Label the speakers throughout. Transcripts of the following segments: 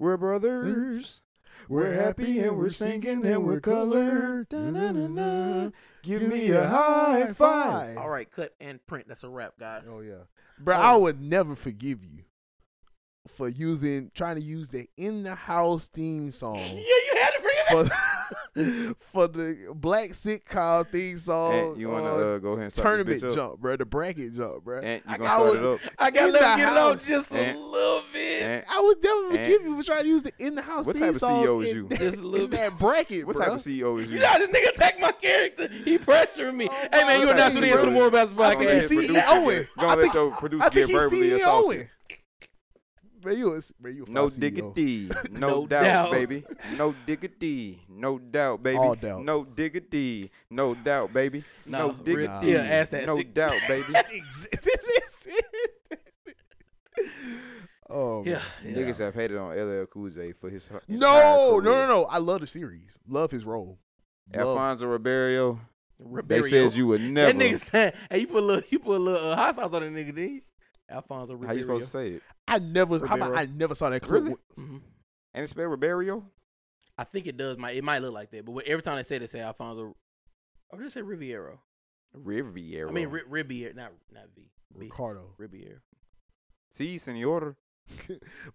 Speaker 1: We're brothers. We're happy and we're singing and we're colored. Da-na-na-na. Give me a high five.
Speaker 2: All right, cut and print. That's a wrap, guys.
Speaker 3: Oh yeah, bro. I would never forgive you for using trying to use the in the house theme song
Speaker 2: you had to bring it
Speaker 3: for for the black sitcom theme song.
Speaker 1: Ant, you want to
Speaker 3: uh,
Speaker 1: uh, go ahead and start this
Speaker 3: tournament
Speaker 1: bitch up?
Speaker 3: jump, bro. The bracket jump, bro.
Speaker 1: Ant, you
Speaker 3: I-
Speaker 1: gonna
Speaker 3: I
Speaker 1: start
Speaker 3: would-
Speaker 1: it up?
Speaker 2: I
Speaker 3: In the
Speaker 2: got to get it out
Speaker 3: house.
Speaker 2: just a
Speaker 1: And-
Speaker 2: little bit.
Speaker 1: Ant,
Speaker 3: I would never
Speaker 1: Ant.
Speaker 3: forgive you for trying to use the in the house
Speaker 1: What
Speaker 3: theme
Speaker 1: type of
Speaker 3: song
Speaker 1: CEO is
Speaker 3: in,
Speaker 1: you?
Speaker 2: Just a little
Speaker 3: in
Speaker 2: bit.
Speaker 3: that bracket,
Speaker 1: what
Speaker 3: bro.
Speaker 1: type of CEO is
Speaker 2: You
Speaker 1: you?
Speaker 2: know, how this nigga attacked my character. He pressured me.
Speaker 3: Oh,
Speaker 2: hey, man,
Speaker 3: my
Speaker 2: you are not
Speaker 3: God.
Speaker 2: tuning into the More Basketball
Speaker 1: I
Speaker 3: I
Speaker 1: think
Speaker 3: think
Speaker 1: he's
Speaker 2: Podcast.
Speaker 1: see- producer
Speaker 3: he's CEOing.
Speaker 1: get- gonna
Speaker 3: I
Speaker 1: let
Speaker 3: think, E
Speaker 1: your producer
Speaker 3: I think
Speaker 1: get verbally
Speaker 3: he's
Speaker 1: assaulted.
Speaker 3: CEOing. Bro, you a, bro, you a E
Speaker 1: No
Speaker 3: foul CEO.
Speaker 1: diggity, no,
Speaker 2: E No
Speaker 1: doubt,
Speaker 2: doubt.
Speaker 1: baby. No diggity, no doubt, baby.
Speaker 3: All doubt.
Speaker 1: No diggity, no doubt, baby. No,
Speaker 2: Nah, real-
Speaker 1: diggity,
Speaker 2: yeah, ask that
Speaker 1: no
Speaker 2: sick-
Speaker 1: doubt, baby.
Speaker 3: Ex- this is- oh
Speaker 2: Yeah,
Speaker 3: man.
Speaker 2: yeah.
Speaker 1: Niggas have hated on LL Cool J for his entire
Speaker 3: No, no,
Speaker 1: career.
Speaker 3: no, no! I love the series. Love his role. Love.
Speaker 1: Alfonso Ribeiro, they
Speaker 2: Ribeiro.
Speaker 1: says you would never.
Speaker 2: That nigga said, hey, you put a little, you put a little uh, hot sauce on that nigga, did you? Alfonso Ribeiro.
Speaker 1: how you supposed to say it?
Speaker 3: I never, how about,
Speaker 1: Ribeiro.
Speaker 3: I never saw that clip.
Speaker 1: Really?
Speaker 2: Mhm.
Speaker 1: And it's spelled Ribeiro.
Speaker 2: I think it does. Might it might look like that, but every time they say they say Alfonso, I would just say Riviero.
Speaker 1: Riviera.
Speaker 2: I mean Ri- Ribier, not not V. B.
Speaker 3: Ricardo.
Speaker 2: Ribier.
Speaker 1: See, senor.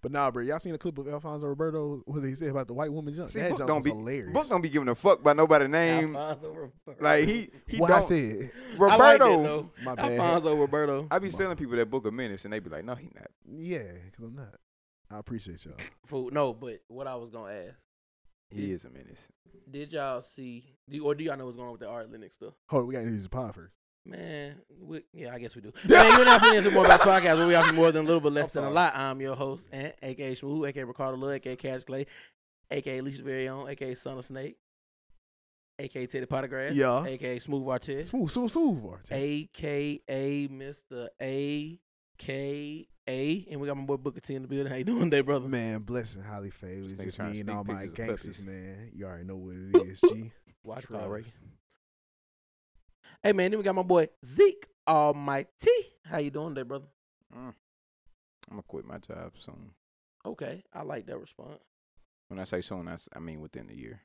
Speaker 3: But nah, bro, y'all seen a clip of Alfonso Roberto? What he said about the white woman jump?
Speaker 1: See,
Speaker 3: that
Speaker 1: Book
Speaker 3: jump
Speaker 1: don't
Speaker 3: was
Speaker 1: be-
Speaker 3: hilarious.
Speaker 1: Book don't be giving a fuck by nobody name.
Speaker 2: Alfonso Roberto.
Speaker 1: Like he, he
Speaker 3: what
Speaker 1: don't.
Speaker 3: I said,
Speaker 2: I like that,
Speaker 1: Roberto.
Speaker 2: though.
Speaker 3: my bad.
Speaker 2: Alfonso Roberto.
Speaker 1: I be telling people that Book of Menace, and they be like, "No, he not."
Speaker 3: Yeah, because I'm not. I appreciate y'all.
Speaker 2: Fool, no, but what I was gonna ask,
Speaker 1: He
Speaker 2: Yeah.
Speaker 1: is a menace.
Speaker 2: did y'all see, do- or do y'all know what's going on with the Art Linux stuff?
Speaker 3: Hold on, we got to use the pod first.
Speaker 2: Man, we, yeah, I guess we do. Man, you're not listening to more about podcast. where We are more than a little bit less than a
Speaker 3: sorry.
Speaker 2: lot. I'm your host, Ant, aka Smooth, aka Ricardo Love, aka Cash Clay, aka Alicia Very Own, aka Son of Snake, aka Teddy Pottergrass,
Speaker 3: Yeah.
Speaker 2: aka Smooth Artist,
Speaker 3: Smooth, smooth, smooth. Artie.
Speaker 2: aka Mr. A K A, and we got my boy Booker T in the building. How you doing today, brother?
Speaker 3: Man, blessing, highly favored.
Speaker 1: This
Speaker 3: It's
Speaker 1: nigga
Speaker 3: just
Speaker 1: trying to
Speaker 3: me and
Speaker 1: sneak
Speaker 3: all my
Speaker 1: pictures of
Speaker 3: gangsters,
Speaker 1: puppies.
Speaker 3: man. You already know what it is, G.
Speaker 2: Watch
Speaker 3: Trust.
Speaker 2: Rod Race. Hey man, then we got my boy Zeke Almighty. How you doing today, brother?
Speaker 1: Mm. I'm gonna quit my job soon.
Speaker 2: Okay, I like that response.
Speaker 1: When I say soon, I, s- I mean within the year.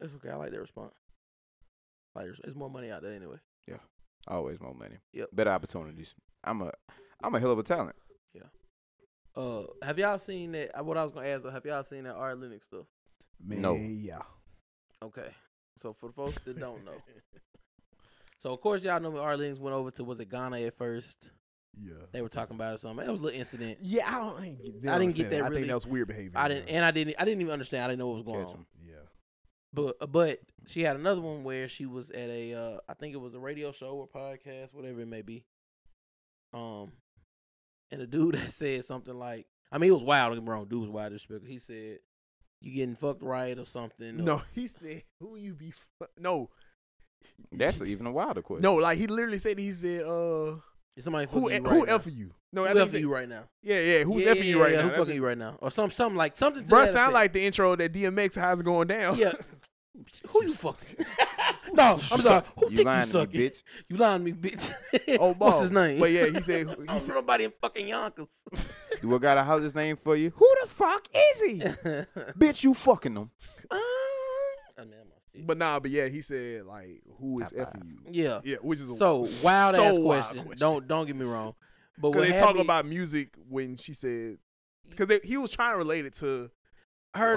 Speaker 2: That's okay. I like that response. Like, there's, there's more money out there anyway.
Speaker 1: Always more money.
Speaker 2: Yep.
Speaker 1: Better opportunities. I'm a, I'm a hell of a talent.
Speaker 2: Uh, have y'all seen that? uh, What I was gonna ask, though, have y'all seen that Art Linux stuff?
Speaker 3: Man,
Speaker 1: No.
Speaker 3: yeah.
Speaker 2: Okay, so for the folks that don't know, so of course y'all know when Art Linux went over to was it Ghana at first?
Speaker 3: Yeah.
Speaker 2: They were talking about it or something. It was a little incident.
Speaker 3: Yeah, I don't I didn't get,
Speaker 2: I didn't get
Speaker 3: understand it.
Speaker 2: that
Speaker 3: I
Speaker 2: really-
Speaker 3: think that was weird behavior.
Speaker 2: I didn't,
Speaker 3: bro.
Speaker 2: and I didn't, I didn't even understand. I didn't know what was going
Speaker 1: Catch
Speaker 2: on.
Speaker 1: 'em.
Speaker 3: Yeah.
Speaker 2: But uh, but she had another one where she was at a uh, I think it was a radio show or podcast, whatever it may be. Um, and a dude that said something like, I mean, it was wild. Don't get me wrong, dude was wild. as fuck. He said, "You getting fucked right or something?" or-
Speaker 3: No, he said, "Who you be?" Fu-? No,
Speaker 1: That's even a wilder question.
Speaker 3: no. Like he literally said, he said, "Uh,
Speaker 2: Is somebody fucking
Speaker 3: who e-,
Speaker 2: you
Speaker 3: who
Speaker 2: right now?
Speaker 3: f you?" No, I
Speaker 2: who
Speaker 3: think he
Speaker 2: f
Speaker 3: said-
Speaker 2: you right now?
Speaker 3: Yeah, yeah. Who's
Speaker 2: Yeah,
Speaker 3: effing
Speaker 2: yeah,
Speaker 3: you right
Speaker 2: yeah,
Speaker 3: now?
Speaker 2: Who
Speaker 3: That's
Speaker 2: fucking you right now? Or some something like something.
Speaker 3: just-
Speaker 2: to
Speaker 3: Bruh,
Speaker 2: that
Speaker 3: sound
Speaker 2: effect.
Speaker 3: like the intro that DMX how's it going down.
Speaker 2: yeah. Who you fucking? no, I'm
Speaker 3: You
Speaker 2: sorry.
Speaker 3: suck.
Speaker 2: Who
Speaker 1: you
Speaker 2: think
Speaker 1: lying
Speaker 2: you
Speaker 1: to me,
Speaker 2: sucking?
Speaker 1: bitch.
Speaker 2: You lying to me, bitch.
Speaker 3: Oh,
Speaker 2: What's
Speaker 3: ball.
Speaker 2: his name?
Speaker 3: But yeah, he said-
Speaker 2: I
Speaker 3: he
Speaker 2: don't
Speaker 3: said-
Speaker 2: know nobody in fucking Yonkers.
Speaker 1: Do I gotta holler his name for you? Who the fuck is he?
Speaker 2: Um,
Speaker 1: bitch, you fucking him.
Speaker 2: I mean, I'm a-
Speaker 3: But nah, but yeah, he said like, "Who is
Speaker 1: High five.
Speaker 3: effing you?"
Speaker 2: yeah.
Speaker 3: Yeah, which is a
Speaker 2: So wild
Speaker 3: so
Speaker 2: ass
Speaker 3: wild
Speaker 2: question.
Speaker 3: question.
Speaker 2: Don't don't get me wrong, but what
Speaker 3: Because they
Speaker 2: had
Speaker 3: talk
Speaker 2: me-
Speaker 3: about music when she said because he was trying to relate it to
Speaker 2: her,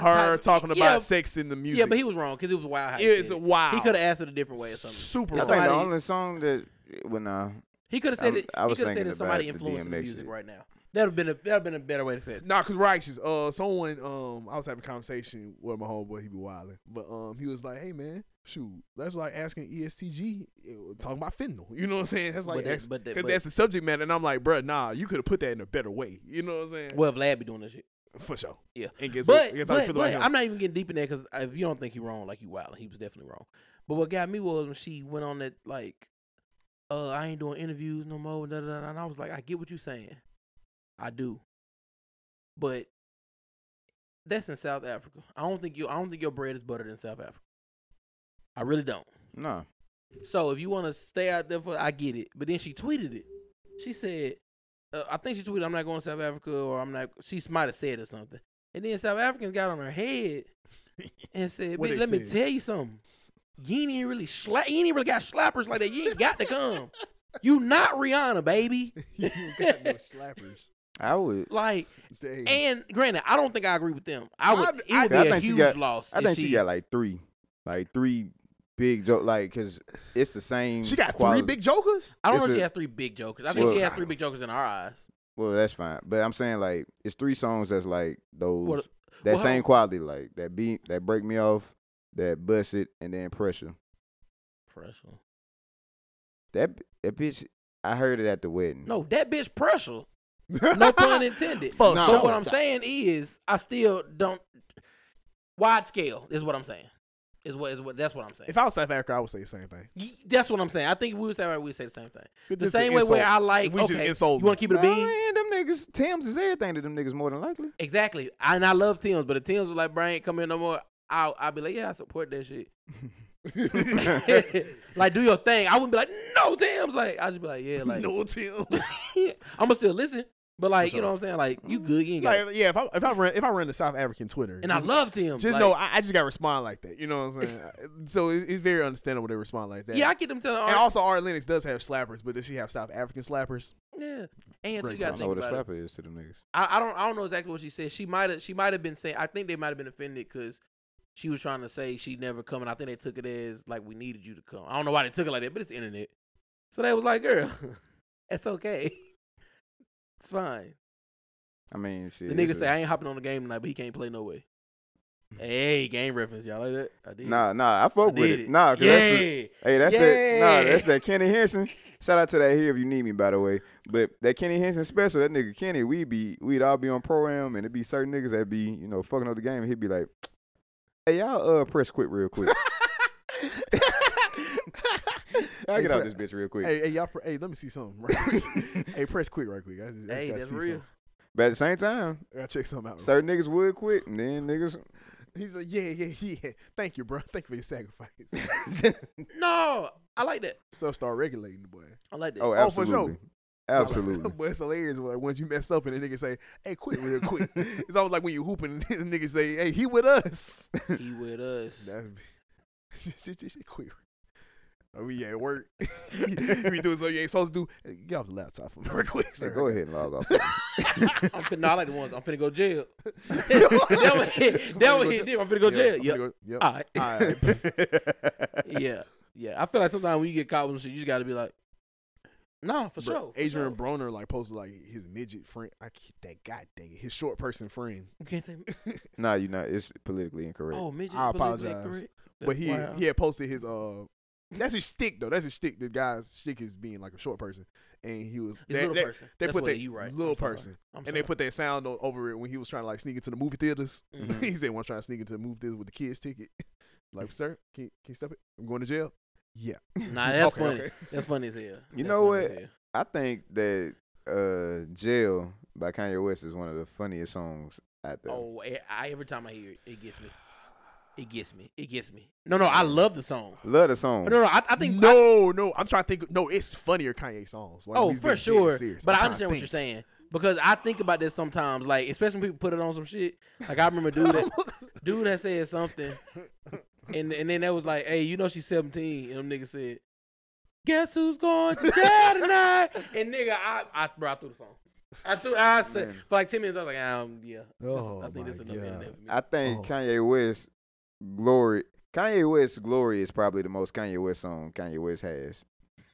Speaker 3: her,
Speaker 2: type-
Speaker 3: talking about
Speaker 2: yeah,
Speaker 3: sex in the music.
Speaker 2: Yeah, but he was wrong because it was wild. How he
Speaker 3: it's
Speaker 2: said it.
Speaker 3: wild.
Speaker 2: He could have asked it a different way or something.
Speaker 3: super
Speaker 1: I
Speaker 2: It's
Speaker 1: think
Speaker 3: wild.
Speaker 1: the only song
Speaker 2: somebody-
Speaker 1: that uh, well, nah.
Speaker 2: He could have
Speaker 1: I'm-
Speaker 2: said it.
Speaker 1: I
Speaker 2: He
Speaker 1: was
Speaker 2: could have said
Speaker 1: thinking
Speaker 2: it. Somebody
Speaker 1: about the
Speaker 2: influencing the
Speaker 1: DMX
Speaker 2: music
Speaker 1: shit.
Speaker 2: right now. That would have been a that would have been a better way to say it.
Speaker 3: Nah, cause Righteous, uh, someone, um, I was having a conversation with my homeboy. He be wilding, but um, he was like, "Hey man, shoot, that's like asking E ESTG uh, talking about fentanyl. You know what I'm saying? That's like
Speaker 2: But that-
Speaker 3: that's,
Speaker 2: but that-
Speaker 3: cause
Speaker 2: but-
Speaker 3: that's the subject matter." And I'm like, "Bruh, nah, you could have put that in a better way. You know what I'm saying?
Speaker 2: Well, Vlad be doing this shit.
Speaker 3: For sure.
Speaker 2: Yeah.
Speaker 3: And guess what?
Speaker 2: But,
Speaker 3: Guess how I
Speaker 2: but,
Speaker 3: feel
Speaker 2: but
Speaker 3: about him.
Speaker 2: I'm not even getting deep in there because if you don't think he wrong, like you wild, he was definitely wrong. But what got me was when she went on that like, uh, I ain't doing interviews no more, da, da, da, da, and I was like, I get what you're saying, I do, but that's in South Africa. I don't think you, I don't think your bread is buttered in South Africa. I really don't.
Speaker 1: Nah.
Speaker 2: So if you want to stay out there for, I get it. But then she tweeted it. She said, uh, I think she tweeted, "I'm not going to South Africa," or "I'm not." She might have said or something. And then South Africans got on her head and said,
Speaker 3: What
Speaker 2: "Bitch,
Speaker 3: they
Speaker 2: let me
Speaker 3: said?
Speaker 2: tell you something. You ain't even really slap. You ain't even really got slappers like that. You ain't got to come. You not Rihanna, baby.
Speaker 3: you don't got no slappers.
Speaker 1: I would.
Speaker 2: Like,
Speaker 3: Dang.
Speaker 2: and granted, I don't think I agree with them. I would.
Speaker 3: I-
Speaker 2: it would
Speaker 1: I
Speaker 2: be a
Speaker 1: think she
Speaker 2: huge
Speaker 1: got-
Speaker 2: loss.
Speaker 1: I
Speaker 2: if
Speaker 1: think she, got like three, like three big joke, like because it's the same.
Speaker 3: she got
Speaker 1: quality.
Speaker 3: three big jokers.
Speaker 2: I don't
Speaker 1: it's
Speaker 2: know if she
Speaker 1: a-
Speaker 2: has three big jokers. I think
Speaker 1: Well-
Speaker 2: she has three big jokers in our eyes.
Speaker 1: Well, that's fine, but I'm saying like it's three songs that's like those
Speaker 2: Well,
Speaker 1: that
Speaker 2: well,
Speaker 1: same quality, like that beat that break me off, that bust it, and then pressure.
Speaker 2: Pressure.
Speaker 1: That that bitch, I heard it at the wedding.
Speaker 2: No, that bitch pressure. No pun intended.
Speaker 3: For
Speaker 1: No.
Speaker 2: So
Speaker 1: sure.
Speaker 2: what I'm saying is, I still don't. Wide scale is what I'm saying. Is what is what that's what I'm saying.
Speaker 3: If I was South Africa, I would say the same thing.
Speaker 2: Y- That's what I'm saying. I think if we would say right, we would say the same thing.
Speaker 3: Just
Speaker 2: The
Speaker 3: to
Speaker 2: same way
Speaker 3: insult-
Speaker 2: where I like
Speaker 3: we just
Speaker 2: okay,
Speaker 3: insult
Speaker 2: you want to keep it a
Speaker 1: Nah,
Speaker 2: bean?
Speaker 1: man, them niggas, Tim's is everything to them niggas more than likely.
Speaker 2: Exactly. And I love Tim's, but if Tim's was like Brian ain't come in no more, I'll I'll be like, Yeah, I support that shit. like do your thing. I wouldn't be like, No, Tim's like I'll just be like, Yeah, like
Speaker 3: no Tim.
Speaker 2: I'ma still listen. But like,
Speaker 3: For
Speaker 2: you know
Speaker 3: sure.
Speaker 2: what I'm saying? Like, you good, you ain't got
Speaker 3: Like, yeah, if I if I run if I run the South African Twitter,
Speaker 2: and I
Speaker 3: just-
Speaker 2: love Tim's.
Speaker 3: just
Speaker 2: like,
Speaker 3: know I, I just got to respond like that. You know what I'm saying? so it, it's very understandable they respond like that.
Speaker 2: Yeah, I get them telling
Speaker 3: and
Speaker 2: all
Speaker 3: also, Art Lennox does have slappers, but does she have South African slappers?
Speaker 2: Yeah. And you
Speaker 3: Great
Speaker 1: I
Speaker 2: gotta
Speaker 1: don't know
Speaker 2: think
Speaker 1: what a
Speaker 2: about it.
Speaker 1: slapper is to them niggas.
Speaker 2: I, I don't I don't know exactly what she said. She might have she might have been saying I think they might have been offended because she was trying to say she never coming. I think they took it as like we needed you to come. I don't know why they took it like that, but it's the internet. So they was like, girl, it's okay. It's fine.
Speaker 1: I mean, shit.
Speaker 2: The
Speaker 1: it's
Speaker 2: nigga
Speaker 1: a-
Speaker 2: say I ain't hopping on the game tonight, but he can't play no way. Hey, game reference, y'all like that? I did.
Speaker 1: Nah, nah, I
Speaker 2: I
Speaker 1: fuck with
Speaker 2: did
Speaker 1: it.
Speaker 2: it.
Speaker 1: Nah, 'cause
Speaker 2: yeah.
Speaker 1: that's the, hey, that's that. Nah,
Speaker 2: Yeah.
Speaker 1: that's that Kenny Henson. Shout out to that here if you need me, by the way. But that Kenny Henson special, that nigga Kenny, we be, we'd all be on program, and it'd be certain niggas that be, you know, fucking up the game. And he'd be like, "Hey, y'all, uh, press quit real quick. I get out this bitch real quick."
Speaker 3: Hey, hey, y'all, pre- hey, let me see something. Right quick. hey, press quick, right quick. I just, I just
Speaker 2: Hey,
Speaker 3: gotta
Speaker 2: that's
Speaker 3: see
Speaker 2: real.
Speaker 1: But at the same time,
Speaker 3: Something. I gotta check something out.
Speaker 1: certain niggas would quit, and then niggas,
Speaker 3: He's like, yeah, yeah, yeah. Thank you, bro. Thank you for your sacrifice.
Speaker 2: No, I like that.
Speaker 3: so start regulating the boy.
Speaker 2: I like that.
Speaker 1: oh,
Speaker 3: Oh, for
Speaker 1: absolutely,
Speaker 3: sure.
Speaker 1: absolutely.
Speaker 3: but it's hilarious. Like once you mess up and the nigga say, "Hey, quit real quick," it's always like when you hooping, and the nigga say, "Hey, he with us."
Speaker 2: He with us.
Speaker 3: That's just, just, just quit. Oh, we at work. you be doing something you ain't supposed to do. Hey, Get off the laptop for me real quick.
Speaker 1: Hey,
Speaker 3: sir.
Speaker 1: go ahead and log off.
Speaker 2: I'm finna, no, I like the ones I'm finna go jail. that what he, that what he did. I'm finna go
Speaker 3: Yeah, I'm
Speaker 2: jail. Yeah.
Speaker 3: finna go- yep.
Speaker 2: All right.
Speaker 3: All right.
Speaker 2: yeah. Yeah. I feel like sometimes when you get caught with some shit, you just gotta be like, no, for
Speaker 3: Bro,
Speaker 2: sure. for
Speaker 3: Adrian
Speaker 2: sure.
Speaker 3: Broner like posted like his midget friend. I keep that god dang it. His short person friend.
Speaker 2: You can't say,
Speaker 1: nah, you not. It's politically incorrect.
Speaker 2: oh, midget.
Speaker 3: I
Speaker 2: politically
Speaker 3: apologize.
Speaker 2: correct.
Speaker 3: But he
Speaker 2: Wow.
Speaker 3: he had posted his uh that's his stick though. That's his stick. The guy's stick is being like a short person. And he was
Speaker 2: He's
Speaker 3: they,
Speaker 2: little
Speaker 3: they-
Speaker 2: person.
Speaker 3: they
Speaker 2: That's
Speaker 3: put
Speaker 2: what
Speaker 3: that
Speaker 2: you right.
Speaker 3: little
Speaker 2: I'm sorry.
Speaker 3: person.
Speaker 2: I'm
Speaker 3: and they
Speaker 2: sorry.
Speaker 3: put that sound on over it when he was trying to like sneak into the movie theaters.
Speaker 2: Mhm.
Speaker 3: he said, "Well, I'm trying to sneak into the movie theater with the kids' ticket." Like, sir, can you, can you stop it? I'm going to jail. Yeah,
Speaker 2: Nah, that's
Speaker 3: Okay,
Speaker 2: funny.
Speaker 3: okay.
Speaker 2: That's funny as hell. You
Speaker 1: know what? I think that uh, "Jail" by Kanye West is one of the funniest songs out there.
Speaker 2: Oh, I, I- every time I hear it, it gets me. It gets me. It gets me. No, no, I love the song.
Speaker 1: Love the song.
Speaker 2: No, no, I, I think. I,
Speaker 3: no, no. I'm trying to think. No, it's funnier Kanye songs. Like,
Speaker 2: oh,
Speaker 3: he's
Speaker 2: for
Speaker 3: being dead
Speaker 2: sure.
Speaker 3: serious.
Speaker 2: But
Speaker 3: I'm
Speaker 2: I
Speaker 3: trying to
Speaker 2: understand what you're
Speaker 3: think.
Speaker 2: saying because I think about this sometimes. Like, especially when people put it on some shit. Like I remember dude that dude that said something, and and then that was like, hey, you know she's 17, and them nigga said, guess who's going to jail tonight? And nigga, I I bro, I threw the phone. I threw. I said
Speaker 1: Man.
Speaker 2: for like 10 minutes. I was like, um, yeah. this-
Speaker 3: Oh,
Speaker 2: I think this is
Speaker 3: my
Speaker 2: enough
Speaker 3: God.
Speaker 2: internet for me.
Speaker 1: I think
Speaker 3: Oh.
Speaker 1: Kanye West glory. Kanye West's glory is probably the most Kanye West song Kanye West has.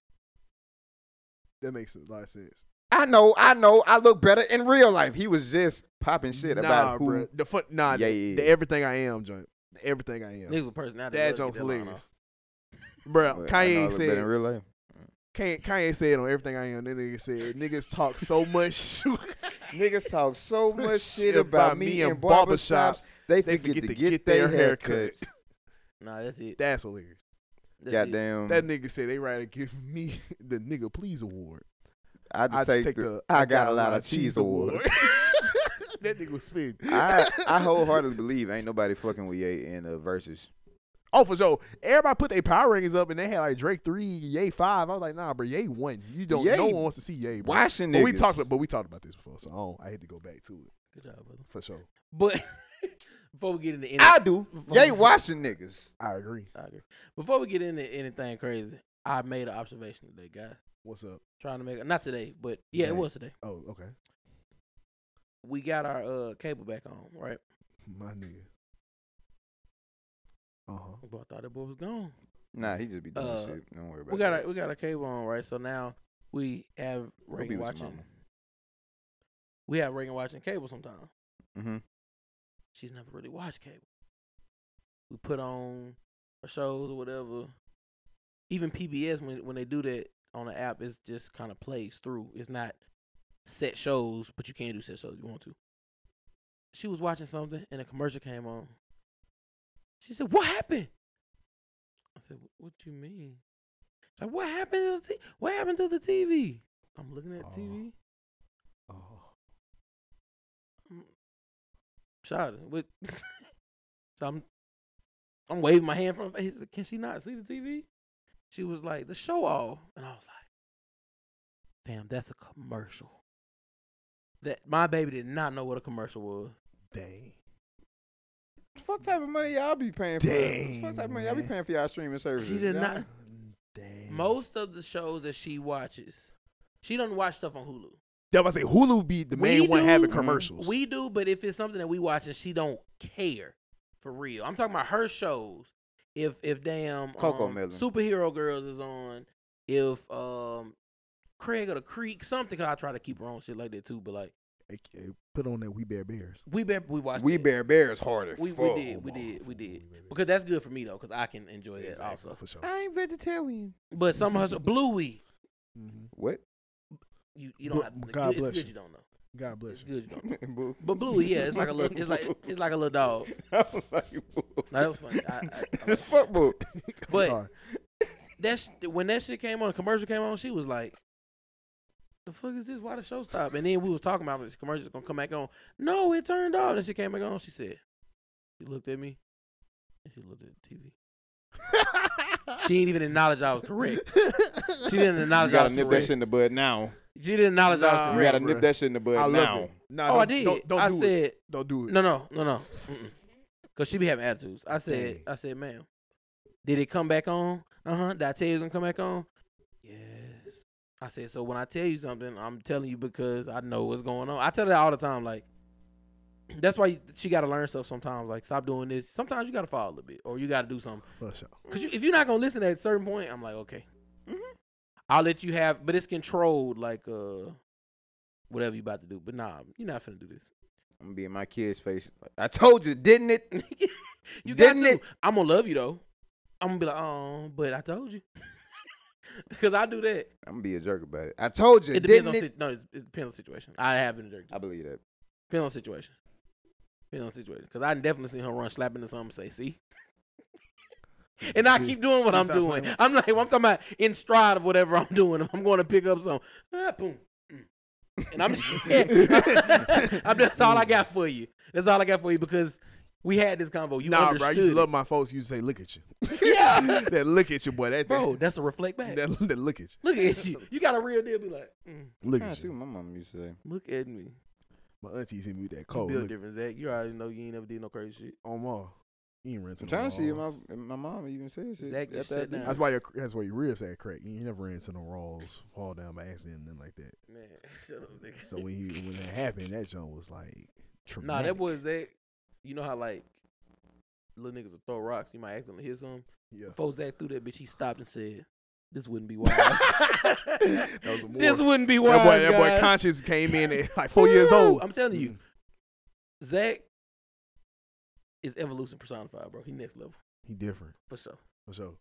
Speaker 3: that makes a lot of sense.
Speaker 1: I know, I know, I look better in real life. He was just popping shit
Speaker 3: nah,
Speaker 1: about who.
Speaker 3: bruh. the fun, nah,
Speaker 1: Yeah,
Speaker 3: the,
Speaker 1: yeah,
Speaker 3: the
Speaker 1: yeah.
Speaker 3: everything I am joint. The everything I am.
Speaker 2: Nigga with personality.
Speaker 3: that
Speaker 2: love to get
Speaker 3: joke's
Speaker 2: line
Speaker 3: hilarious.
Speaker 2: off.
Speaker 1: but
Speaker 3: Bro,
Speaker 1: I know I
Speaker 3: Kanye
Speaker 1: look better in
Speaker 3: said
Speaker 1: real life.
Speaker 3: Kanye, Kanye said on everything I am. That nigga said niggas talk so much
Speaker 1: Niggas talk so much shit
Speaker 3: shit
Speaker 1: about me in barbershops. They
Speaker 3: They
Speaker 1: forget to get their haircuts.
Speaker 2: Nah, that's it.
Speaker 3: That's hilarious.
Speaker 2: That's it.
Speaker 1: Goddamn,
Speaker 3: That nigga said they rather give me the nigga please award.
Speaker 1: I just
Speaker 3: I
Speaker 1: take,
Speaker 3: just take
Speaker 1: the,
Speaker 3: the
Speaker 1: I got a lot of cheese award.
Speaker 3: that nigga was spitting.
Speaker 1: I I wholeheartedly believe ain't nobody fucking with Ye in uh, verses.
Speaker 3: Oh, for sure. Everybody put their power rankings up and they had like Drake three, Yay five. I was like, nah, bro, Yay one. You don't.
Speaker 1: Ye
Speaker 3: no one wants to see Yay. Bro.
Speaker 1: Washing
Speaker 3: But we
Speaker 1: niggas.
Speaker 3: talked. But we talked about this before, so I, don't, I had to go back to it
Speaker 2: Good job, brother.
Speaker 3: for sure.
Speaker 2: But before we get into
Speaker 1: I
Speaker 2: anything,
Speaker 1: do. They watching niggas.
Speaker 3: I agree.
Speaker 2: before we get into anything crazy, I made an observation today, guys.
Speaker 3: What's up?
Speaker 2: Trying to make not today, but yeah, it
Speaker 3: Today.
Speaker 2: was today.
Speaker 3: Oh, okay.
Speaker 2: We got our uh cable back on, right?
Speaker 3: My nigga. Uh huh.
Speaker 2: But I thought that boy was gone.
Speaker 1: Nah, he just be doing
Speaker 2: Uh,
Speaker 1: shit. Don't worry about
Speaker 2: We got
Speaker 1: that.
Speaker 2: our, we got our cable on, right? So now we have Reagan
Speaker 1: be with your
Speaker 2: watching.
Speaker 1: mama.
Speaker 2: We have Reagan watching cable sometimes.
Speaker 1: Mm-hmm.
Speaker 2: she's never really watched cable. We put on her shows or whatever. Even PBS when when they do that on the app, it's just kind of plays through. It's not set shows, but you can do set shows if you want to. She was watching something and a commercial came on. She said, "What happened?" I said, "Wh- "What do you mean?" She's like, "What happened to the t- What happened to the TV?" I'm looking at
Speaker 3: Oh.
Speaker 2: the TV.
Speaker 3: Oh.
Speaker 2: Shot with. so I'm, I'm waving my hand from her face. Can she not see the TV? She was like, "The show off," and I was like, "Damn, that's a commercial." That my baby did not know what a commercial was.
Speaker 3: Dang.
Speaker 1: Fuck type of money y'all be paying for?
Speaker 3: Dang,
Speaker 1: fuck type of money y'all be
Speaker 3: man.
Speaker 1: paying for y'all streaming services?
Speaker 2: She did
Speaker 1: Y'all-
Speaker 2: not.
Speaker 3: Dang.
Speaker 2: Most of the shows that she watches, she doesn't watch stuff on Hulu.
Speaker 3: Yeah, I was about to say Hulu be the
Speaker 2: We
Speaker 3: main one
Speaker 2: do- Mm-hmm.
Speaker 3: having
Speaker 1: Mhm.
Speaker 3: commercials.
Speaker 2: We do, but if it's something that we watch and she don't care, for real. I'm talking about her shows. If if damn
Speaker 1: Coco
Speaker 2: um,
Speaker 1: Melon.
Speaker 2: superhero girls is on, if um Craig or the Creek something, 'cause I try to keep her on shit like that too. But like
Speaker 3: Hey, hey, put on that We Bear Bears.
Speaker 2: we bet we watched
Speaker 1: We
Speaker 2: that.
Speaker 1: bear bears harder.
Speaker 2: we, we
Speaker 1: Fuck.
Speaker 2: did we
Speaker 3: Omar.
Speaker 2: did we did
Speaker 3: We Bear Bears.
Speaker 2: because that's good for me though because I can enjoy that
Speaker 3: Exactly,
Speaker 2: also.
Speaker 3: for sure.
Speaker 1: I ain't vegetarian.
Speaker 2: But some of her Bluey,
Speaker 3: Mhm.
Speaker 1: What?
Speaker 2: you you don't
Speaker 3: Bl-
Speaker 2: have
Speaker 3: God
Speaker 2: it's
Speaker 3: bless
Speaker 2: good
Speaker 3: you.
Speaker 2: you don't know.
Speaker 3: God bless
Speaker 2: It's
Speaker 3: you.
Speaker 2: good you don't know.
Speaker 1: Boo.
Speaker 2: But Bluey, yeah, it's like a little it's like it's like a little dog.
Speaker 1: I'm like, boo.
Speaker 2: No, that was funny. I, I, I like-
Speaker 1: Fuck boo.
Speaker 3: I'm
Speaker 2: But-
Speaker 3: sorry.
Speaker 2: that's when that shit came on, the commercial came on, she was like, The fuck is this? Why the show stop? And then we was talking about this commercial's gonna come back on. No, it turned off. And she came back on, she said, She looked at me and she looked at the TV. She didn't even acknowledge I was correct. She didn't
Speaker 1: You
Speaker 2: acknowledge I
Speaker 1: gotta
Speaker 2: was
Speaker 1: nip that
Speaker 2: correct.
Speaker 1: shit in the bud now.
Speaker 2: She didn't acknowledge I
Speaker 3: Nah.
Speaker 2: was
Speaker 1: You
Speaker 2: correct.
Speaker 1: gotta
Speaker 3: bruh.
Speaker 1: nip that shit in the bud
Speaker 3: I love
Speaker 1: now.
Speaker 3: it. Nah,
Speaker 2: oh,
Speaker 3: don't,
Speaker 2: I did.
Speaker 3: Don't, don't
Speaker 2: I
Speaker 3: do it.
Speaker 2: said,
Speaker 3: Don't do it.
Speaker 2: No, no, no, no. Mm-mm. Cause she be having attitudes. I said,
Speaker 3: Dang.
Speaker 2: I said, ma'am, did it come back on? Uh huh. Did I tell you it's gonna come back on? Yes. I said, so when I tell you something, I'm telling you because I know what's going on. I tell her all the time, like that's why you, she got to learn stuff sometimes. Like stop doing this. Sometimes you got to fall a little bit, or you got to do something.
Speaker 3: For sure.
Speaker 2: Cause you, if you're not gonna listen at a certain point, I'm like, okay, I'll let you have, but it's controlled, like uh, whatever you about to do. But nah, you're not finna do this.
Speaker 1: I'm gonna be in my kid's face. Like, I told you, didn't it?
Speaker 2: you got
Speaker 1: Didn't
Speaker 2: to.
Speaker 1: it-
Speaker 2: I'm gonna love you though. I'm gonna be like, oh, but I told you, because I do that.
Speaker 1: I'm gonna be a jerk about it. I told you,
Speaker 2: It depends
Speaker 1: didn't
Speaker 2: on
Speaker 1: it?
Speaker 2: sit- no, it, it depends on situation. I have been a jerk.
Speaker 1: I believe that.
Speaker 2: Depends on situation. Depends on situation. Because I definitely seen her run slap into something. and Say, see. And I
Speaker 3: She-
Speaker 2: keep doing what
Speaker 3: she
Speaker 2: I'm
Speaker 3: stopped
Speaker 2: doing.
Speaker 3: playing.
Speaker 2: I'm like, I'm talking about in stride of whatever I'm doing. If I'm going to pick up some, ah, boom. Mm. And I'm, I'm that's all I got for you. That's all I got for you because we had this convo. You
Speaker 3: nah, bro. I
Speaker 2: understood.
Speaker 3: used to
Speaker 2: it.
Speaker 3: love my folks. Used to say, "Look at you."
Speaker 2: yeah,
Speaker 3: that look at you, boy. That
Speaker 2: bro, that's a reflect back.
Speaker 3: That, that, that look at you.
Speaker 2: Look at you. You got a real deal. Be like, mm,
Speaker 3: Look
Speaker 1: I
Speaker 3: at
Speaker 1: see
Speaker 3: you.
Speaker 1: what my mom used to say.
Speaker 2: look at me.
Speaker 3: My auntie hit me with that
Speaker 2: You
Speaker 3: cold.
Speaker 2: build
Speaker 3: Oh, Look
Speaker 2: different, Zach. You already know you ain't never did no crazy shit.
Speaker 3: on mall. You ain't ran to
Speaker 1: I'm
Speaker 3: the
Speaker 1: trying to see if my
Speaker 3: walls.
Speaker 1: if my mom even said shit.
Speaker 2: Zach, just
Speaker 1: after I did
Speaker 2: sit down.
Speaker 1: it.
Speaker 3: That's why your that's why your ribs had crack. You ain't never ran into no rolls, fall down by accident, nothing like that.
Speaker 2: Man, shut up, nigga.
Speaker 3: So when you when that happened, that joint was like traumatic.
Speaker 2: nah, that boy Zach. You know how like little niggas will throw rocks. You might accidentally hit some.
Speaker 3: Yeah.
Speaker 2: Before Zach threw that bitch, he stopped and said, "This wouldn't be wise.
Speaker 3: was a more-
Speaker 2: this wouldn't be wise."
Speaker 3: That boy, that boy,
Speaker 2: guys."
Speaker 3: conscious came in at like four years old. Mm-hmm. Mm.
Speaker 2: I'm telling you, Zach is evolution personified, bro. He next level
Speaker 3: he different
Speaker 2: for sure.
Speaker 3: for sure.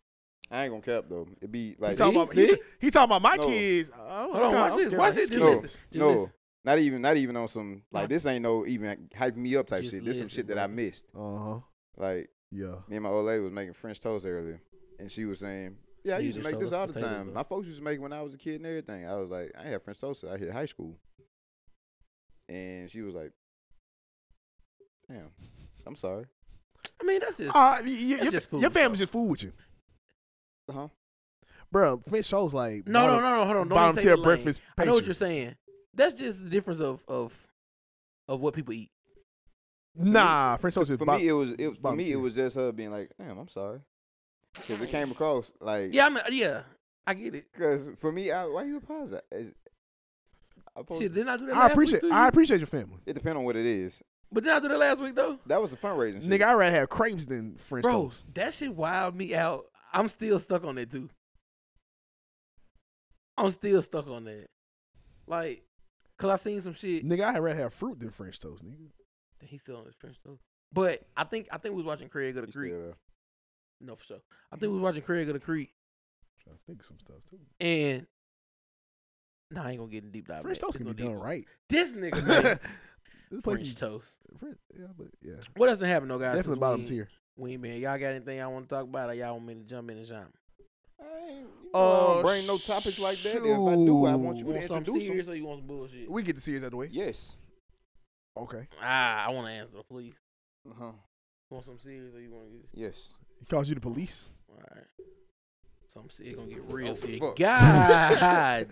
Speaker 1: I ain't gonna cap though. It be
Speaker 3: he
Speaker 1: like
Speaker 3: talking about he,
Speaker 2: see?
Speaker 3: he talking about my
Speaker 1: No.
Speaker 3: kids. Oh,
Speaker 2: Hold on, watch this. Watch this. Just
Speaker 1: No,
Speaker 2: listen. Just
Speaker 1: no,
Speaker 2: listen.
Speaker 1: not even not even on some like
Speaker 2: Nah.
Speaker 1: this ain't no even hype me up type
Speaker 2: Just
Speaker 1: shit. This some
Speaker 2: listen,
Speaker 1: shit that I
Speaker 2: bro.
Speaker 1: missed.
Speaker 3: Uh huh.
Speaker 1: Like
Speaker 3: Yeah.
Speaker 1: me and my old lady was making French toast earlier, and she was saying, "Yeah, I
Speaker 2: You
Speaker 1: used to
Speaker 2: just
Speaker 1: make
Speaker 2: showed
Speaker 1: this
Speaker 2: us
Speaker 1: all the
Speaker 2: potatoes,
Speaker 1: time.
Speaker 2: bro.
Speaker 1: My folks used to make it when I was a kid and everything." I was like, "I ain't had French toast. I hit high school," and she was like, "Damn, I'm sorry."
Speaker 2: I mean, that's just
Speaker 3: Uh, y- y- your,
Speaker 2: just
Speaker 3: fa-
Speaker 2: food,
Speaker 3: your family's
Speaker 2: bro.
Speaker 3: just food with you,
Speaker 1: Huh?
Speaker 3: Uh-huh. bro. French toast like
Speaker 2: No, no,
Speaker 3: bottom-
Speaker 2: no, no. Hold on. Don't
Speaker 3: bottom
Speaker 2: even take
Speaker 3: tier
Speaker 2: the lane.
Speaker 3: breakfast.
Speaker 2: I know what
Speaker 3: pastry.
Speaker 2: you're saying. That's just the difference of of of what people eat.
Speaker 3: Nah, French Toast is
Speaker 1: For
Speaker 3: bot-
Speaker 1: me, it was it, for
Speaker 3: bottom
Speaker 1: me
Speaker 3: tier.
Speaker 1: it was just her being like, "Damn, I'm sorry," because it came across like,
Speaker 2: Yeah, I mean, uh, yeah, I get it.
Speaker 1: Because for me, I, why you apologize? It's- I post-
Speaker 2: Shit, didn't I do that?
Speaker 3: I
Speaker 2: last
Speaker 3: appreciate.
Speaker 2: Week too?
Speaker 3: I appreciate your family,
Speaker 1: it depends on what it is.
Speaker 2: but did I do that last week though?
Speaker 1: That was the fundraising.
Speaker 3: nigga. I rather have crepes than French
Speaker 2: Bro,
Speaker 3: toast.
Speaker 2: that shit wilded me out. I'm still stuck on that too. I'm still stuck on that. Like, cause I seen some shit.
Speaker 3: Nigga, I rather have fruit than French toast, nigga.
Speaker 2: He's still on his French toast. But I think I think we was watching Craig of the
Speaker 1: shit.
Speaker 2: Creek.
Speaker 1: Yeah.
Speaker 2: No, for sure. I think we was watching Craig of the Creek,
Speaker 3: I think some stuff too.
Speaker 2: and nah, I ain't gonna get in deep dive.
Speaker 3: French
Speaker 2: back.
Speaker 3: toast
Speaker 2: It's
Speaker 3: can be
Speaker 2: gonna
Speaker 3: done right.
Speaker 2: This nigga man,
Speaker 3: This place
Speaker 2: French
Speaker 3: is-
Speaker 2: toast.
Speaker 3: French- yeah, but yeah,
Speaker 2: What doesn't happen though, guys?
Speaker 3: definitely
Speaker 2: since we
Speaker 3: bottom
Speaker 2: ain't-
Speaker 3: tier.
Speaker 2: We ain't been. Y'all got anything y'all want to talk about, or y'all want me to jump in and jump?
Speaker 1: I ain't- you know, I
Speaker 3: Oh,
Speaker 1: don't bring no topics like that. If I do, I want you
Speaker 2: You
Speaker 1: to
Speaker 2: want something
Speaker 1: introduce them.
Speaker 2: serious, or you want some bullshit?
Speaker 3: We get the series out of the way.
Speaker 1: Yes.
Speaker 3: Okay,
Speaker 2: Ah, I want to answer, please.
Speaker 1: Uh-huh.
Speaker 2: You want some serious, or you want to get?
Speaker 1: Yes.
Speaker 3: he calls you the police.
Speaker 2: All right. Some serious gonna get real
Speaker 1: Oh,
Speaker 2: serious.
Speaker 1: fuck.
Speaker 2: God,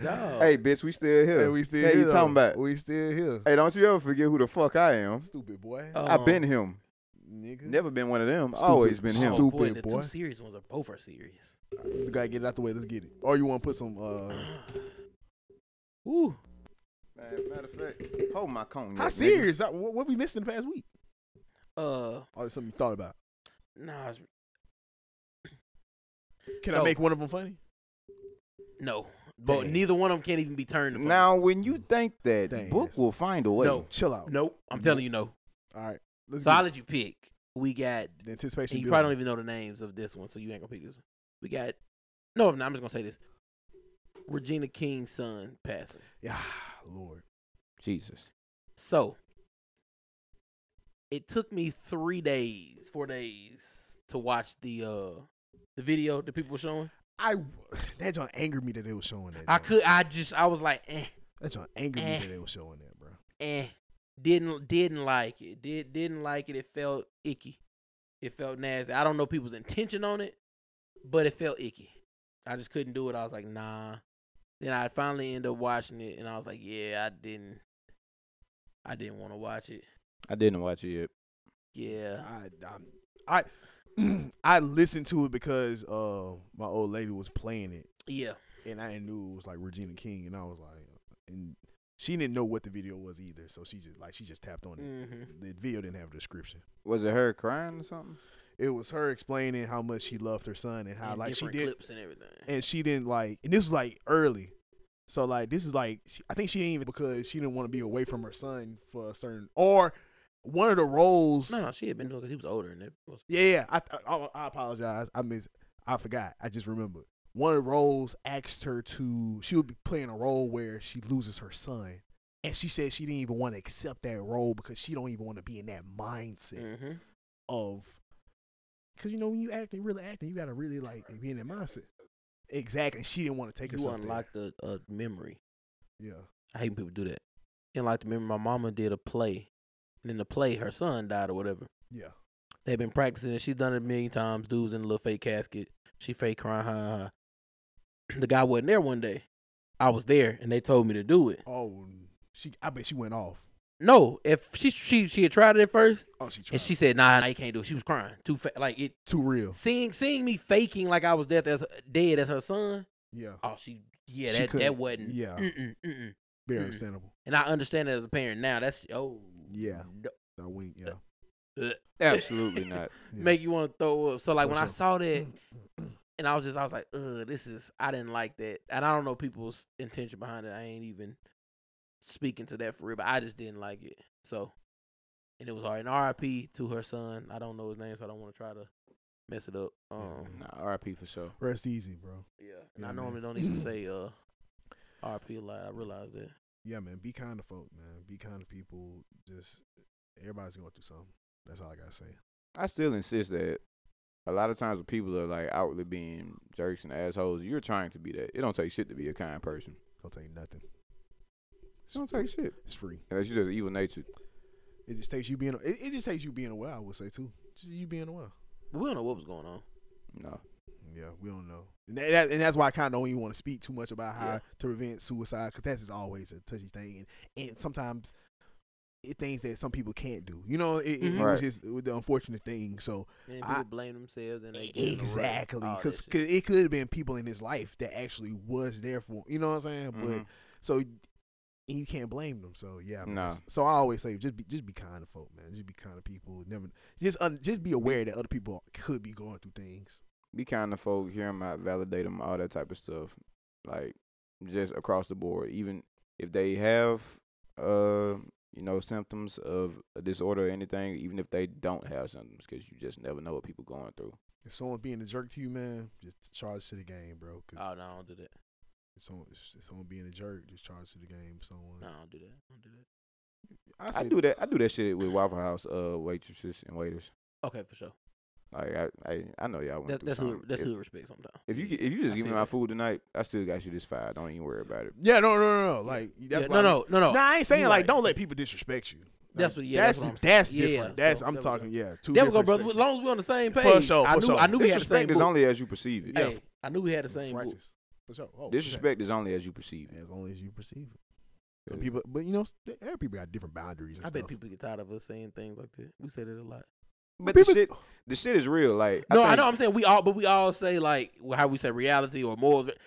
Speaker 2: dog.
Speaker 1: Hey, bitch, we still here.
Speaker 3: Hey, we still
Speaker 1: Hey,
Speaker 3: here.
Speaker 1: you talking
Speaker 3: though.
Speaker 1: about?
Speaker 3: We still here.
Speaker 1: Hey, don't you ever forget who the fuck I am.
Speaker 3: Stupid boy,
Speaker 1: I've been
Speaker 2: Um,
Speaker 1: him.
Speaker 3: nigga.
Speaker 1: Never been one of them.
Speaker 3: Stupid.
Speaker 1: Always been him.
Speaker 2: Oh, boy,
Speaker 3: Stupid
Speaker 2: the
Speaker 3: boy.
Speaker 2: two serious ones are both are serious.
Speaker 3: You gotta get it out the way. Let's get it. Or you want to put some? uh
Speaker 2: Woo.
Speaker 1: Man, matter of fact, hold my cone.
Speaker 3: How serious? How- What, what we missed in the past week?
Speaker 2: Uh,
Speaker 3: Or something you thought about?
Speaker 2: nah, it's-
Speaker 3: Can I
Speaker 2: So-
Speaker 3: make one of them funny?
Speaker 2: no. But
Speaker 3: Dang.
Speaker 2: neither one of them can't even be turned. to
Speaker 1: Now, when you think that,
Speaker 3: Dang,
Speaker 1: Book
Speaker 3: that's-
Speaker 1: will find a way.
Speaker 2: No.
Speaker 3: Chill
Speaker 2: funny.
Speaker 3: out.
Speaker 2: nope. I'm telling you, no.
Speaker 3: All right. Let's
Speaker 2: So I'll
Speaker 3: get
Speaker 2: let you pick. We got.
Speaker 3: it. the anticipation.
Speaker 2: And you
Speaker 3: building.
Speaker 2: probably don't even know the names of this one, so you ain't gonna pick this one. We got. No, I'm not. I'm just gonna say this. Regina King's son passing.
Speaker 3: Yeah, Lord.
Speaker 1: Jesus.
Speaker 2: So it took me three days, four days to watch the uh the video that people were showing.
Speaker 3: I that John angered me that they was showing that.
Speaker 2: I
Speaker 3: John.
Speaker 2: could I just I was like eh
Speaker 3: That John angered me
Speaker 2: Eh.
Speaker 3: that they was showing that, bro.
Speaker 2: eh didn't didn't like it. Did didn't like it. It felt icky. It felt nasty. I don't know people's intention on it, but it felt icky. I just couldn't do it. I was like, nah. Then I finally ended up watching it and I was like, yeah, I didn't I didn't want to watch it.
Speaker 1: I didn't watch it yet.
Speaker 2: Yeah.
Speaker 3: I I I, I listened to it because uh my old lady was playing it
Speaker 2: Yeah.
Speaker 3: and I knew it was like Regina King and I was like uh, and she didn't know what the video was either, so she just like she just tapped on it.
Speaker 2: Mhm.
Speaker 3: The video didn't have a description.
Speaker 1: Was it her crying or something?
Speaker 3: It was her explaining how much she loved her son and how
Speaker 2: and
Speaker 3: like she
Speaker 2: different
Speaker 3: did
Speaker 2: clips and everything.
Speaker 3: and she didn't like and this was like early so like this is like she, i think she didn't even because she didn't want to be away from her son for a certain or one of the roles
Speaker 2: no, no, she had been doing because he was older and it was
Speaker 3: yeah yeah I, I i apologize i miss i forgot i just remembered one of the roles asked her to she would be playing a role where she loses her son and she said she didn't even want to accept that role because she don't even want to be in that mindset
Speaker 2: Mhm.
Speaker 3: of because you know when you acting really acting you gotta really like be in that mindset exactly she didn't want to take
Speaker 2: You
Speaker 3: herself there.
Speaker 2: unlocked a, a memory.
Speaker 3: Yeah.
Speaker 2: I hate when people do that. You unlocked a memory. My mama did a play, and in the play, her son died or whatever.
Speaker 3: Yeah.
Speaker 2: They've been practicing it. She's done it a million times. Dude's in a little fake casket. She fake crying. Ha, ha, ha. The guy wasn't there one day. I was there, and they told me to do it.
Speaker 3: Oh, she. I bet she went off.
Speaker 2: No, if she she she had tried it at first,
Speaker 3: Oh, she tried.
Speaker 2: and she said, "Nah, nah, you can't do it." She was crying too fa- like it.
Speaker 3: too real.
Speaker 2: Seeing seeing me faking like I was death as dead as her son.
Speaker 3: Yeah.
Speaker 2: Oh, she yeah,
Speaker 3: She
Speaker 2: that that
Speaker 3: couldn't-
Speaker 2: wasn't
Speaker 3: yeah.
Speaker 2: Mm-mm, mm-mm.
Speaker 3: Very
Speaker 2: Mm.
Speaker 3: understandable.
Speaker 2: And I understand that as a parent now. That's oh
Speaker 3: Yeah.
Speaker 2: no-
Speaker 3: That wink. Yeah.
Speaker 2: ugh.
Speaker 1: Absolutely not.
Speaker 3: Yeah.
Speaker 2: make you want to throw up. So like
Speaker 3: For
Speaker 2: when I
Speaker 3: sure. Mm.
Speaker 2: saw that, and I was just I was like, uh, this is I didn't like that, and I don't know people's intention behind it. I ain't even speaking to that for real, but I just didn't like it. So, and it was hard. And R.I.P. to her son. I don't know his name, so I don't want to try to mess it up. Um,
Speaker 1: Nah, RIP for sure.
Speaker 3: Rest easy, bro.
Speaker 2: yeah, and I
Speaker 3: Yeah, man.
Speaker 2: normally don't even say uh R.I.P. a lot. I realized that.
Speaker 3: Yeah, man. Be kind to folk, man. Be kind to people. Just everybody's going through something. That's all I gotta say.
Speaker 1: I still insist that a lot of times when people are like outwardly being jerks and assholes, you're trying to be that. It don't take shit to be a kind person.
Speaker 3: Don't take nothing.
Speaker 1: It don't take shit.
Speaker 3: It's free.
Speaker 1: Unless you're just evil natured.
Speaker 3: It just takes you being. It, it just takes you being aware. I would say too. Just you being aware.
Speaker 2: But we don't know what was going on.
Speaker 1: No.
Speaker 3: Yeah, we don't know, and, that, and that's why I kind of don't even want to speak too much about how
Speaker 2: Yeah.
Speaker 3: to prevent suicide because that's just always a touchy thing, and, and sometimes it, things that some people can't do. You know, it, it- it,
Speaker 2: Mhm.
Speaker 1: Right.
Speaker 3: was just it was the unfortunate thing. So
Speaker 2: And then
Speaker 3: I- E-,
Speaker 2: people blame themselves and they get in the rut,
Speaker 3: exactly,
Speaker 2: all that
Speaker 3: because
Speaker 2: shit.
Speaker 3: it could have been people in his life that actually was there for you know what I'm saying. But
Speaker 1: Mhm.
Speaker 3: so and you can't blame them. So yeah, man.
Speaker 1: Nah.
Speaker 3: So I always say just be just be kind to folk, man. Just be kind to people. Never just un, just be aware that other people could be going through things.
Speaker 1: be kind to folk, hear them out, validate them, all that type of stuff. Like just across the board, even if they have uh you know symptoms of a disorder or anything, even if they don't have symptoms, because you just never know what people going through.
Speaker 3: If someone's being a jerk to you, man, just charge to the game, bro. 'cause
Speaker 2: Oh no, I don't do that.
Speaker 3: if, someone, if someone being a jerk, just charge to the game. Someone,
Speaker 2: No, I don't do that. I don't do that.
Speaker 3: I,
Speaker 1: I
Speaker 3: say,
Speaker 1: do that. I do that shit with Waffle House uh waitresses and waiters.
Speaker 2: Okay, for sure.
Speaker 1: Like I I, I know y'all went
Speaker 2: That,
Speaker 1: through
Speaker 2: that's
Speaker 1: something.
Speaker 2: who that's
Speaker 1: if,
Speaker 2: who respect sometimes.
Speaker 1: if you get- if you just
Speaker 2: I
Speaker 1: give me
Speaker 2: feel
Speaker 1: my
Speaker 2: that.
Speaker 1: food tonight, I still got you this five. Don't even worry about it.
Speaker 3: yeah, no, no, no, no. Like that's
Speaker 2: Yeah,
Speaker 3: why
Speaker 2: no, no, no, no.
Speaker 3: Nah, I ain't saying
Speaker 2: You
Speaker 3: like
Speaker 2: right.
Speaker 3: don't let people disrespect you.
Speaker 2: That's
Speaker 3: Like,
Speaker 2: what- yeah, that's what I'm saying.
Speaker 3: that's
Speaker 2: Yeah,
Speaker 3: different.
Speaker 2: so
Speaker 3: that's I'm
Speaker 2: there we
Speaker 3: talking.
Speaker 2: go.
Speaker 3: Yeah, two.
Speaker 2: There we go,
Speaker 3: different
Speaker 2: brother. As
Speaker 3: spectrums.
Speaker 2: long as we on the same
Speaker 3: For
Speaker 2: page,
Speaker 3: sure,
Speaker 2: I
Speaker 3: for
Speaker 2: knew
Speaker 3: sure.
Speaker 2: I knew we had the same
Speaker 1: Disrespect is
Speaker 2: book.
Speaker 1: only as you perceive it.
Speaker 3: Yeah.
Speaker 2: Hey, I knew we had the same book.
Speaker 3: Righteous. For sure. Oh,
Speaker 1: Disrespect is only as you perceive
Speaker 3: okay.
Speaker 1: it.
Speaker 3: As long as you perceive it. Some
Speaker 1: Yeah.
Speaker 3: people, but you know, every people got different boundaries. And
Speaker 2: I
Speaker 3: stuff.
Speaker 2: bet people get tired of us saying things like that. We say that a lot.
Speaker 1: But
Speaker 3: people-
Speaker 1: the shit, the shit is real. Like
Speaker 2: No, I
Speaker 1: think-
Speaker 2: know. I'm saying we all, but we all say like well, how we say reality or more of it.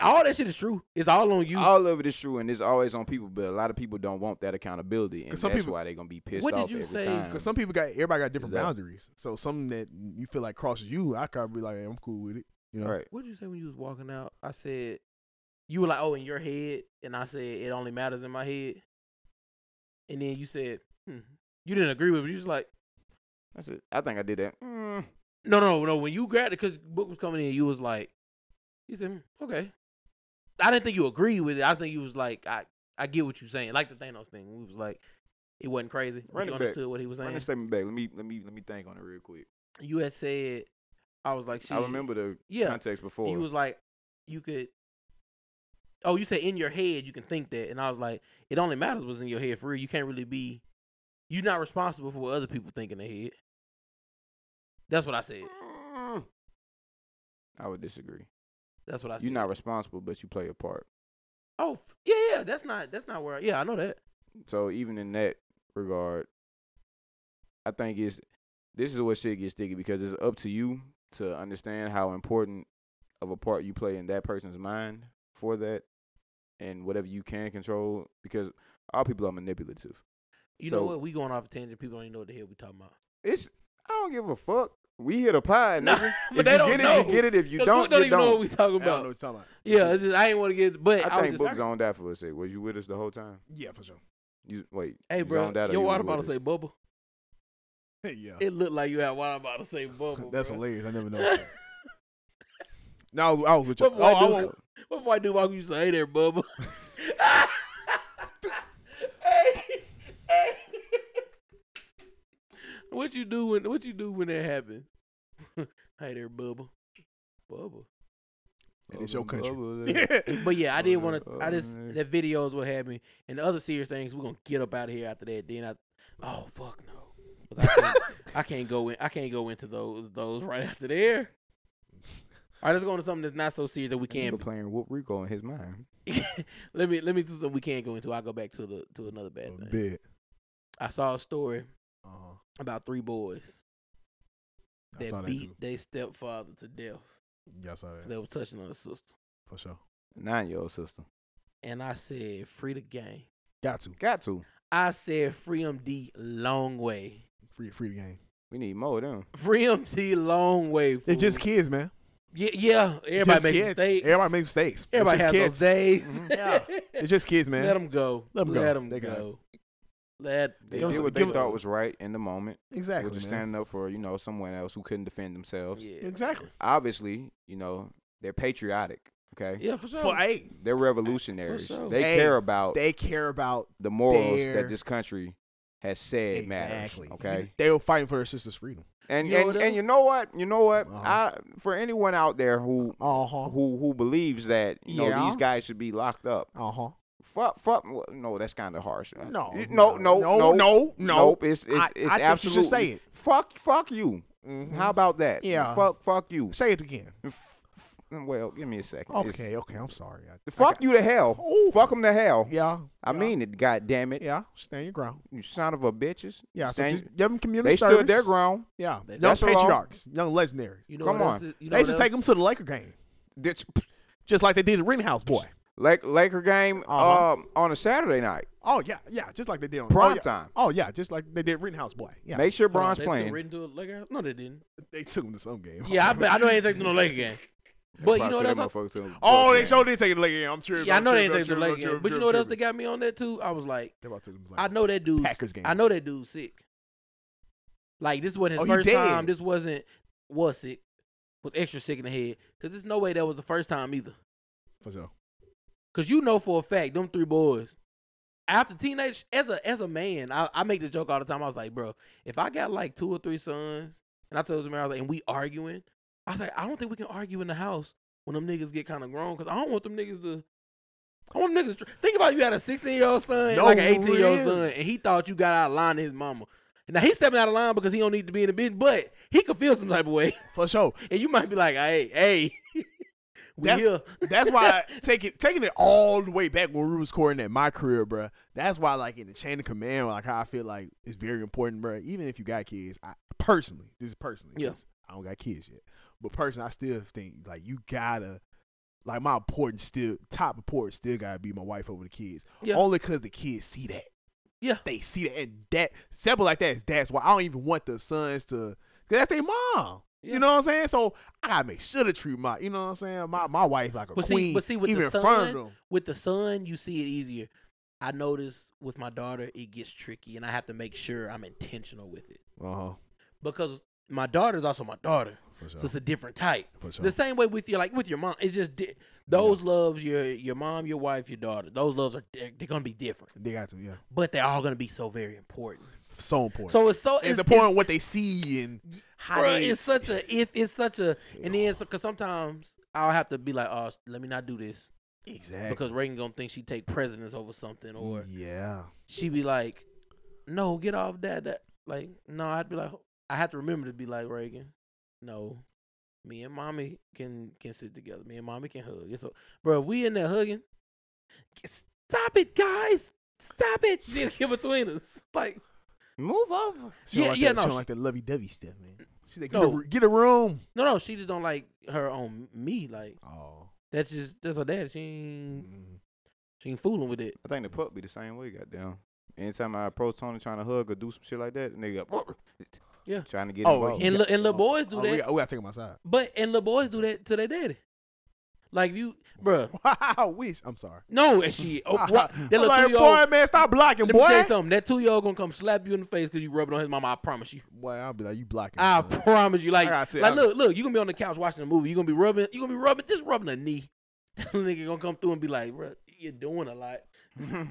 Speaker 2: All that shit is true. It's all on you.
Speaker 1: all of it is true and it's always on people, but a lot of people don't want that accountability, and
Speaker 3: 'Cause
Speaker 1: that's
Speaker 3: some people-
Speaker 1: why they're gonna be pissed
Speaker 2: What did
Speaker 1: off
Speaker 2: you
Speaker 1: every
Speaker 2: say?
Speaker 1: time.
Speaker 3: 'Cause some people got everybody got different
Speaker 1: that-
Speaker 3: boundaries. So something that you feel like crosses you, I could be like, hey, I'm cool with it. You know,
Speaker 1: right,
Speaker 2: what did you say when you was walking out? I said you were like, oh, in your head, and I said it only matters in my head. And then you said hmm. you didn't agree with me. You was like,
Speaker 1: that's it. I think I did that. Mm,
Speaker 2: no, no, no. When you grabbed it, because book was coming in, you was like, you said "Hmm, okay. I didn't think you agreed with it. I think you was like, I, I get what you're saying. Like the Thanos thing, we was like, it wasn't crazy. but
Speaker 1: Run
Speaker 2: You
Speaker 1: it back.
Speaker 2: understood what he was
Speaker 1: run
Speaker 2: saying.
Speaker 1: the statement back. Let me let me let me think on it real quick.
Speaker 2: you had said I was like, shit.
Speaker 1: I remember the
Speaker 2: Yeah,
Speaker 1: context before.
Speaker 2: you was like, you could. Oh, you said in your head you can think that, and I was like, it only matters what's in your head for real. You can't really be, you're not responsible for what other people think in their head. That's what I said.
Speaker 1: Mm. I would disagree.
Speaker 2: That's what I said.
Speaker 1: You're not responsible, but you play a part.
Speaker 2: Oh f- yeah, yeah. That's not. That's not where. Yeah, I know that.
Speaker 1: So even in that regard, I think it's this is where shit gets sticky because it's up to you to understand how important of a part you play in that person's mind for that and whatever you can control because all people are manipulative.
Speaker 2: You
Speaker 1: So-
Speaker 2: know what? We going off a tangent. People don't even know what the hell we talking about.
Speaker 1: It's I don't give a fuck. We hit a pie,
Speaker 2: Nah,
Speaker 1: nigga.
Speaker 2: but
Speaker 1: if
Speaker 2: they
Speaker 1: you
Speaker 2: don't
Speaker 1: get
Speaker 2: know.
Speaker 1: it, you get it. If you
Speaker 2: 'Cause
Speaker 1: don't,
Speaker 2: Book don't
Speaker 1: you
Speaker 2: even know what
Speaker 1: don't.
Speaker 2: we talking
Speaker 3: I don't know
Speaker 2: about.
Speaker 3: what you're talking about.
Speaker 2: Yeah, it's just, I ain't want to get. But I,
Speaker 1: I
Speaker 2: was
Speaker 1: think
Speaker 2: just,
Speaker 1: Book zoned out for a sec. Was you with us the whole time?
Speaker 3: Yeah, for sure.
Speaker 1: You wait.
Speaker 2: hey,
Speaker 1: you
Speaker 2: bro,
Speaker 1: zoned out or
Speaker 2: your
Speaker 1: you
Speaker 2: water
Speaker 1: was with
Speaker 2: bottle
Speaker 1: us?
Speaker 2: say bubble.
Speaker 3: yeah,
Speaker 2: It looked like you had water bottle say bubble.
Speaker 3: that's
Speaker 2: bro.
Speaker 3: hilarious. I never know. no, I was, I was with you.
Speaker 2: What boy
Speaker 3: Oh, I
Speaker 2: do?
Speaker 3: was-
Speaker 2: What boy do walk you say, hey there, Bubba? hey, hey. What you do when what you do when that happens? hey there, Bubba. Bubba.
Speaker 3: And it's your
Speaker 1: Bubble,
Speaker 3: country.
Speaker 1: bubble.
Speaker 2: But yeah, I did
Speaker 1: Oh,
Speaker 2: want
Speaker 1: oh,
Speaker 2: to. I just
Speaker 1: man.
Speaker 2: that video is what happened, and the other serious things we're gonna get up out of here after that. Then I, oh fuck no, 'Cause I can't, I can't go in. I can't go into those those right after there. All right, let's go into something that's not so serious that we
Speaker 1: Nigga
Speaker 2: can
Speaker 1: playing Whoop Rico in his mind.
Speaker 2: let me let me do something we can't go into. I'll go back to the to another bad thing.
Speaker 3: bit.
Speaker 2: I saw a story
Speaker 3: Uh-huh.
Speaker 2: about three boys
Speaker 3: I
Speaker 2: that
Speaker 3: saw that
Speaker 2: beat
Speaker 3: too.
Speaker 2: their stepfather to death.
Speaker 3: Yeah, I saw that
Speaker 2: They were touching on his sister.
Speaker 3: for sure.
Speaker 1: Nine year old sister.
Speaker 2: And I said, free the game.
Speaker 3: Got to
Speaker 1: Got to.
Speaker 2: I said free MD long way.
Speaker 3: free free the game.
Speaker 1: We need more of them.
Speaker 2: Free MD E long way.
Speaker 3: They're
Speaker 2: Fool.
Speaker 3: just kids, man.
Speaker 2: yeah, yeah. Everybody
Speaker 3: just
Speaker 2: makes
Speaker 3: kids.
Speaker 2: mistakes.
Speaker 3: Everybody makes mistakes. They're
Speaker 2: Everybody
Speaker 3: just
Speaker 2: has
Speaker 3: kids.
Speaker 2: those days.
Speaker 1: Mhm.
Speaker 3: Yeah. They're just kids, man.
Speaker 2: Let them go.
Speaker 3: Let 'em go.
Speaker 2: Let them
Speaker 3: They got it.
Speaker 2: go. Let
Speaker 1: They
Speaker 3: Give
Speaker 1: did
Speaker 3: us-
Speaker 1: what they
Speaker 3: give-
Speaker 1: thought was right in the moment. They
Speaker 3: exactly.
Speaker 1: was just
Speaker 3: man.
Speaker 1: standing up for you know someone else who couldn't defend themselves.
Speaker 2: Yeah.
Speaker 3: Exactly.
Speaker 1: Obviously, you know they're patriotic. Okay,
Speaker 2: Yeah, Oh. for sure.
Speaker 3: For eight,
Speaker 1: they're revolutionaries.
Speaker 2: sure.
Speaker 1: They
Speaker 3: Hey,
Speaker 1: care about
Speaker 3: they care about
Speaker 1: the morals
Speaker 3: their-
Speaker 1: that this country has said
Speaker 3: exactly.
Speaker 1: matters. Okay,
Speaker 3: they were fighting for their sister's freedom.
Speaker 1: and
Speaker 2: You know
Speaker 1: and,
Speaker 2: what
Speaker 1: and
Speaker 2: else?
Speaker 1: you know what? You know what?
Speaker 3: Uh-huh.
Speaker 1: I for anyone out there who
Speaker 3: Uh huh.
Speaker 1: who who believes that you know
Speaker 3: Yeah.
Speaker 1: these guys should be locked up.
Speaker 3: Uh huh.
Speaker 1: Fuck, fuck. No, that's kind of harsh.
Speaker 3: No,
Speaker 1: You- no, no,
Speaker 3: no,
Speaker 1: no,
Speaker 3: no, no.
Speaker 1: Nope, it's it's,
Speaker 3: I-
Speaker 1: it's
Speaker 3: I think you
Speaker 1: absolutely
Speaker 3: should say it.
Speaker 1: Fuck, fuck you. Mm-hmm.
Speaker 3: Mhm.
Speaker 1: How about that?
Speaker 3: Yeah.
Speaker 1: Fuck, fuck you.
Speaker 3: Say it again.
Speaker 1: F- f- Well, give me a second. It's-
Speaker 3: Okay, okay, I'm sorry. I, I
Speaker 1: fuck
Speaker 3: got-
Speaker 1: you to hell.
Speaker 3: Oh.
Speaker 1: Fuck them to hell.
Speaker 3: Yeah.
Speaker 1: I
Speaker 3: yeah,
Speaker 1: mean it. God damn it.
Speaker 3: Yeah, stand your ground.
Speaker 1: You son of a bitches.
Speaker 3: Yeah, so
Speaker 1: Stand-
Speaker 3: just give them community
Speaker 1: they
Speaker 3: service.
Speaker 1: stood their ground.
Speaker 3: Yeah,
Speaker 2: That's
Speaker 3: young
Speaker 1: the law.
Speaker 3: patriarchs, young legendaries.
Speaker 2: You know
Speaker 1: Come
Speaker 2: what else
Speaker 1: on.
Speaker 2: is- you know
Speaker 3: they
Speaker 2: what
Speaker 3: should take them
Speaker 2: else?
Speaker 3: to the Laker game,
Speaker 1: That's-
Speaker 3: just like they did the Rittenhouse boy.
Speaker 1: Lake, Laker game
Speaker 3: Uh-huh.
Speaker 1: um, on a Saturday night.
Speaker 3: Oh yeah, yeah, just like they did on
Speaker 1: Prime
Speaker 3: oh, yeah.
Speaker 1: time.
Speaker 3: Oh yeah, just like they did Rittenhouse boy. Yeah,
Speaker 1: Make sure
Speaker 2: Hold on,
Speaker 1: Bron's
Speaker 2: they took
Speaker 1: playing.
Speaker 2: Written to a Laker? No, they didn't.
Speaker 3: they took him to some game.
Speaker 2: Yeah, I, bet, I know they ain't taking no Laker game. But you know what else? I-
Speaker 3: Oh, they sure did take it to the Laker game. I'm tripping.
Speaker 2: Yeah, I
Speaker 3: I'm
Speaker 2: know they ain't
Speaker 3: tripping, I'm tripping,
Speaker 2: taking no
Speaker 3: I'm
Speaker 2: Laker game.
Speaker 3: tripping,
Speaker 2: But you
Speaker 3: I'm
Speaker 2: know what else
Speaker 3: tripping.
Speaker 2: that got me on that too? I was like,
Speaker 3: They about to the Laker.
Speaker 2: I know that dude.
Speaker 3: Packers game.
Speaker 2: I know that dude sick. Like this wasn't
Speaker 3: Oh,
Speaker 2: his
Speaker 3: he
Speaker 2: first
Speaker 3: dead.
Speaker 2: time. This wasn't was sick. Was extra sick in the head. Cause there's no way that was the first time either.
Speaker 3: For sure.
Speaker 2: Cause you know for a fact them three boys. After teenage, as a as a man, I, I make the joke all the time. I was like, bro, if I got like two or three sons, and I told them, I was like, and we arguing, I was like, I don't think we can argue in the house when them niggas get kind of grown, cause I don't want them niggas to. I want them niggas. To, think about you had a sixteen year old son, and
Speaker 3: No,
Speaker 2: like an eighteen year old
Speaker 3: really.
Speaker 2: son, and he thought you got out of line to his mama. Now he's stepping out of line because he don't need to be in the business, but he could feel some type of way,
Speaker 3: For sure.
Speaker 2: and you might be like, hey, hey, we
Speaker 3: That's-
Speaker 2: here.
Speaker 3: That's why I take it, taking it all the way back when we was recording at my career, bruh. That's why, like in the chain of command, like how I feel like it's very important, bruh. Even if you got kids, I personally, this is personally,
Speaker 2: Yeah.
Speaker 3: 'cause I don't got kids yet, but personally, I still think like you gotta, like my importance still top importance still gotta be my wife over the kids,
Speaker 2: Yeah.
Speaker 3: only cause the kids see that,
Speaker 2: Yeah.
Speaker 3: they see that, and that simple like that is that's why I don't even want the sons to, cause that's their mom.
Speaker 2: Yeah.
Speaker 3: You know what I'm saying? So I gotta make sure to treat my, you know what I'm saying? My my wife like a
Speaker 2: But see-
Speaker 3: queen,
Speaker 2: but see, with the
Speaker 3: even in
Speaker 2: son,
Speaker 3: front of them.
Speaker 2: with the son, you see it easier. I notice with my daughter, it gets tricky, and I have to make sure I'm intentional with it
Speaker 3: Uh huh.
Speaker 2: because my daughter's also my daughter,
Speaker 3: For sure.
Speaker 2: so it's a different type.
Speaker 3: for sure.
Speaker 2: The same way with your like with your mom, it's just di- those loves your your mom, your wife, your daughter. Those loves are they're, they're gonna be different,
Speaker 3: they got to yeah.
Speaker 2: but they're all gonna be so very important.
Speaker 3: So important.
Speaker 2: So it's so
Speaker 3: it's,
Speaker 2: it's,
Speaker 3: the point of what they see and how
Speaker 2: Bruh,
Speaker 3: they.
Speaker 2: it's such a if it's such a and then because sometimes I'll have to be like, oh, let me not do this
Speaker 3: exactly
Speaker 2: because Reagan gonna think she take precedence over something or
Speaker 3: Mm-hmm. yeah.
Speaker 2: she be like, "No, get off that." that. Like, no, I'd be like, I have to remember to be like Reagan. No, me and mommy can can sit together. Me and mommy can hug. It's So, bro, if we in there hugging, stop it, guys. Stop it. Just get between us. Like,
Speaker 1: Move over.
Speaker 3: She don't
Speaker 2: Yeah,
Speaker 3: like
Speaker 2: yeah,
Speaker 3: that,
Speaker 2: no,
Speaker 3: She don't
Speaker 2: she-
Speaker 3: like that lovey dovey stuff, man. She's like, get,
Speaker 2: No.
Speaker 3: a, get a room.
Speaker 2: no, no, she just don't like her on me. Like,
Speaker 3: Oh.
Speaker 2: that's just that's her dad. She ain't,
Speaker 3: Mm-hmm.
Speaker 2: she ain't fooling with it.
Speaker 1: I think the pup be the same way, goddamn. Anytime I approach Tony trying to hug or do some shit like that, the nigga go,
Speaker 2: Yeah.
Speaker 1: trying to get
Speaker 3: Oh,
Speaker 1: involved.
Speaker 2: And li- and little boys do
Speaker 3: oh,
Speaker 2: that.
Speaker 3: We got, we got to take him outside.
Speaker 2: But and little boys do that to their daddy. Like, if you, bruh.
Speaker 3: I wish. I'm sorry.
Speaker 2: No, and she. Oh,
Speaker 3: I'm
Speaker 2: what? That little
Speaker 3: like,
Speaker 2: two year old.
Speaker 3: boy, man, stop blocking,
Speaker 2: Let me tell you
Speaker 3: boy.
Speaker 2: something. That two year old gonna come slap you in the face because you rubbing on his mama. I promise you.
Speaker 3: Boy, I'll be like, you blocking.
Speaker 2: I
Speaker 3: son.
Speaker 2: promise you. Like,
Speaker 3: I gotta tell
Speaker 2: like
Speaker 3: you, I-
Speaker 2: look, look. You gonna be on the couch watching a movie. You gonna be rubbing. You gonna be rubbing. Just rubbing a knee. That nigga gonna come through and be like, bro, you're doing a lot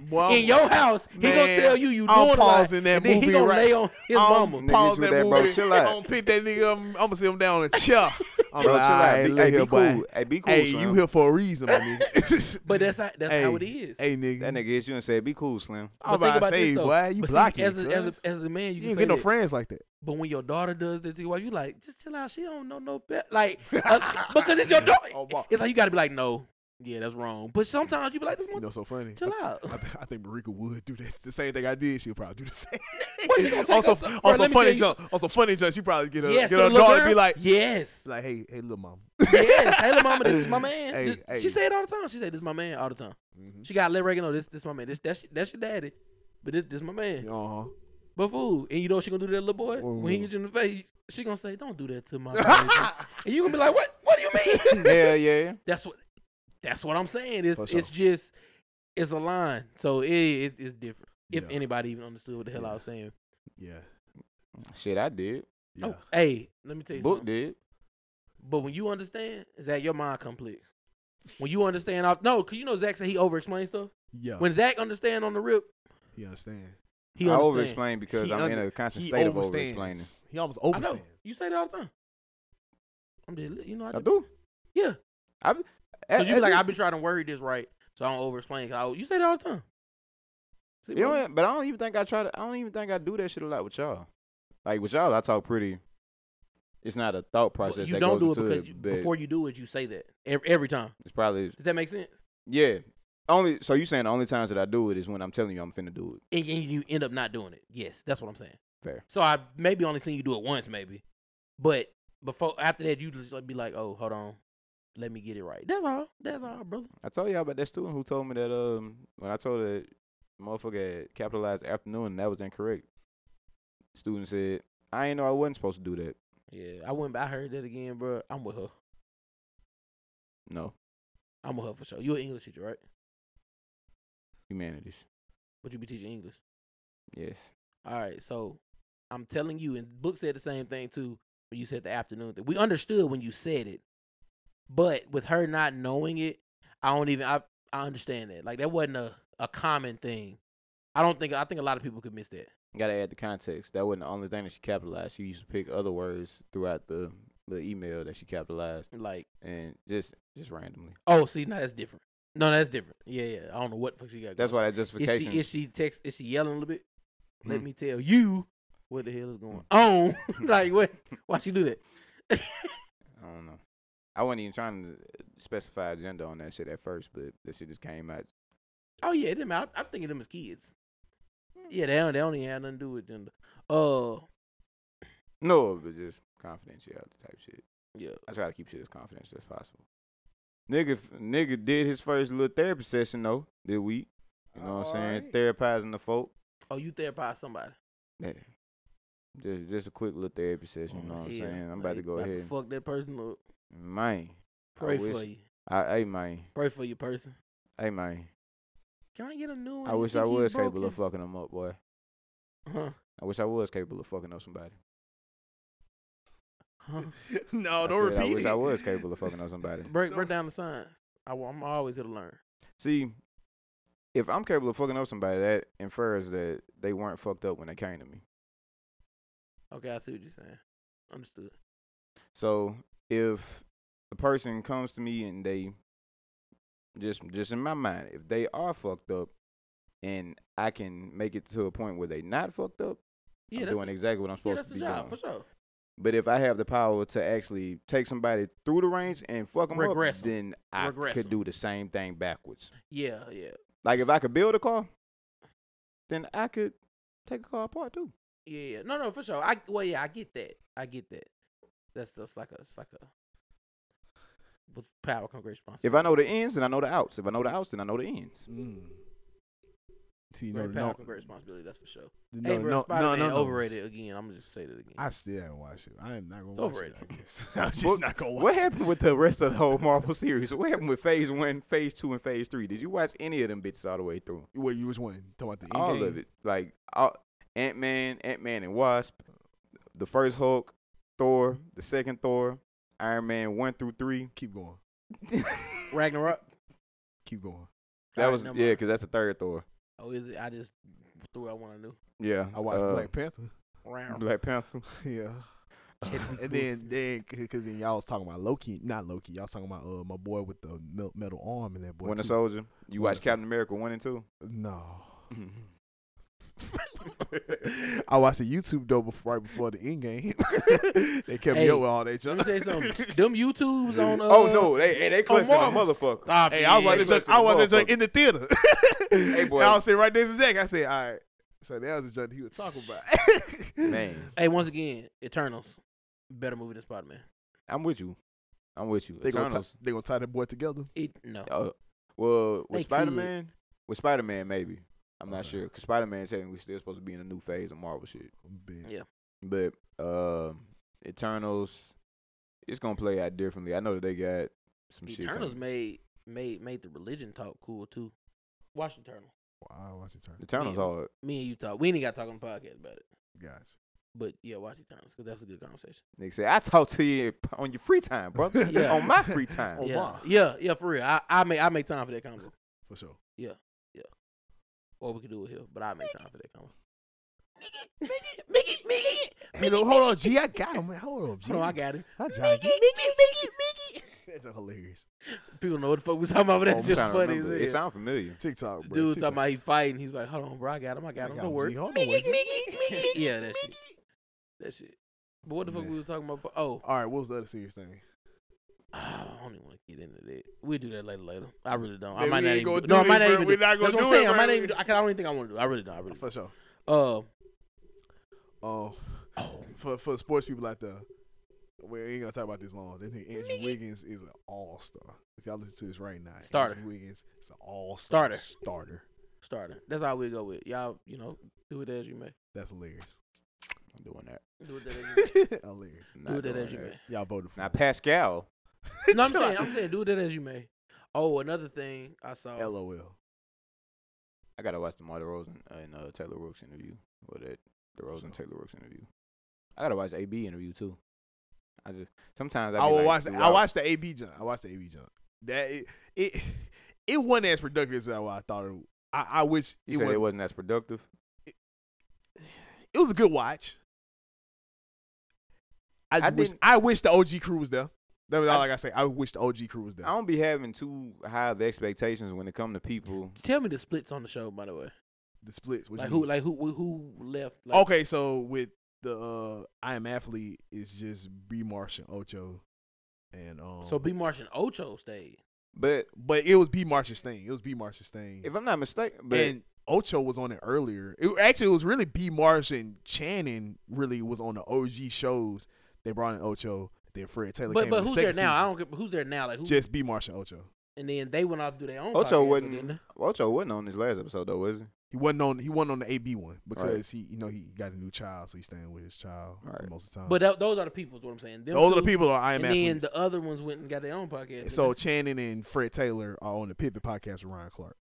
Speaker 3: Boy,
Speaker 2: in your house. He
Speaker 3: Oh Man,
Speaker 2: gonna tell you you
Speaker 3: I'm
Speaker 2: doing a lot.
Speaker 3: pausing that
Speaker 2: and then he
Speaker 3: movie
Speaker 2: gonna
Speaker 3: right-
Speaker 2: lay on his
Speaker 3: I'm
Speaker 2: mama.
Speaker 1: Nigga,
Speaker 3: Pause
Speaker 1: you
Speaker 3: that
Speaker 1: that, bro.
Speaker 3: movie.
Speaker 1: Chill out.
Speaker 3: I'm gonna pick that nigga up. I'm gonna sit him down on a chair. I'm
Speaker 1: Bro,
Speaker 3: like,
Speaker 1: chill out.
Speaker 3: "Alright,
Speaker 1: Be-
Speaker 3: look
Speaker 1: hey,
Speaker 3: here,
Speaker 1: be
Speaker 3: boy."
Speaker 1: cool. Hey, be cool,
Speaker 3: Hey,
Speaker 1: son.
Speaker 3: you here for a reason, my nigga.
Speaker 2: But that's how, that's
Speaker 3: hey,
Speaker 2: how it is.
Speaker 3: Hey, nigga.
Speaker 1: That nigga hits you and said, "Be cool, Slim."
Speaker 3: I'm
Speaker 2: But think
Speaker 3: about to say,
Speaker 2: though.
Speaker 3: boy, you
Speaker 2: But see,
Speaker 3: blocking.
Speaker 2: as, a, as,
Speaker 3: cuz.
Speaker 2: a, as a
Speaker 3: you
Speaker 2: man, you, can
Speaker 3: ain't
Speaker 2: say
Speaker 3: get no
Speaker 2: that.
Speaker 3: friends like that.
Speaker 2: But when your daughter does that to your wife, you like, just chill out. She don't know no better. Like, uh, because it's your daughter.
Speaker 3: Oh, wow.
Speaker 2: it's like you got to be like, no, yeah, that's wrong. But sometimes you be like, this
Speaker 3: You
Speaker 2: one,
Speaker 3: know, so funny.
Speaker 2: chill out.
Speaker 3: I, I think Marika would do that. The same thing I did, she'll probably do the same.
Speaker 2: What she gonna take us-
Speaker 3: also,
Speaker 2: bro,
Speaker 3: also
Speaker 2: let me
Speaker 3: funny
Speaker 2: tell you-
Speaker 3: junk. Also funny junk. She probably get her,
Speaker 2: yes,
Speaker 3: get
Speaker 2: to
Speaker 3: her
Speaker 2: the little
Speaker 3: daughter and
Speaker 2: girl.
Speaker 3: be like,
Speaker 2: yes,
Speaker 3: like, hey, hey, little mom.
Speaker 2: yes. hey, little mama, this is my man.
Speaker 3: Hey,
Speaker 2: This-
Speaker 3: hey. Mm-hmm.
Speaker 2: She say it all the time. She say this is my man all the time. She got to let Reagan know this, this my man. This that's that's your daddy. But this this my man.
Speaker 3: Uh huh.
Speaker 2: But fool, and you know what she gonna do to that little boy when he
Speaker 3: Ooh.
Speaker 2: hit you in the face. She gonna say, "Don't do that to my," baby." and you gonna be like, "What? What do you mean?"
Speaker 1: yeah, yeah, yeah.
Speaker 2: That's what that's what I'm saying. It's
Speaker 3: For sure.
Speaker 2: it's just it's a line. So it, it it's different. If
Speaker 3: Yeah.
Speaker 2: anybody even understood what the hell I
Speaker 3: Yeah.
Speaker 2: was saying.
Speaker 3: Yeah.
Speaker 1: Shit, I did.
Speaker 3: Yeah.
Speaker 2: Oh, hey, let me tell you
Speaker 1: Book
Speaker 2: something.
Speaker 1: did.
Speaker 2: But when you understand, Zach, your mind complex. When you understand off no, cause you know Zach said he over explains stuff.
Speaker 3: yeah.
Speaker 2: When Zach understand on the rip,
Speaker 3: you understand?
Speaker 2: he
Speaker 1: I over
Speaker 2: understand.
Speaker 1: explain because
Speaker 3: He
Speaker 1: I'm in
Speaker 3: under-
Speaker 1: a constant
Speaker 3: he
Speaker 1: state of over
Speaker 3: overstands.
Speaker 1: explaining.
Speaker 3: He almost
Speaker 2: I know.
Speaker 3: overstands.
Speaker 2: You say that all the time. I'm just you know, I
Speaker 1: I
Speaker 2: just,
Speaker 1: do.
Speaker 2: yeah.
Speaker 1: I.
Speaker 2: Cause you be like, I've been trying to word this right, so I don't over explain. You say that all the time. See,
Speaker 1: You know,
Speaker 2: bro?
Speaker 1: what? but I don't even think I try to. I don't even think I do that shit a lot with y'all. Like with y'all, I talk pretty It's not a thought process.
Speaker 2: you
Speaker 1: that
Speaker 2: don't do
Speaker 1: goes
Speaker 2: it
Speaker 1: into
Speaker 2: because you,
Speaker 1: but
Speaker 2: before you do it, you say that every, every time.
Speaker 1: it's probably
Speaker 2: Does that make sense?
Speaker 1: yeah. Only so you saying the only times that I do it is when I'm telling you I'm finna do it.
Speaker 2: And, and you end up not doing it. Yes, that's what I'm saying.
Speaker 1: Fair.
Speaker 2: So I maybe only seen you do it once, maybe, but before after that, you just like be like, oh, hold on, let me get it right. That's all. That's all, brother.
Speaker 1: I told y'all about that student who told me that um when I told her motherfucker had capitalized afternoon that was incorrect. Student said, I ain't know I wasn't supposed to do that.
Speaker 2: Yeah, I went. back- I heard that again, bro. I'm with her.
Speaker 1: No.
Speaker 2: I'm with her for sure. You're an English teacher, right?
Speaker 1: Humanities.
Speaker 2: But you be teaching English.
Speaker 1: Yes.
Speaker 2: All right, so I'm telling you, and Book said the same thing too when you said the afternoon thing. We understood when you said it, but with her not knowing it, I don't even I I understand that. Like that wasn't a, a common thing. I don't think I think a lot of people could miss that.
Speaker 1: Gotta add the context. That wasn't the only thing that she capitalized. She used to pick other words throughout the the email that she capitalized
Speaker 2: Like,
Speaker 1: and just just randomly.
Speaker 2: oh, see, now that's different. No, that's different. Yeah, yeah. I don't know what the fuck she got.
Speaker 1: That's
Speaker 2: going
Speaker 1: why that
Speaker 2: on. Is
Speaker 1: justification
Speaker 2: she is she text is she yelling a little bit? Let
Speaker 1: Hmm.
Speaker 2: me tell you what the hell is going on.
Speaker 1: Mm-hmm.
Speaker 2: like what? Why she do that?
Speaker 1: I don't know. I wasn't even trying to specify agenda on that shit at first, but that shit just came out.
Speaker 2: Oh yeah, them. I, I'm thinking them as kids. Yeah, they don't. They don't even have nothing to do with them. Uh,
Speaker 1: No, but just confidentiality type shit.
Speaker 2: yeah.
Speaker 1: I try to keep shit as confidential as possible. Nigga, f- nigga did his first little therapy session though. Did we? You know what I'm saying? Therapizing the folk.
Speaker 2: Oh, you therapize somebody?
Speaker 1: Yeah. Just, just a quick little therapy session. You know
Speaker 2: Oh,
Speaker 1: what I'm
Speaker 2: hell,
Speaker 1: saying? I'm
Speaker 2: like,
Speaker 1: about to go
Speaker 2: about
Speaker 1: ahead.
Speaker 2: Fuck that person. Look,
Speaker 1: and- Man,
Speaker 2: pray
Speaker 1: wish-
Speaker 2: for you.
Speaker 1: I, hey man,
Speaker 2: Pray for your person.
Speaker 1: hey man.
Speaker 2: Can I get a new one?
Speaker 1: I
Speaker 2: You
Speaker 1: wish
Speaker 2: think
Speaker 1: I
Speaker 2: he's
Speaker 1: was capable
Speaker 2: broken?
Speaker 1: of fucking them up, boy.
Speaker 2: Huh?
Speaker 1: I wish I was capable of fucking up somebody.
Speaker 2: Huh? Oh,
Speaker 3: no,
Speaker 1: I
Speaker 3: don't
Speaker 1: said
Speaker 3: repeat
Speaker 1: I wish
Speaker 3: it.
Speaker 1: I was capable of fucking up somebody.
Speaker 2: break, break down the signs. I, am always here to learn.
Speaker 1: See, if I'm capable of fucking up somebody, that infers that they weren't fucked up when they came to me.
Speaker 2: Okay, I see what you're saying. Understood.
Speaker 1: So if a person comes to me and they just just in my mind, if they are fucked up and I can make it to a point where they not fucked up,
Speaker 2: Yeah,
Speaker 1: I'm
Speaker 2: that's
Speaker 1: doing
Speaker 2: a,
Speaker 1: exactly what I'm
Speaker 2: yeah,
Speaker 1: supposed
Speaker 2: that's
Speaker 1: to
Speaker 2: the
Speaker 1: be
Speaker 2: job
Speaker 1: doing.
Speaker 2: for sure.
Speaker 1: But if I have the power to actually take somebody through the range and fuck them
Speaker 2: Regress
Speaker 1: up,
Speaker 2: 'em.
Speaker 1: then I
Speaker 2: Regress
Speaker 1: could
Speaker 2: 'em.
Speaker 1: do the same thing backwards.
Speaker 2: Yeah, yeah,
Speaker 1: Like if I could build a car, then I could take a car apart too.
Speaker 2: yeah, yeah. No, no, for sure. I well, yeah, I get that. I get that. That's that's like a it's like a with power comes responsibility.
Speaker 1: If I know the ins, then I know the outs. If I know the outs, then I know the ins.
Speaker 3: Mm. See, no,
Speaker 2: Great
Speaker 3: no,
Speaker 2: power comes great responsibility. That's for sure.
Speaker 3: no,
Speaker 2: hey, bro,
Speaker 3: no, no,
Speaker 2: Spider-Man
Speaker 3: no, no,
Speaker 2: overrated again. I'm gonna just say that again.
Speaker 3: I still haven't watched it. I am not gonna
Speaker 2: It's
Speaker 3: watch
Speaker 2: overrated.
Speaker 3: it. I guess. I'm just
Speaker 1: What-
Speaker 3: not gonna watch
Speaker 1: What
Speaker 3: it.
Speaker 1: happened with the rest of the whole Marvel series? What happened with Phase One, Phase Two, and Phase Three? Did you watch any of them bitches all the way through?
Speaker 3: Where you was one talking about the
Speaker 1: all
Speaker 3: Endgame?
Speaker 1: of it, like Ant Man, Ant Man and Wasp, the first Hulk, Thor, the second Thor, Iron Man one through three.
Speaker 3: Keep going.
Speaker 1: that
Speaker 2: Ragnarok.
Speaker 3: Keep going.
Speaker 2: Alright,
Speaker 1: was yeah,
Speaker 2: never
Speaker 1: 'cause
Speaker 2: mind.
Speaker 1: that's the third Thor.
Speaker 2: Oh, is it? I just threw out one I knew.
Speaker 1: Yeah,
Speaker 3: I watched
Speaker 1: uh,
Speaker 3: Black Panther.
Speaker 2: Round.
Speaker 1: Black Panther.
Speaker 3: yeah.
Speaker 2: Chadwick
Speaker 3: and then then because then y'all was talking about Loki, not Loki. Y'all was talking about uh, my boy with the mel- metal arm and that boy.
Speaker 1: Winter
Speaker 3: too.
Speaker 1: Soldier. You
Speaker 3: Winter
Speaker 1: watched Captain America one and two.
Speaker 3: No. I watched the YouTube though before, right before the end game. they kept
Speaker 2: Hey,
Speaker 3: me up with all that
Speaker 2: Let me
Speaker 3: junk.
Speaker 2: tell you something. Them YouTubes on. Uh,
Speaker 1: oh no, they hey, they clutching a
Speaker 2: Marvel.
Speaker 1: motherfucker.
Speaker 2: Stop
Speaker 3: Hey, I was
Speaker 2: it.
Speaker 3: watching
Speaker 1: they
Speaker 3: this junk.
Speaker 1: clutching
Speaker 3: I
Speaker 1: the
Speaker 3: was watching this junk
Speaker 1: motherfucker.
Speaker 3: in the theater. And
Speaker 1: boy.
Speaker 3: I was sitting right next to Zach. I said, all right. So that was the junk he was talking about.
Speaker 1: Man,
Speaker 2: Hey, once again, Eternals. Better movie than Spider Man.
Speaker 1: I'm with you. I'm with you.
Speaker 3: they gonna tie,
Speaker 1: Eternals.
Speaker 3: they gonna tie that boy together.
Speaker 2: It no.
Speaker 3: Oh,
Speaker 1: Uh, well,
Speaker 2: They
Speaker 1: with Spider Man, with Spider Man, maybe I'm not
Speaker 3: Okay.
Speaker 1: sure because Spider Man technically still supposed to be in a new phase of Marvel shit.
Speaker 3: Big.
Speaker 1: But uh, Eternals, it's gonna play out differently. I know that they got some
Speaker 2: Eternals
Speaker 1: shit.
Speaker 2: made made made the religion talk cool too. Watch Eternal.
Speaker 3: Wow, I watch it turn.
Speaker 1: Coming. Eternals
Speaker 2: Yeah.
Speaker 1: hard.
Speaker 2: Me and you talk. We ain't got to talk on the podcast about it.
Speaker 3: Gosh.
Speaker 2: But yeah, watch Eternals because that's a good conversation.
Speaker 1: Nigga say I talk to you on your free time, Oh, brother.
Speaker 2: Yeah.
Speaker 1: On my free time.
Speaker 3: Oh,
Speaker 2: yeah,
Speaker 3: wow.
Speaker 2: yeah, yeah, for real. I, I make I make time for that convo.
Speaker 3: For sure.
Speaker 2: Or we could do it here, but I make time for that convo. Mickey, Mickey, Mickey,
Speaker 3: You know, hold on, G. I got him. man. Hold on, G.
Speaker 2: Hold on, I got it.
Speaker 3: I got
Speaker 2: Mickey, Mickey, Mickey, Mickey.
Speaker 3: That's hilarious.
Speaker 2: People know what the fuck we talking about, but
Speaker 1: Oh,
Speaker 2: that's
Speaker 1: I'm
Speaker 2: just
Speaker 1: trying to
Speaker 2: funny.
Speaker 1: remember.
Speaker 2: As
Speaker 1: It
Speaker 2: hell.
Speaker 1: sounds familiar.
Speaker 3: TikTok, bro.
Speaker 2: Dude
Speaker 3: TikTok.
Speaker 2: talking about he fighting. He's like, hold on, bro, I got him. I got him. Don't
Speaker 3: G.
Speaker 2: worry.
Speaker 3: Hold on,
Speaker 2: Mickey,
Speaker 3: G.
Speaker 2: Mickey, Mickey, Mickey. Yeah, that shit. That shit. But what the fuck
Speaker 3: Yeah.
Speaker 2: we was talking about? For, oh,
Speaker 3: All right, what was the other serious thing?
Speaker 2: I don't even want to get into that. We'll do that later. Later. I really don't. I
Speaker 3: Man,
Speaker 2: might
Speaker 3: we
Speaker 2: not
Speaker 3: ain't
Speaker 2: even.
Speaker 3: gonna
Speaker 2: do-
Speaker 3: do
Speaker 2: No, I
Speaker 3: that,
Speaker 2: might not
Speaker 3: bro.
Speaker 2: even.
Speaker 3: We
Speaker 2: do-
Speaker 3: not
Speaker 2: That's
Speaker 3: gonna
Speaker 2: what I'm
Speaker 3: do it,
Speaker 2: saying. I
Speaker 3: bro.
Speaker 2: might not
Speaker 3: We-
Speaker 2: even. do- I can- I don't even think I want to do. it. I really don't. I really.
Speaker 3: For sure.
Speaker 2: Uh.
Speaker 3: Oh,
Speaker 2: Oh.
Speaker 3: for for sports people out there, we ain't gonna talk about this long. They think Andrew Wiggins is an all star. If y'all listen to this right now,
Speaker 2: Starter.
Speaker 3: Andrew Wiggins is an all star
Speaker 2: Starter.
Speaker 3: Starter.
Speaker 2: Starter. That's how we go with it. y'all. You know, do it as you may.
Speaker 3: That's hilarious.
Speaker 1: I'm doing that.
Speaker 2: Do it as you may.
Speaker 3: hilarious.
Speaker 1: Not
Speaker 2: Do it
Speaker 1: doing
Speaker 2: as you
Speaker 1: that.
Speaker 2: may.
Speaker 3: Y'all voted for.
Speaker 1: Now
Speaker 3: him.
Speaker 1: Pascal.
Speaker 2: No, I'm saying. I'm saying. Do it as you may. Oh, another thing I saw.
Speaker 3: LOL.
Speaker 1: I gotta watch the Marta Rosen and uh, Taylor Rooks interview. Or that the Rosen Taylor Rooks interview. I gotta watch A B interview too. I just sometimes I,
Speaker 3: I
Speaker 1: be
Speaker 3: will
Speaker 1: like,
Speaker 3: watch. The, I
Speaker 1: throughout-
Speaker 3: watched the AB jump. I watched the AB jump. That it it, it wasn't as productive as I thought it. I, I wish
Speaker 1: You
Speaker 3: it
Speaker 1: said
Speaker 3: was.
Speaker 1: it
Speaker 3: It was.
Speaker 1: wasn't as productive.
Speaker 3: a good watch. I, just wish,
Speaker 1: didn't-
Speaker 3: I wish the OG crew was there. That was all
Speaker 1: I-
Speaker 3: I, gotta say. I wish the OG crew was there.
Speaker 1: I don't be having too high of expectations when it come to people.
Speaker 2: Tell me the splits on the show, by the way.
Speaker 3: The splits. What
Speaker 2: Like
Speaker 3: you mean?
Speaker 2: who? Like who? Who who left? Like,
Speaker 3: okay, so with the uh, I am athlete is just B Marsh and Ocho, and um.
Speaker 2: So B. Marsh and Ocho stayed.
Speaker 1: But
Speaker 3: but it was B Marsh's thing. It was B Marsh's thing.
Speaker 1: if I'm not mistaken, but
Speaker 3: and Ocho was on it earlier. It, actually, it was really B. Marsh and Channing really was on the OG shows. They brought in Ocho. Then Fred Taylor
Speaker 2: But
Speaker 3: came
Speaker 2: but
Speaker 3: in the
Speaker 2: who's there
Speaker 3: second
Speaker 2: now? I
Speaker 3: season.
Speaker 2: don't get who's there now. Like who?
Speaker 3: Just B. Marsh and Ocho.
Speaker 2: and then they went off to do their own.
Speaker 1: Ocho
Speaker 2: podcast,
Speaker 1: wasn't-
Speaker 2: didn't they?
Speaker 1: Ocho wasn't on this last episode though, was he?
Speaker 3: He wasn't on. He wasn't on the AB one because
Speaker 1: Right.
Speaker 3: he, you know, he got a new child, so he's staying with his child
Speaker 1: Right.
Speaker 3: most of the time.
Speaker 2: But that, those are the people. Is what I'm saying. Them
Speaker 3: Oh. those are the
Speaker 2: two,
Speaker 3: people are I am
Speaker 2: And then
Speaker 3: athletes.
Speaker 2: the other ones went and got their own podcast.
Speaker 3: And
Speaker 2: didn't
Speaker 3: so
Speaker 2: they?
Speaker 3: Channing and Fred Taylor are on the Pivot podcast with Ryan Clark.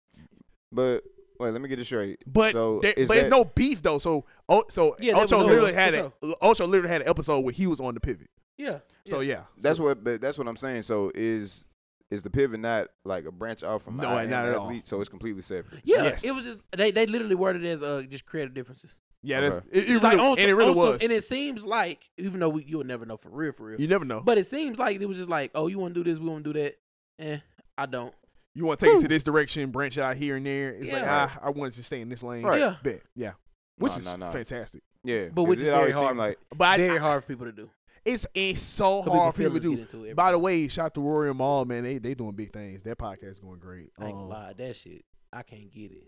Speaker 1: But wait, let me get this straight.
Speaker 3: But
Speaker 1: So,
Speaker 3: there,
Speaker 1: is
Speaker 3: but it's
Speaker 1: that-
Speaker 3: no beef though. So oh, so
Speaker 2: Yeah, that was
Speaker 3: Ocho
Speaker 2: no-
Speaker 3: literally
Speaker 2: for
Speaker 3: had a, Ocho literally had an episode where he was on the Pivot.
Speaker 2: yeah.
Speaker 3: So yeah,
Speaker 1: That's
Speaker 3: So-
Speaker 1: what. But that's what I'm saying. So is is the pivot not like a branch off from
Speaker 3: No,
Speaker 1: I Am
Speaker 3: not at all.
Speaker 1: athlete? So it's completely separate.
Speaker 2: yeah.
Speaker 3: yes.
Speaker 2: It was just they they literally worded it as uh just creative differences.
Speaker 3: yeah. That's
Speaker 1: Okay.
Speaker 3: it, it
Speaker 2: It's
Speaker 3: really,
Speaker 2: on
Speaker 3: and it
Speaker 2: some-
Speaker 3: really
Speaker 2: on some-
Speaker 3: was.
Speaker 2: And it seems like even though we, you'll never know for real for real,
Speaker 3: You never know.
Speaker 2: but it seems like it was just like oh you want to do this we want to do that, eh I don't.
Speaker 3: you want to take it to this direction, branch out here and there. It's like
Speaker 2: Yeah.
Speaker 3: ah, I wanted to stay in this lane.
Speaker 1: Right.
Speaker 2: Yeah.
Speaker 3: Bet. Yeah. Which
Speaker 1: Nah,
Speaker 3: is
Speaker 1: nah, nah.
Speaker 3: fantastic.
Speaker 1: Yeah,
Speaker 2: But which
Speaker 1: 'cause
Speaker 2: is
Speaker 1: it
Speaker 2: very
Speaker 1: always
Speaker 2: hard.
Speaker 1: seemed like
Speaker 3: But I,
Speaker 2: Very
Speaker 3: I,
Speaker 2: hard for people to do.
Speaker 3: it's it's so
Speaker 2: For people
Speaker 3: hard for people to
Speaker 2: feelings
Speaker 3: do.
Speaker 2: get into it.
Speaker 3: By the way, shout out to Rory and Maul, man. They they doing big things. That podcast is going great.
Speaker 2: I ain't gonna
Speaker 1: Oh.
Speaker 3: Um,
Speaker 2: lie, that shit I can't get it.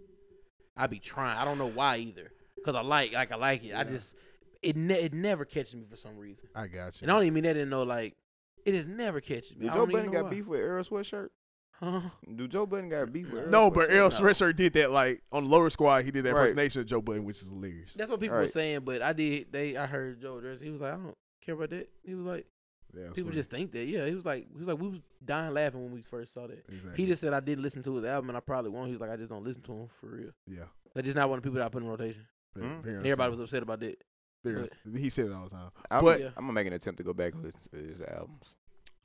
Speaker 2: I be trying. I don't know why either. Cause I like like I like it. I just it ne- it never catches me for some reason.
Speaker 3: I got you.
Speaker 2: And I don't even mean that in no like it is never catching me.
Speaker 1: did
Speaker 2: I
Speaker 1: Joe
Speaker 2: don't even
Speaker 1: Budden
Speaker 2: know
Speaker 1: got
Speaker 2: why.
Speaker 1: beef with Errol Sweatshirt?
Speaker 2: Huh?
Speaker 1: Do Joe Budden got beef with? Errol
Speaker 3: no, but
Speaker 1: Sweatshirt?
Speaker 3: Errol
Speaker 2: No.
Speaker 3: Swisher did that like on the lower squad. He did that
Speaker 1: Right.
Speaker 3: impersonation of Joe Budden, which is hilarious.
Speaker 2: That's what people were
Speaker 1: Alright.
Speaker 2: saying, but I did. They I heard Joe Dress. He was like, I don't care about that. He was like,
Speaker 3: Yeah, it's
Speaker 2: people
Speaker 3: funny.
Speaker 2: just think that. Yeah, he was like, he was like, we was dying laughing when we first saw that.
Speaker 3: exactly.
Speaker 2: He just said I did listen to his album, and I probably won't. He was like, I just don't listen to him for real.
Speaker 3: yeah.
Speaker 2: That's just not one of the people that I put in rotation.
Speaker 3: Very-
Speaker 1: Mm.
Speaker 3: very
Speaker 2: And Hmm? everybody was
Speaker 3: understandable.
Speaker 2: upset about that.
Speaker 3: Very underst- he said it all the time.
Speaker 1: I'm,
Speaker 3: but-
Speaker 1: I'm gonna make an attempt to go back and listen to his albums.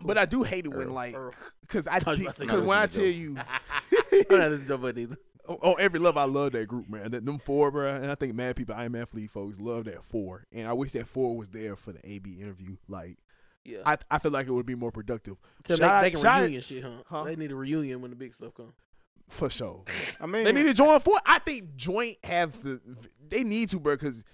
Speaker 3: But I do hate it when
Speaker 1: Errol.
Speaker 3: like
Speaker 2: Errol.
Speaker 3: because I
Speaker 2: I was
Speaker 3: because
Speaker 2: about to say
Speaker 3: when I
Speaker 1: Errol's in
Speaker 3: tell
Speaker 1: the
Speaker 3: you
Speaker 2: I'm not listening to Joe Budden either.
Speaker 3: on, on every level, I love that group, man. That, them four, bro, and I think mad people, I am athlete folks, love that four, and I wish that four was there for the AB interview. Like,
Speaker 2: Yeah.
Speaker 3: I I feel like it would be more productive
Speaker 2: so
Speaker 3: shout out-
Speaker 2: they, they can
Speaker 3: shout out-
Speaker 2: reunion shit, huh?
Speaker 3: Huh?
Speaker 2: They need a reunion when the big stuff comes.
Speaker 3: for sure.
Speaker 1: I mean,
Speaker 3: They need to join four. I think joint have to. They need to, bro, because.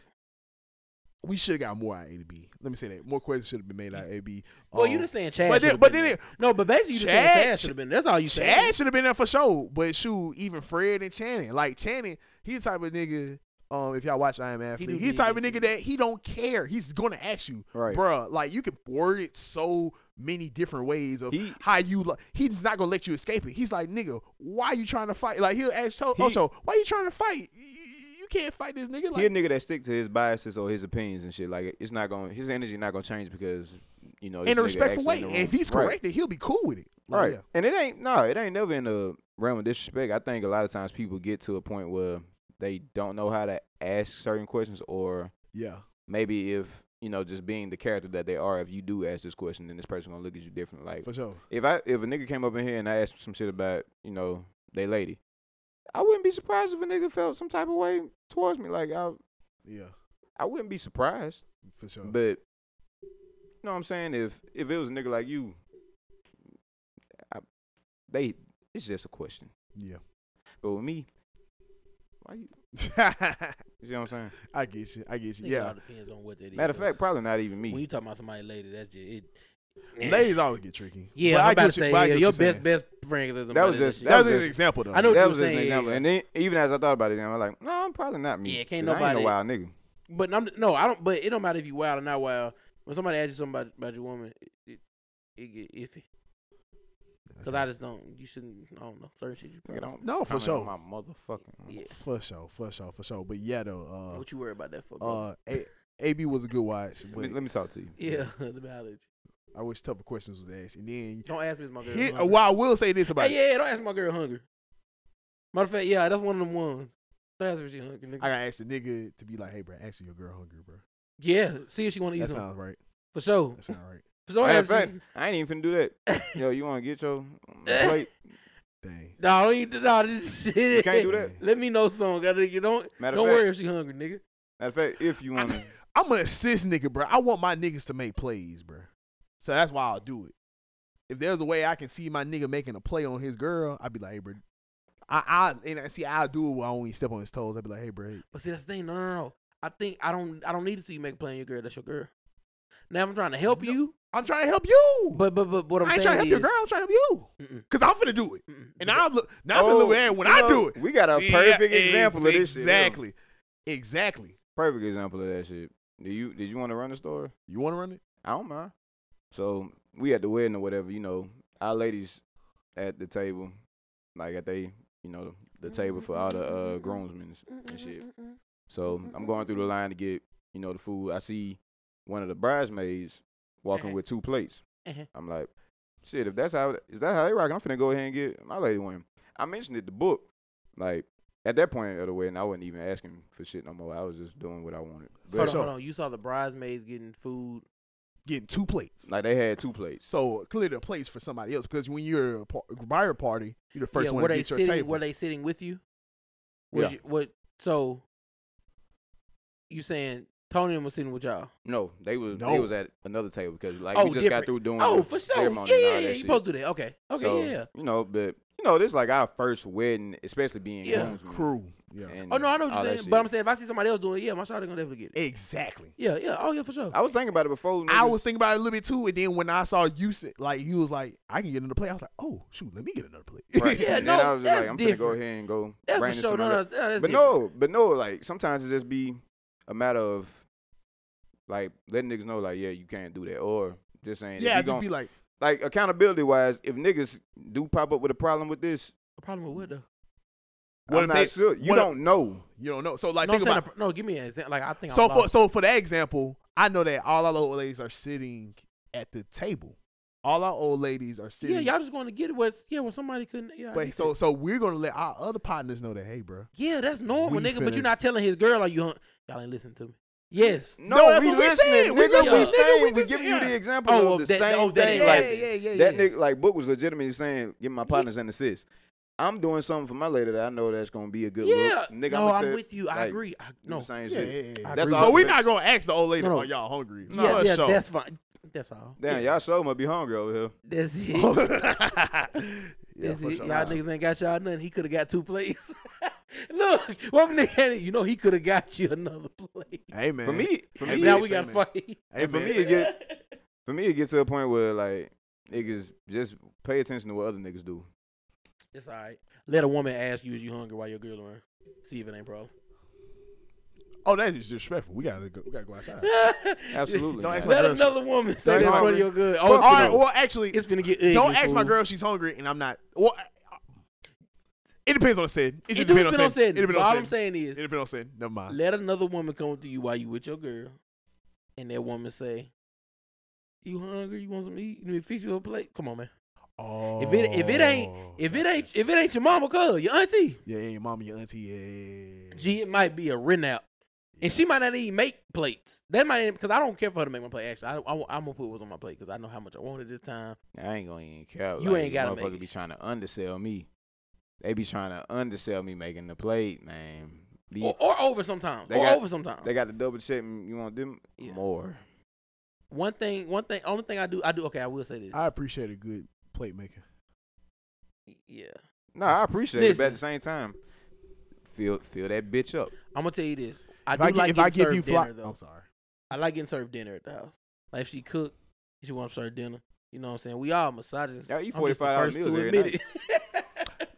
Speaker 3: We should have got more out of AB. Let me say that. More questions should have been made out of AB.
Speaker 2: Well, you
Speaker 3: Um,
Speaker 2: just saying Chad.
Speaker 3: but then-
Speaker 2: should've
Speaker 3: but
Speaker 2: been
Speaker 3: then
Speaker 2: there. no, but basically you just saying
Speaker 3: Chad
Speaker 2: Chad should have been. there. That's all you saying.
Speaker 3: Chad should have been there for sure. But shoot, even Fred and Channing, like Channing, he the type of nigga. Um, if y'all watch I Am Athlete,
Speaker 2: do
Speaker 3: he, the type of
Speaker 2: need to.
Speaker 3: nigga that he don't care. He's gonna ask you,
Speaker 1: Right.
Speaker 3: bruh. Like you can word it so many different ways of
Speaker 1: He-
Speaker 3: how you. Like, he's not gonna let you escape it. He's like, nigga, why you trying to fight? Like he'll ask Cho,
Speaker 1: He-
Speaker 3: Ocho, why you trying to fight? You, you can't fight this nigga.
Speaker 1: he a
Speaker 3: Like
Speaker 1: nigga that stick to his biases or his opinions and shit. Like it's not going, to his energy not gonna change because you know this
Speaker 3: in a
Speaker 1: nigga
Speaker 3: respectful
Speaker 1: actually
Speaker 3: way.
Speaker 1: in the
Speaker 3: And
Speaker 1: room.
Speaker 3: if he's
Speaker 1: Right.
Speaker 3: corrected, he'll be cool with it. Like,
Speaker 1: Right.
Speaker 3: yeah.
Speaker 1: And it ain't no, it ain't never in the realm of disrespect. I think a lot of times people get to a point where they don't know how to ask certain questions or
Speaker 3: Yeah.
Speaker 1: maybe if you know, just being the character that they are, if you do ask this question, then this person gonna look at you different. Like
Speaker 3: for sure.
Speaker 1: if I if a nigga came up in here and I asked some shit about, you know, they lady, I wouldn't be surprised if a nigga felt some type of way towards me. Like I
Speaker 3: Yeah,
Speaker 1: I wouldn't be surprised.
Speaker 3: for sure.
Speaker 1: But you know what I'm saying? If if it was a nigga like you, I, they it's just a question.
Speaker 3: yeah.
Speaker 1: But with me, Why you?
Speaker 3: I
Speaker 1: You know what I'm saying?
Speaker 3: get you. I get
Speaker 2: I
Speaker 3: you.
Speaker 2: think it all
Speaker 3: Yeah.
Speaker 2: depends on what that is.
Speaker 1: Matter of
Speaker 2: though.
Speaker 1: fact, probably not even
Speaker 2: when
Speaker 1: me.
Speaker 2: you talking about somebody later, that's just it.
Speaker 3: Ladies always get tricky.
Speaker 2: Yeah,
Speaker 3: But
Speaker 2: I'm
Speaker 3: I
Speaker 2: about to
Speaker 3: get you-
Speaker 2: say
Speaker 3: but I
Speaker 2: yeah,
Speaker 3: get
Speaker 2: your
Speaker 3: you saying.
Speaker 2: best best friend is
Speaker 1: That was
Speaker 2: somebody
Speaker 1: just-
Speaker 2: shit.
Speaker 1: that
Speaker 3: That
Speaker 1: was
Speaker 3: was just an
Speaker 1: just-
Speaker 3: example though.
Speaker 2: I know- what
Speaker 1: that
Speaker 2: you
Speaker 1: was
Speaker 2: were
Speaker 1: just an
Speaker 2: saying,
Speaker 1: example.
Speaker 2: yeah.
Speaker 1: And then even as I thought about it, then I was like, no, I'm probably not me.
Speaker 2: Yeah, can't
Speaker 1: 'Cause I ain't
Speaker 2: nobody-
Speaker 1: a wild nigga.
Speaker 2: But I'm no, I don't. But it don't matter if you wild or not wild. When somebody asks you something about, about your woman, it, it, it get iffy. Cause I just don't. You shouldn't. I don't know. Certain shit. You
Speaker 1: Nigga,
Speaker 2: probably
Speaker 1: don't
Speaker 3: No, for
Speaker 1: comment
Speaker 3: sure.
Speaker 1: on My motherfucking.
Speaker 2: Yeah.
Speaker 3: For sure, for sure, for sure. But yeah, though,
Speaker 2: What you worry about that for?
Speaker 3: uh,
Speaker 2: bro?
Speaker 3: uh, A- AB was a good watch,
Speaker 1: Let me,
Speaker 3: but
Speaker 1: let me talk to you.
Speaker 2: yeah. the mileage.
Speaker 3: I wish tougher questions was asked. And then,
Speaker 2: Don't ask me if my girl.
Speaker 3: here,
Speaker 1: uh,
Speaker 2: hungry.
Speaker 3: well, I will say this about
Speaker 2: Hey, yeah, don't ask my girl hungry. Matter of fact, yeah, that's one of them ones. Don't ask her if she hungry.
Speaker 3: it.
Speaker 2: Nigga.
Speaker 3: I gotta ask the nigga to be like, "Hey, bro, actually, your girl hungry, bro."
Speaker 2: yeah, see if she want to eat
Speaker 3: That
Speaker 2: something
Speaker 3: sounds right.
Speaker 2: for sure.
Speaker 3: That sounds right.
Speaker 2: For sure,
Speaker 1: Matter
Speaker 2: ask
Speaker 1: of fact,
Speaker 2: her.
Speaker 1: I ain't even finna do that. Yo, you want to get your plate?
Speaker 3: Dang.
Speaker 2: Nah, don't eat. Nah, this shit.
Speaker 1: You can't do that.
Speaker 2: Let me know something. Gotta you don't.
Speaker 1: Matter
Speaker 2: don't
Speaker 1: of fact,
Speaker 2: worry if she hungry, nigga.
Speaker 1: matter of fact, if you want to,
Speaker 3: I'm an assist nigga, bro. I want my niggas to make plays, bro. So that's why I'll do it. If there's a way I can see my nigga making a play on his girl, I'd be like, "Hey, bro." I, I and I see I'll do it when I only step on his toes. I'd be like, "Hey, bro."
Speaker 2: But see, that's the thing. No, no, no. I think I don't. I don't need to see you make a play on your girl. That's your girl. Now I'm trying to help
Speaker 3: No.
Speaker 2: you,
Speaker 3: I'm trying to help you.
Speaker 2: but but but what I'm
Speaker 3: I ain't
Speaker 2: saying
Speaker 3: trying to help
Speaker 2: is,
Speaker 3: your girl. I'm trying to help you.
Speaker 2: Mm-mm.
Speaker 3: Cause I'm finna do it.
Speaker 2: Mm-mm.
Speaker 3: And I look now I'm finna look
Speaker 1: Oh,
Speaker 3: at it when
Speaker 1: you
Speaker 3: I
Speaker 1: know,
Speaker 3: do it.
Speaker 1: we got a perfect example of this shit, yeah.
Speaker 3: Exactly. Exactly.
Speaker 1: perfect example of that shit. Do you did you want to run the store?
Speaker 3: You wanna run it?
Speaker 1: I don't mind. So we at the wedding or whatever, you know, our ladies at the table, like at they, you know, the table for all the uh, groomsmen and shit. So
Speaker 2: Mm-hmm.
Speaker 1: I'm going through the line to get, you know, the food. I see one of the bridesmaids walking
Speaker 2: Uh-huh.
Speaker 1: with two plates.
Speaker 2: Uh-huh.
Speaker 1: I'm like, shit, if that's how if that's how they rocking, I'm finna go ahead and get my lady one. I mentioned it the book, like at that point of the wedding, I wasn't even asking for shit no more. I was just doing what I wanted.
Speaker 2: hold on,
Speaker 1: But
Speaker 3: sure.
Speaker 2: hold on. You saw the bridesmaids getting food.
Speaker 3: Getting two plates.
Speaker 1: like they had two plates.
Speaker 3: So clearly a place for somebody else. Because when you're a par- buyer party, you're the first
Speaker 2: yeah,
Speaker 3: one
Speaker 2: were
Speaker 3: to
Speaker 2: they
Speaker 3: get your
Speaker 2: sitting?
Speaker 3: table.
Speaker 2: Were they sitting with you? Was
Speaker 1: Yeah.
Speaker 2: you, what? So you saying Tony was sitting with y'all?
Speaker 1: No, they was they
Speaker 3: No.
Speaker 1: was at another table because like
Speaker 2: Oh,
Speaker 1: we just got
Speaker 2: different.
Speaker 1: through doing
Speaker 2: oh,
Speaker 1: the
Speaker 2: for sure. Yeah,
Speaker 1: ceremony and all
Speaker 2: yeah,
Speaker 1: that
Speaker 2: yeah. You
Speaker 1: shit.
Speaker 2: supposed to do that. Okay, okay,
Speaker 1: So,
Speaker 2: yeah.
Speaker 1: You know, but you know, this like our first wedding, especially being
Speaker 2: Yeah.
Speaker 1: groomsmen
Speaker 3: crew. Yeah.
Speaker 1: and
Speaker 2: Oh no, I know what
Speaker 1: mm, all that
Speaker 2: you're saying,
Speaker 1: shit.
Speaker 2: but I'm saying if I see somebody else doing it, yeah, my shot gonna definitely get it.
Speaker 3: Exactly.
Speaker 2: Yeah, yeah. Oh yeah, for sure.
Speaker 1: I was thinking about it before.
Speaker 3: I
Speaker 1: niggas-
Speaker 3: was thinking about it a little bit too, and then when I saw you, sit, like he was like, "I can get another plate." I was like, "Oh shoot, let me get another plate."
Speaker 1: Right.
Speaker 2: Yeah,
Speaker 1: and then
Speaker 2: no,
Speaker 1: I was just
Speaker 2: that's
Speaker 1: like, I'm gonna
Speaker 2: different.
Speaker 1: go ahead and go
Speaker 2: That's
Speaker 1: bring
Speaker 2: for
Speaker 1: this
Speaker 2: sure.
Speaker 1: to my
Speaker 2: No,
Speaker 1: girl.
Speaker 2: no, no, that's
Speaker 1: but
Speaker 2: different.
Speaker 1: no, but no, like sometimes it just be a matter of like letting niggas know, like, yeah, you can't do that, or just saying,
Speaker 3: yeah,
Speaker 1: if
Speaker 3: I'd
Speaker 1: you
Speaker 3: just
Speaker 1: gon'
Speaker 3: be like,
Speaker 1: like accountability wise, if niggas do pop up with a problem with this,
Speaker 2: The problem with what though?
Speaker 3: What
Speaker 1: I'm
Speaker 3: if
Speaker 1: not
Speaker 3: they-
Speaker 1: sure. You
Speaker 3: what if-
Speaker 1: don't know.
Speaker 3: "You don't know." So like,
Speaker 2: no, I'm
Speaker 3: think
Speaker 2: saying
Speaker 3: about
Speaker 2: a- no. Give me an example. Like I think
Speaker 3: so
Speaker 2: I'm
Speaker 3: for
Speaker 2: lost.
Speaker 3: so for that example, I know that all our old ladies are sitting at the table. All our old ladies are
Speaker 2: yeah,
Speaker 3: sitting.
Speaker 2: y'all just going to get it where yeah, where somebody couldn't. Yeah, I
Speaker 3: But
Speaker 2: get
Speaker 3: so
Speaker 2: it.
Speaker 3: so we're gonna let our other partners know that hey, bro.
Speaker 2: yeah, that's normal,
Speaker 3: we
Speaker 2: nigga. But
Speaker 3: finna-
Speaker 2: you're not telling his girl, are you? hun- Y'all ain't listening to me. Yes.
Speaker 1: No,
Speaker 3: No, that's
Speaker 1: we
Speaker 3: what we
Speaker 1: listening.
Speaker 3: said. We
Speaker 1: nigga, we,
Speaker 2: listening, nigga.
Speaker 1: saying,
Speaker 3: We
Speaker 1: we,
Speaker 3: just-
Speaker 1: giving
Speaker 3: yeah.
Speaker 1: you the example
Speaker 2: Oh,
Speaker 1: of the
Speaker 2: of that-
Speaker 1: same
Speaker 2: oh, that
Speaker 1: thing.
Speaker 2: ain't
Speaker 1: like
Speaker 2: right.
Speaker 3: yeah,
Speaker 1: that nigga, like Book was legitimately saying, "Give my partners an assist." I'm doing something for my lady that I know that's gonna be a good
Speaker 2: Yeah.
Speaker 1: look. Nigga,
Speaker 2: no,
Speaker 1: I'ma
Speaker 2: I'm
Speaker 1: tell-
Speaker 2: with you. I
Speaker 1: like,
Speaker 2: agree. I,
Speaker 1: do
Speaker 2: no.
Speaker 1: the same
Speaker 3: Yeah,
Speaker 1: shit.
Speaker 3: yeah, yeah.
Speaker 2: I
Speaker 1: That's
Speaker 2: agree.
Speaker 1: all.
Speaker 3: But we're not gonna ask the old lady,
Speaker 2: No, no.
Speaker 3: "Are y'all hungry?"
Speaker 2: yeah,
Speaker 3: For
Speaker 2: yeah,
Speaker 3: sure.
Speaker 2: that's fine. That's all.
Speaker 1: Damn, y'all sure must be hungry over here.
Speaker 2: That's it.
Speaker 3: yeah,
Speaker 2: That's
Speaker 3: for
Speaker 2: it.
Speaker 3: sure.
Speaker 2: Y'all niggas ain't got y'all nothing. He could have got two plates. Look, one nigga had it. You know, he could have got you another plate.
Speaker 3: Hey man,
Speaker 1: For me, for
Speaker 3: Hey,
Speaker 1: me,
Speaker 2: now
Speaker 3: man,
Speaker 2: we
Speaker 3: say
Speaker 2: got to
Speaker 3: man.
Speaker 2: fight.
Speaker 3: hey,
Speaker 1: for
Speaker 3: man,
Speaker 1: me, it get for me it get to a point where like niggas just pay attention to what other niggas do.
Speaker 2: It's all right. Let a woman ask you, is you hungry while your girl around? See if it ain't problem.
Speaker 3: oh, that is disrespectful. We gotta go. We gotta go outside.
Speaker 1: Absolutely.
Speaker 3: Don't ask
Speaker 1: man.
Speaker 2: Let
Speaker 3: girl-
Speaker 2: another woman say
Speaker 3: Don't
Speaker 2: that
Speaker 3: ask
Speaker 2: in
Speaker 3: my
Speaker 2: front of
Speaker 3: girl-
Speaker 2: your girl.
Speaker 3: Oh, all
Speaker 2: Oh, it's,
Speaker 3: right.
Speaker 2: gonna,
Speaker 3: Well, actually,
Speaker 2: it's gonna get ugly.
Speaker 3: don't ask my
Speaker 2: fool.
Speaker 3: girl if she's hungry, and I'm not. Well, I- I- it depends on the setting. It
Speaker 2: It
Speaker 3: just
Speaker 2: do
Speaker 3: depends on
Speaker 2: depend
Speaker 3: the setting.
Speaker 2: on setting.
Speaker 3: It depends
Speaker 2: But
Speaker 3: on
Speaker 2: All
Speaker 3: the
Speaker 2: I'm
Speaker 3: setting.
Speaker 2: saying
Speaker 3: It
Speaker 2: is,
Speaker 3: depends on the setting. Never mind.
Speaker 2: let another woman come up to you while you with your girl, and that woman say, "You hungry? You want some to eat? Let me fix you a plate. Come on, man.
Speaker 3: Oh,
Speaker 2: If it if it ain't if it ain't if it ain't your mama, cuz your auntie,
Speaker 3: yeah, yeah, your mama, your auntie, yeah, yeah, yeah, yeah.
Speaker 2: gee, it might be a rent out, and she might not even make plates. That might because I don't care for her to make my plate. Actually, I, I am gonna put what's on my plate because I know how much I wanted this time.
Speaker 1: I ain't gonna even care.
Speaker 2: You
Speaker 1: like,
Speaker 2: ain't gotta make
Speaker 1: motherfucker
Speaker 2: it.
Speaker 1: be trying to undersell me. They be trying to undersell me making the plate, man. Be-
Speaker 2: Or, or over sometimes.
Speaker 1: They
Speaker 2: or
Speaker 1: got-
Speaker 2: over sometimes.
Speaker 1: they got the double check. and You want them
Speaker 2: Yeah.
Speaker 1: more?
Speaker 2: One thing, one thing, only thing I do, I do. Okay, I will say this.
Speaker 3: I appreciate a good plate maker.
Speaker 2: yeah.
Speaker 1: No, I appreciate it, but
Speaker 2: Listen.
Speaker 1: at the same time, fill fill that bitch up.
Speaker 2: I'm gonna tell you this. I
Speaker 3: If
Speaker 2: do
Speaker 3: I, gi-
Speaker 2: like
Speaker 3: if
Speaker 2: getting
Speaker 3: I give
Speaker 2: served
Speaker 3: you
Speaker 2: dinner
Speaker 3: fly,
Speaker 2: though.
Speaker 3: I'm sorry.
Speaker 2: I like getting served dinner at the house. Like if she cook, she want to serve dinner. You know what I'm saying? We all misogynists.
Speaker 1: Y'all eat
Speaker 2: I'm just the
Speaker 1: $45
Speaker 2: first
Speaker 1: meals
Speaker 2: to
Speaker 1: every
Speaker 2: admit
Speaker 1: night.
Speaker 2: it.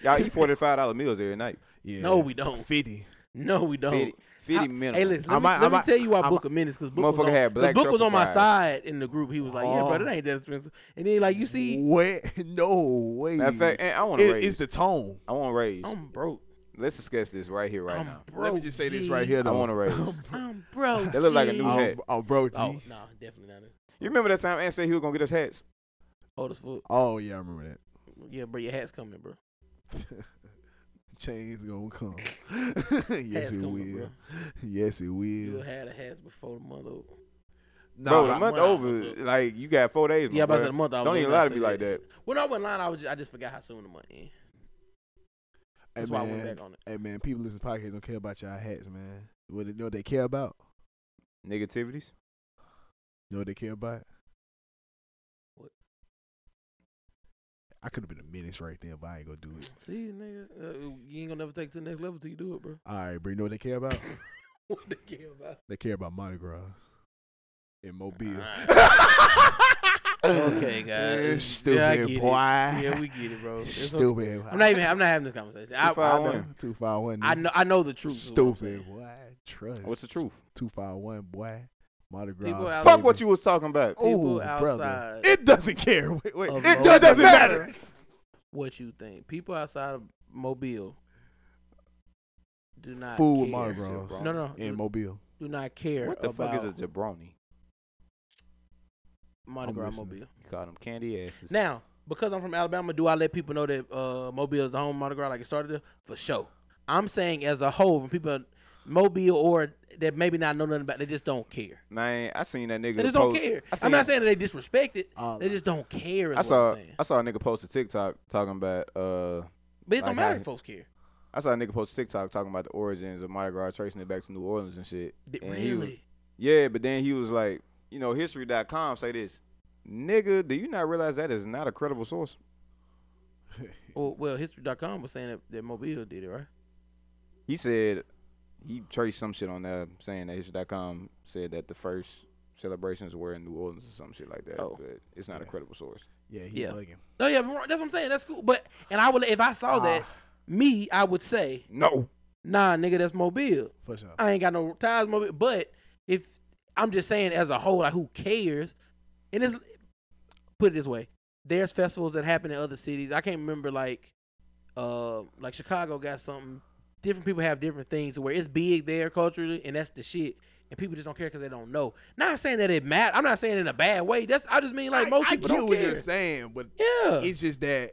Speaker 1: Y'all eat forty five dollar meals every night.
Speaker 3: Yeah.
Speaker 2: No, we don't.
Speaker 3: Fifty.
Speaker 2: No, we don't.
Speaker 1: 50, 50 minimum.
Speaker 2: Oh. Hey, listen, let,
Speaker 3: I
Speaker 2: me,
Speaker 3: might-
Speaker 2: let
Speaker 3: I
Speaker 2: me
Speaker 3: might-
Speaker 2: tell you why
Speaker 3: I
Speaker 2: Book of Minutes because Book,
Speaker 1: Motherfucker
Speaker 2: was on,
Speaker 1: had
Speaker 2: 'cause
Speaker 1: black
Speaker 2: Book was
Speaker 1: truffle
Speaker 2: on my
Speaker 1: fries.
Speaker 2: side in the group. He was like, "Yeah, bro,
Speaker 3: Oh.
Speaker 2: it ain't that expensive." And then like you see,
Speaker 3: What? No way.
Speaker 1: Matter of fact, and I want to
Speaker 3: It- it's
Speaker 1: raise.
Speaker 3: the tone.
Speaker 1: I want to raise.
Speaker 2: I'm broke.
Speaker 1: Let's discuss this right here, right
Speaker 2: I'm
Speaker 1: now.
Speaker 2: broke.
Speaker 3: Let me just say this right
Speaker 2: G.
Speaker 3: here.
Speaker 1: I
Speaker 3: though.
Speaker 1: want to raise. you
Speaker 2: I'm broke.
Speaker 1: That look like a
Speaker 2: G.
Speaker 1: new
Speaker 3: Oh,
Speaker 1: hat.
Speaker 3: oh, bro, G.
Speaker 2: Oh
Speaker 3: Oh.
Speaker 2: no, definitely not. it.
Speaker 1: remember that time Ant said he was gonna get us hats?
Speaker 2: Old as Oh, fuck.
Speaker 3: Oh, yeah, I remember that.
Speaker 2: Yeah, bro, your hat's coming, bro.
Speaker 3: Chains gonna come.
Speaker 2: Hat's
Speaker 3: yes, it
Speaker 2: coming,
Speaker 3: will.
Speaker 2: bro.
Speaker 3: Yes, it
Speaker 2: You
Speaker 3: will.
Speaker 2: had a hat before the month. over.
Speaker 1: Bro,
Speaker 3: Nah,
Speaker 1: the month
Speaker 2: when I was
Speaker 1: over,
Speaker 2: up.
Speaker 1: like you got four days.
Speaker 2: Yeah,
Speaker 1: my
Speaker 2: about
Speaker 1: brother.
Speaker 2: the month. I was
Speaker 1: Don't
Speaker 2: up,
Speaker 1: even
Speaker 2: I
Speaker 1: lie to
Speaker 2: said
Speaker 1: me like that.
Speaker 2: When I went line, I was just, I just forgot how soon the month end.
Speaker 3: hey,
Speaker 2: That's why I went
Speaker 3: man,
Speaker 2: back on it.
Speaker 3: hey, man, people listen to podcasts don't care about y'all hats, man. What they know what they care about?
Speaker 1: Negativities.
Speaker 3: You know what they care about?
Speaker 2: What?
Speaker 3: I could have been a menace right there, but I ain't gonna do it.
Speaker 2: See, nigga, uh, you ain't gonna never take it to the next level till you do it, bro.
Speaker 3: All right, bro. You know what they care about?
Speaker 2: what the care about?
Speaker 3: they care about Mardi Gras and Mobile.
Speaker 2: Ah. Okay, guys.
Speaker 3: Yeah,
Speaker 2: Yeah, I
Speaker 3: stupid
Speaker 2: get it.
Speaker 3: boy.
Speaker 2: Yeah, we get it, bro. It's okay.
Speaker 3: stupid. boy.
Speaker 2: I'm not even. I'm not having this conversation. I,
Speaker 1: Too far
Speaker 2: I,
Speaker 1: away.
Speaker 2: know,
Speaker 1: one.
Speaker 3: Two five one.
Speaker 2: I know. I know the truth. is what I'm
Speaker 3: Stupid.
Speaker 2: saying.
Speaker 3: Boy, trust.
Speaker 1: What's the truth?
Speaker 3: Two five one. Boy, Mardi Gras.
Speaker 2: People out-
Speaker 1: Fuck what you was talking about.
Speaker 2: People
Speaker 3: Oh, brother.
Speaker 2: outside.
Speaker 3: It doesn't care. Wait, wait.
Speaker 2: of
Speaker 3: It
Speaker 2: Mobile-
Speaker 3: doesn't matter.
Speaker 2: What you think? People outside of Mobile do not
Speaker 3: Fool
Speaker 2: care.
Speaker 3: with Mardi
Speaker 1: Shit,
Speaker 3: Gras
Speaker 1: bro.
Speaker 2: No, no.
Speaker 3: and
Speaker 2: Do,
Speaker 3: Mobile.
Speaker 2: do not care
Speaker 1: What the
Speaker 2: about
Speaker 1: fuck is a jabroni?
Speaker 2: Mardi
Speaker 3: I'm
Speaker 2: Gras
Speaker 3: listening.
Speaker 2: Mobile.
Speaker 1: You call them candy asses.
Speaker 2: Now, because I'm from Alabama, do I let people know that uh, Mobile is the home of Mardi Gras like it started there? For sure. I'm saying as a whole, when people Mobile or that maybe not know nothing about, they just don't care.
Speaker 1: man, I seen that nigga.
Speaker 2: They just don't
Speaker 1: post,
Speaker 2: care.
Speaker 1: I seen, Uh,
Speaker 2: I'm not saying that they disrespect it.
Speaker 3: Um,
Speaker 2: They just don't care. Is
Speaker 1: I saw.
Speaker 2: What I'm saying.
Speaker 1: I saw a nigga post a TikTok talking about. Uh,
Speaker 2: But it don't
Speaker 1: like
Speaker 2: matter
Speaker 1: I-
Speaker 2: if folks care.
Speaker 1: I saw a nigga post a TikTok talking about the origins of Mardi Gras, tracing it back to New Orleans and shit.
Speaker 2: Th-
Speaker 1: And he was-
Speaker 2: really?
Speaker 1: yeah, but then he was like, you know, History.com say this, nigga. Do you not realize that is not a credible source?
Speaker 2: Well, well, History.com was saying that, that Mobile did it, right?
Speaker 1: He said he traced some shit on there saying that History.com said that the first celebrations were in New Orleans or some shit like that.
Speaker 2: Oh.
Speaker 1: But it's not a
Speaker 3: Yeah.
Speaker 1: credible source.
Speaker 3: Yeah, he
Speaker 2: Yeah.
Speaker 3: bugging.
Speaker 2: No, yeah, but that's what I'm saying. That's cool. But and I would, if I saw that,
Speaker 3: Ah.
Speaker 2: me, I would say,
Speaker 1: No.
Speaker 2: nah, nigga, that's Mobile.
Speaker 3: For sure.
Speaker 2: I ain't got no ties mobile. But if I'm just saying as a whole, like who cares? And it's put it this way. There's festivals that happen in other cities. I can't remember like uh like Chicago got something. Different people have different things where it's big there culturally and that's the shit. And people just don't care because they don't know. Not saying that it matters. I'm not saying in a bad way. That's I just mean like most
Speaker 3: I, I
Speaker 2: people
Speaker 3: get
Speaker 2: don't
Speaker 3: what
Speaker 2: care.
Speaker 3: you're saying, but
Speaker 2: Yeah.
Speaker 3: it's just that,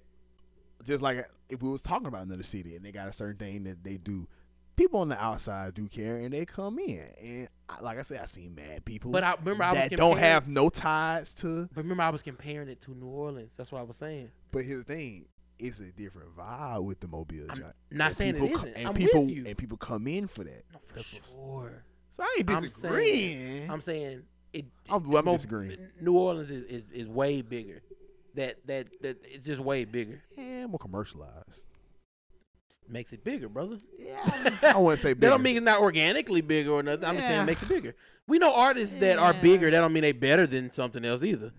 Speaker 3: just like if we was talking about another city and they got a certain thing that they do, people on the outside do care and they come in. And I, like I said, I seen mad people
Speaker 2: But I remember I was
Speaker 3: that don't
Speaker 2: comparing-
Speaker 3: have no ties to.
Speaker 2: But remember I was comparing it to New Orleans. That's what I was saying.
Speaker 3: But here's the thing. It's a different vibe with the mobile.
Speaker 2: I'm
Speaker 3: Jock.
Speaker 2: not
Speaker 3: And
Speaker 2: saying it
Speaker 3: people co-
Speaker 2: isn't.
Speaker 3: And
Speaker 2: I'm with
Speaker 3: people
Speaker 2: you.
Speaker 3: and people come in for that.
Speaker 2: No, for
Speaker 3: That's what's-
Speaker 2: sure.
Speaker 3: So I ain't
Speaker 2: I'm
Speaker 3: disagreeing.
Speaker 2: saying, I'm saying it.
Speaker 3: I'm-
Speaker 2: it-
Speaker 3: I'm
Speaker 2: Mo-
Speaker 3: disagreeing.
Speaker 2: New Orleans is, is, is way bigger. That that that it's just way bigger.
Speaker 3: Eh, more commercialized.
Speaker 2: Makes it bigger, brother.
Speaker 3: Yeah, I wouldn't say
Speaker 2: That
Speaker 3: bigger.
Speaker 2: don't mean it's not organically bigger or nothing. I'm just saying
Speaker 3: Yeah.
Speaker 2: it makes it bigger. We know artists that are
Speaker 3: Yeah.
Speaker 2: bigger. That don't mean they better than something else either.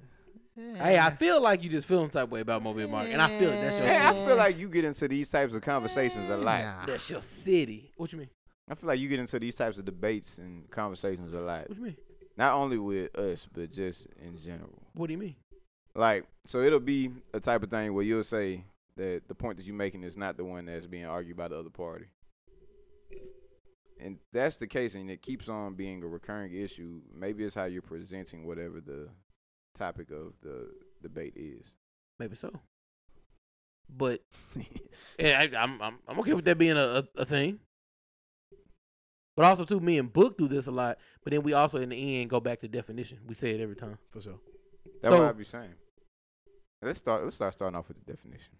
Speaker 2: Hey, I
Speaker 3: Yeah.
Speaker 2: feel like you just feel some type of way about Mobile Market, and I feel it. That's your
Speaker 1: Hey, I
Speaker 2: city.
Speaker 1: feel like you get into these types of conversations a lot.
Speaker 3: Nah.
Speaker 2: that's your city. What you mean?
Speaker 1: I feel like you get into these types of debates and conversations a lot,
Speaker 2: What you mean?
Speaker 1: not only with us, but just in general.
Speaker 2: What do you mean?
Speaker 1: Like, so it'll be a type of thing where you'll say that the point that you're making is not the one that's being argued by the other party. And that's the case, and it keeps on being a recurring issue. Maybe it's how you're presenting whatever the topic of the debate is.
Speaker 2: Maybe so. But yeah, I, I'm, I'm I'm okay with that being a, a, a thing. But also too, me and Book do this a lot. But then we also in the end go back to definition. We say it every time.
Speaker 3: for sure.
Speaker 1: That's
Speaker 2: So-
Speaker 1: what I'd be saying. Let's start. Let's start starting off with the definition.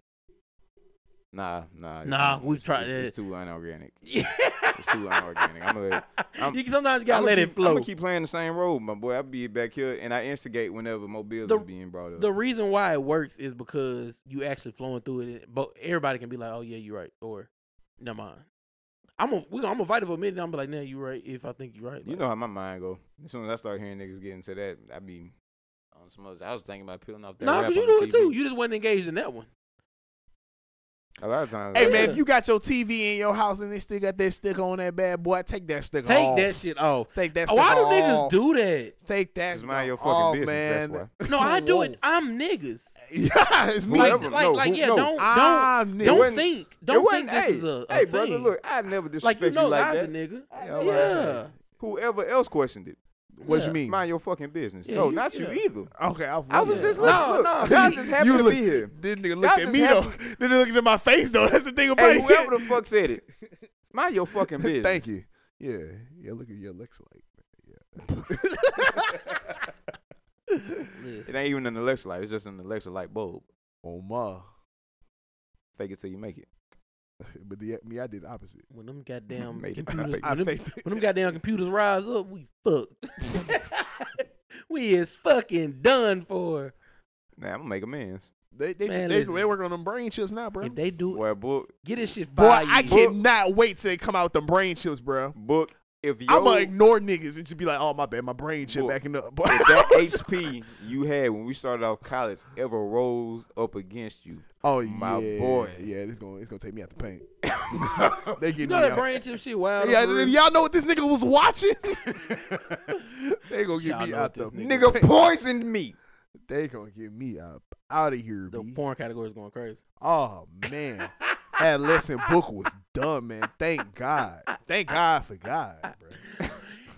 Speaker 1: Nah, nah, it's
Speaker 2: Nah,
Speaker 1: not-
Speaker 2: we've
Speaker 1: it's-
Speaker 2: tried
Speaker 1: It's,
Speaker 2: it.
Speaker 1: it's too unorganic.
Speaker 2: Yeah,
Speaker 1: It's too unorganic. I'm gonna, I'm-
Speaker 2: you sometimes gotta
Speaker 1: I'ma
Speaker 2: let
Speaker 1: keep,
Speaker 2: it flow.
Speaker 1: I'm gonna keep playing the same role, my boy. I'll be back here and I instigate whenever mobility
Speaker 2: The-
Speaker 1: is being brought up.
Speaker 2: the reason why it works is because you actually flowing through it. But everybody can be like, "Oh yeah, you're right," or "Never mind." I'm gonna we, I'm gonna fight it for a minute. I'm gonna be like, nah, you right. If I think you right,
Speaker 1: You know how my mind go. As soon as I start hearing niggas getting to that, I be
Speaker 4: on some others. I was thinking about peeling off that.
Speaker 2: no, nah,
Speaker 4: wrap
Speaker 2: because you
Speaker 4: on the
Speaker 2: do it
Speaker 4: TV.
Speaker 2: too. You just wasn't engaged in that one.
Speaker 1: a lot of times.
Speaker 3: Hey
Speaker 1: like,
Speaker 3: man,
Speaker 2: Yeah.
Speaker 3: if you got your TV in your house and they still got that sticker on that bad boy, take that sticker
Speaker 2: Take
Speaker 3: off.
Speaker 2: that shit off.
Speaker 3: Take that.
Speaker 2: Oh, why do
Speaker 3: sticker
Speaker 2: niggas
Speaker 3: off.
Speaker 2: do that?
Speaker 3: Take that.
Speaker 1: Just mind your
Speaker 3: stuff
Speaker 1: fucking
Speaker 3: off,
Speaker 1: business.
Speaker 3: Man.
Speaker 1: That's
Speaker 2: No, I do it.
Speaker 3: Whoa.
Speaker 2: I'm niggas.
Speaker 3: yeah, it's me.
Speaker 2: Like,
Speaker 1: Whoever-
Speaker 2: like,
Speaker 1: no,
Speaker 2: like
Speaker 1: who-
Speaker 2: yeah,
Speaker 1: no.
Speaker 2: don't don't
Speaker 3: I'm nigga.
Speaker 2: don't
Speaker 1: wasn't-
Speaker 2: think
Speaker 1: why.
Speaker 2: don't
Speaker 1: It
Speaker 2: think
Speaker 1: wasn't-
Speaker 2: this
Speaker 1: hey,
Speaker 2: is a, a
Speaker 1: hey
Speaker 2: thing.
Speaker 1: brother, look, I never
Speaker 2: like
Speaker 1: disrespect
Speaker 2: you know,
Speaker 1: like
Speaker 2: Liza,
Speaker 1: that.
Speaker 2: nigga.
Speaker 1: Yeah,
Speaker 2: Yeah,
Speaker 1: right. Whoever else questioned it,
Speaker 3: What
Speaker 2: Yeah.
Speaker 3: you mean?
Speaker 1: mind your fucking business.
Speaker 2: Yeah,
Speaker 1: no,
Speaker 2: you-
Speaker 1: not
Speaker 2: yeah.
Speaker 1: you either.
Speaker 3: okay, I was,
Speaker 1: I was
Speaker 2: Yeah.
Speaker 1: just
Speaker 2: No,
Speaker 1: look, look,
Speaker 2: no,
Speaker 1: y'all
Speaker 2: he-
Speaker 1: just happy
Speaker 3: you
Speaker 1: to
Speaker 3: look-
Speaker 1: be here.
Speaker 3: This nigga
Speaker 1: Y'all
Speaker 3: looked at
Speaker 1: just
Speaker 3: me though.
Speaker 1: happy-
Speaker 3: This nigga looking at my face though. That's the thing about
Speaker 1: Hey,
Speaker 3: it.
Speaker 1: whoever the fuck said it, mind your fucking business.
Speaker 3: Thank you. Yeah, yeah. Look at your Alexa like.
Speaker 1: It ain't even an Alexa light. It's just an Alexa light bulb.
Speaker 3: Oh my.
Speaker 1: Fake it till you make it.
Speaker 3: But the, me, I did the opposite.
Speaker 2: When them goddamn
Speaker 1: Made it.
Speaker 2: computers,
Speaker 3: I
Speaker 2: when them,
Speaker 3: faked it.
Speaker 2: when them goddamn computers rise up, we fucked. we is fucking done for.
Speaker 1: Nah, I'm gonna make amends.
Speaker 3: They they,
Speaker 2: Man,
Speaker 3: they,
Speaker 2: listen.
Speaker 3: they working on them brain chips now, bro.
Speaker 2: If they do,
Speaker 1: Boy, book,
Speaker 2: get this shit
Speaker 3: Boy,
Speaker 2: fired.
Speaker 3: I cannot wait till they come out with them brain chips, bro.
Speaker 1: book. If your
Speaker 3: I'ma ignore niggas and just be like, oh my bad, my brain chip
Speaker 1: Boy,
Speaker 3: backing up. Boy.
Speaker 1: if that HP you had when we started off college ever rolls up against you,
Speaker 3: oh
Speaker 1: my
Speaker 3: yeah,
Speaker 1: boy.
Speaker 3: yeah, this going it's gonna take me out the paint. they
Speaker 2: You
Speaker 3: get me
Speaker 2: know that
Speaker 3: out.
Speaker 2: brain chip shit wild.
Speaker 3: yeah,
Speaker 2: over
Speaker 3: and
Speaker 2: it?
Speaker 3: y'all know what this nigga was watching? they gonna get
Speaker 2: Y'all
Speaker 3: me
Speaker 2: know
Speaker 3: out
Speaker 2: what
Speaker 3: the
Speaker 2: this
Speaker 1: nigga
Speaker 3: paint.
Speaker 1: poisoned me.
Speaker 3: They gonna get me up out of here,
Speaker 2: The
Speaker 3: B.
Speaker 2: porn category is going crazy.
Speaker 3: Oh man, adolescent book was dumb, man. Thank God, thank God for God, bro.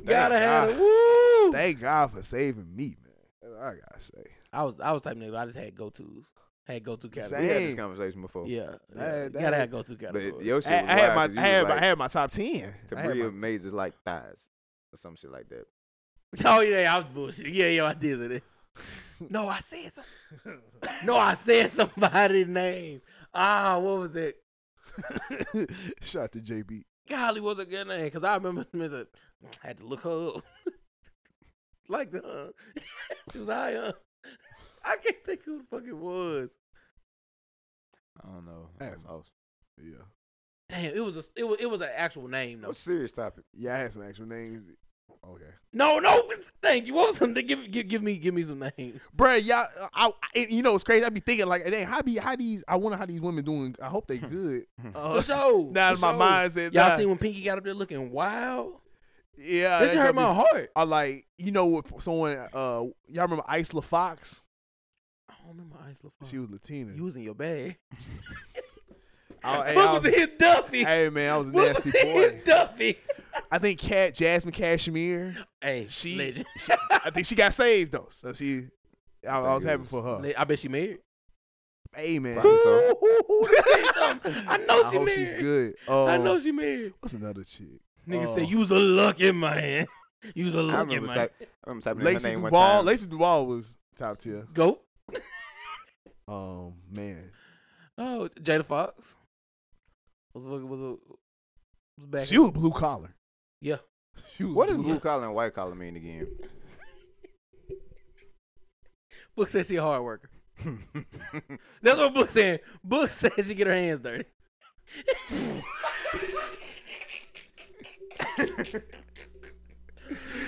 Speaker 2: Gotta have
Speaker 3: God.
Speaker 2: it. Woo!
Speaker 3: Thank God for saving me, man. That's all I gotta say.
Speaker 2: I was I was typing nigga. I just had go tos. Had go to
Speaker 1: We
Speaker 2: categories.
Speaker 1: had this
Speaker 3: Dang.
Speaker 1: conversation before.
Speaker 2: Yeah, yeah.
Speaker 3: That-
Speaker 2: You
Speaker 3: that-
Speaker 2: gotta have go to
Speaker 1: But
Speaker 2: categories.
Speaker 1: your shit
Speaker 3: I,
Speaker 1: was
Speaker 3: I
Speaker 1: wild
Speaker 3: had
Speaker 1: 'cause
Speaker 3: my,
Speaker 1: you
Speaker 3: I had,
Speaker 1: was
Speaker 3: my, I
Speaker 1: like,
Speaker 3: had my top ten. I had
Speaker 1: Tabria
Speaker 3: my-
Speaker 1: made just like thighs or some shit like that.
Speaker 2: Oh yeah, I was bullshit. Yeah, yeah, I did it. No, I said some. No, I said somebody's name. Ah, what was it?
Speaker 3: Shout out to JB.
Speaker 2: Golly, was a good name because I remember Miss. I had to look her up. like the huh? she was high. Huh? I can't think who the fuck it was.
Speaker 1: I don't know.
Speaker 3: That's-
Speaker 1: Awesome.
Speaker 3: Yeah,
Speaker 2: Damn, it was a it was it was an actual name though.
Speaker 1: What's serious topic?
Speaker 3: yeah, I had some actual names. Okay,
Speaker 2: No, no, it's- thank you. What was something? Give, give give me give me some names.
Speaker 3: Bruh, Y'all, I, I- you know it's crazy. I be thinking like, dang, how be how these? I wonder how these women doing. I hope they
Speaker 1: Hmm.
Speaker 3: good. Uh,
Speaker 2: For sure.
Speaker 3: now
Speaker 2: for
Speaker 3: my
Speaker 2: sure.
Speaker 3: mindset.
Speaker 2: Y'all
Speaker 3: nah,
Speaker 2: seen when Pinky got up there looking wild?
Speaker 3: Yeah,
Speaker 2: This
Speaker 3: that
Speaker 2: hurt
Speaker 3: jump
Speaker 2: my
Speaker 3: is-
Speaker 2: heart.
Speaker 3: I like you know what someone uh y'all remember Isla Fox?
Speaker 2: I don't remember Isla Fox.
Speaker 3: She was Latina.
Speaker 2: Uh-huh. You was in your bag.
Speaker 3: I- hey,
Speaker 2: what
Speaker 3: I
Speaker 2: was,
Speaker 3: was-
Speaker 2: in Duffy?
Speaker 3: hey man, I was a
Speaker 2: what
Speaker 3: nasty
Speaker 2: was in his
Speaker 3: boy.
Speaker 2: Duffy?
Speaker 3: I think Cat Jasmine Cashmere.
Speaker 2: Hey,
Speaker 3: She-
Speaker 2: legend.
Speaker 3: I think she got saved though. So she I, I was happy for her.
Speaker 2: Le- I bet she married.
Speaker 3: Hey man.
Speaker 1: Probably so.
Speaker 2: Let me tell you something. I know
Speaker 3: I
Speaker 2: she
Speaker 3: hope
Speaker 2: married.
Speaker 3: she's good. Oh,
Speaker 2: I know she married.
Speaker 3: what's another chick?
Speaker 2: Nigga
Speaker 3: Oh.
Speaker 2: said you was a lucky man. You was a
Speaker 1: I
Speaker 2: lucky
Speaker 1: remember,
Speaker 2: man.
Speaker 1: type, I remember typing in her
Speaker 3: Lacey
Speaker 1: name one
Speaker 3: Duval.
Speaker 1: time.
Speaker 3: Lacey Duval was top tier.
Speaker 2: Go.
Speaker 3: Um man.
Speaker 2: Oh, Jada Fox. Was was was, was back.
Speaker 3: She was blue collar.
Speaker 2: Yeah.
Speaker 3: She was
Speaker 1: what does
Speaker 3: blue-
Speaker 1: blue collar and white collar mean again?
Speaker 2: Book said she a hard worker. That's what Book saying. Book said she get her hands dirty.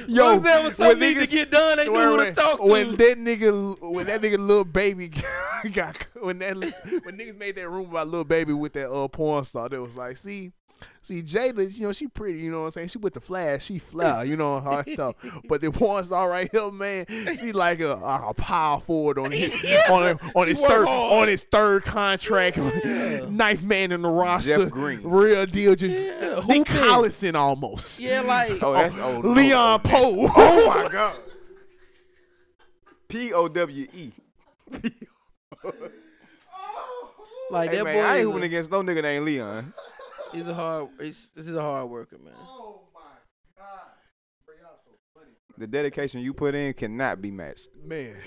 Speaker 3: Yo,
Speaker 2: Book said when something needs to
Speaker 3: niggas-
Speaker 2: get done, they knew who to
Speaker 3: when-
Speaker 2: talk to.
Speaker 3: when that nigga, when that nigga little baby got, when that when niggas made that room about little baby with that uh porn star, that was like, see, see Jada, you know she pretty, you know what I'm saying? She with the flash, she fly, you know all that stuff. But the porn star right here, man, she like a, a, a power forward on his on, on his
Speaker 2: She work
Speaker 3: third
Speaker 2: hard.
Speaker 3: on his third contract,
Speaker 2: Yeah.
Speaker 3: knife man in the roster,
Speaker 1: Green.
Speaker 3: real deal, just
Speaker 2: Yeah,
Speaker 3: Nick
Speaker 2: hooping.
Speaker 3: Collison almost.
Speaker 2: yeah, like
Speaker 1: Oh, that's oh, no,
Speaker 3: Leon
Speaker 1: oh,
Speaker 3: Poe.
Speaker 1: Oh my god. P O W E.
Speaker 2: like
Speaker 1: Hey
Speaker 2: that
Speaker 1: man,
Speaker 2: boy.
Speaker 1: I ain't
Speaker 2: is
Speaker 1: hooping
Speaker 2: a-
Speaker 1: against no nigga named Leon.
Speaker 2: He's a hard. He's, this is a hard worker, man.
Speaker 3: Oh
Speaker 1: The dedication you put in cannot be matched.
Speaker 3: Man,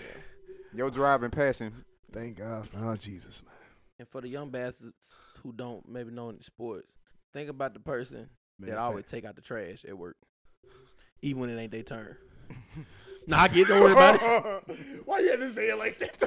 Speaker 1: Your drive and passion.
Speaker 3: thank God for oh, Jesus,
Speaker 2: And for the young bastards who don't maybe know any sports, think about the person
Speaker 3: man.
Speaker 2: that
Speaker 3: Man,
Speaker 2: always take out the trash at work, even when it ain't their turn. Nah, I get. Don't worry about it.
Speaker 3: Why you had to say it like that?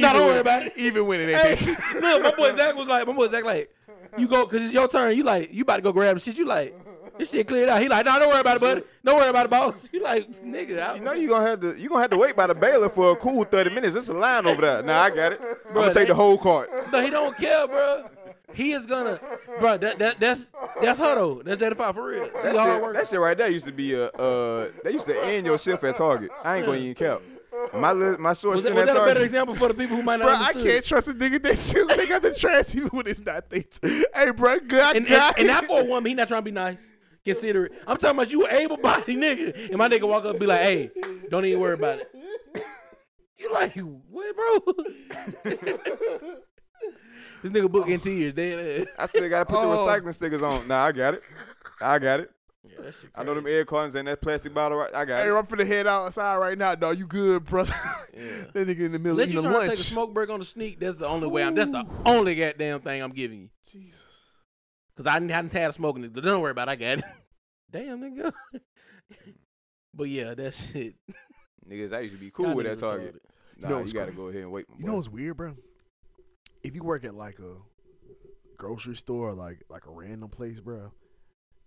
Speaker 2: Nah, don't worry
Speaker 3: when-
Speaker 2: about it.
Speaker 3: Even when it
Speaker 2: Hey,
Speaker 3: ain't. that-
Speaker 2: look, my boy Zach was like, my boy Zach like, you go, cause it's your turn. You like, you about to go grab the shit. You like, this shit cleared out. He like, nah, don't worry about it, buddy. Don't worry about it, boss. You like, nigga, I,
Speaker 1: You know you gonna have to you gonna have to wait by the bailiff for a cool thirty minutes. There's a line over there. Nah, I got it. I'm gonna take the whole cart.
Speaker 2: no, he don't care, bro. He is gonna, bro. That, that that's that's her though. That's Jada Five for real. She's
Speaker 1: That
Speaker 2: hard
Speaker 1: shit,
Speaker 2: work.
Speaker 1: that shit right there used to be a uh they used to end your shift at Target. I ain't gonna even count. My li- my short
Speaker 2: Was that,
Speaker 1: stint
Speaker 2: was
Speaker 1: at
Speaker 2: that a better
Speaker 1: Target.
Speaker 2: example for the people who might not
Speaker 3: Bro, I
Speaker 2: understood?
Speaker 3: can't trust a nigga that still they got the trash even when it's not they. t- Hey, bro, good. I
Speaker 2: And, and,
Speaker 3: got
Speaker 2: and
Speaker 3: it.
Speaker 2: that for a woman, he not trying to be nice. Consider it. I'm talking about you, able bodied nigga. And my nigga walk up and be like, hey, don't even worry about it. You like, what, bro? this nigga book in tears. They, uh,
Speaker 1: I still gotta put
Speaker 3: Oh.
Speaker 1: the recycling stickers on. Nah, I got it. I got it.
Speaker 2: yeah, that shit
Speaker 1: I know them
Speaker 2: crazy.
Speaker 1: egg cartons and that plastic bottle right I got
Speaker 3: Hey,
Speaker 1: it.
Speaker 3: I'm finna head outside right now, dog. You good, brother? that nigga in the middle
Speaker 2: Unless
Speaker 3: eating
Speaker 2: you trying to
Speaker 3: lunch.
Speaker 2: take a smoke break on the sneak, that's the only way. I'm, that's the only goddamn thing I'm giving you.
Speaker 3: Jesus.
Speaker 2: Cause I didn't hadn't had a smoking it. Don't worry about it. I got it. Damn nigga. but yeah, that shit.
Speaker 1: Niggas, I used to be cool
Speaker 2: y'all
Speaker 1: with that
Speaker 2: niggas
Speaker 1: Target.
Speaker 2: retarded.
Speaker 1: Nah,
Speaker 3: know
Speaker 1: you
Speaker 3: what's
Speaker 1: gotta
Speaker 3: cra-
Speaker 1: go ahead and wait. my
Speaker 3: You know
Speaker 1: boy.
Speaker 3: what's weird, bro? If you work at like a grocery store, or like like a random place, bro,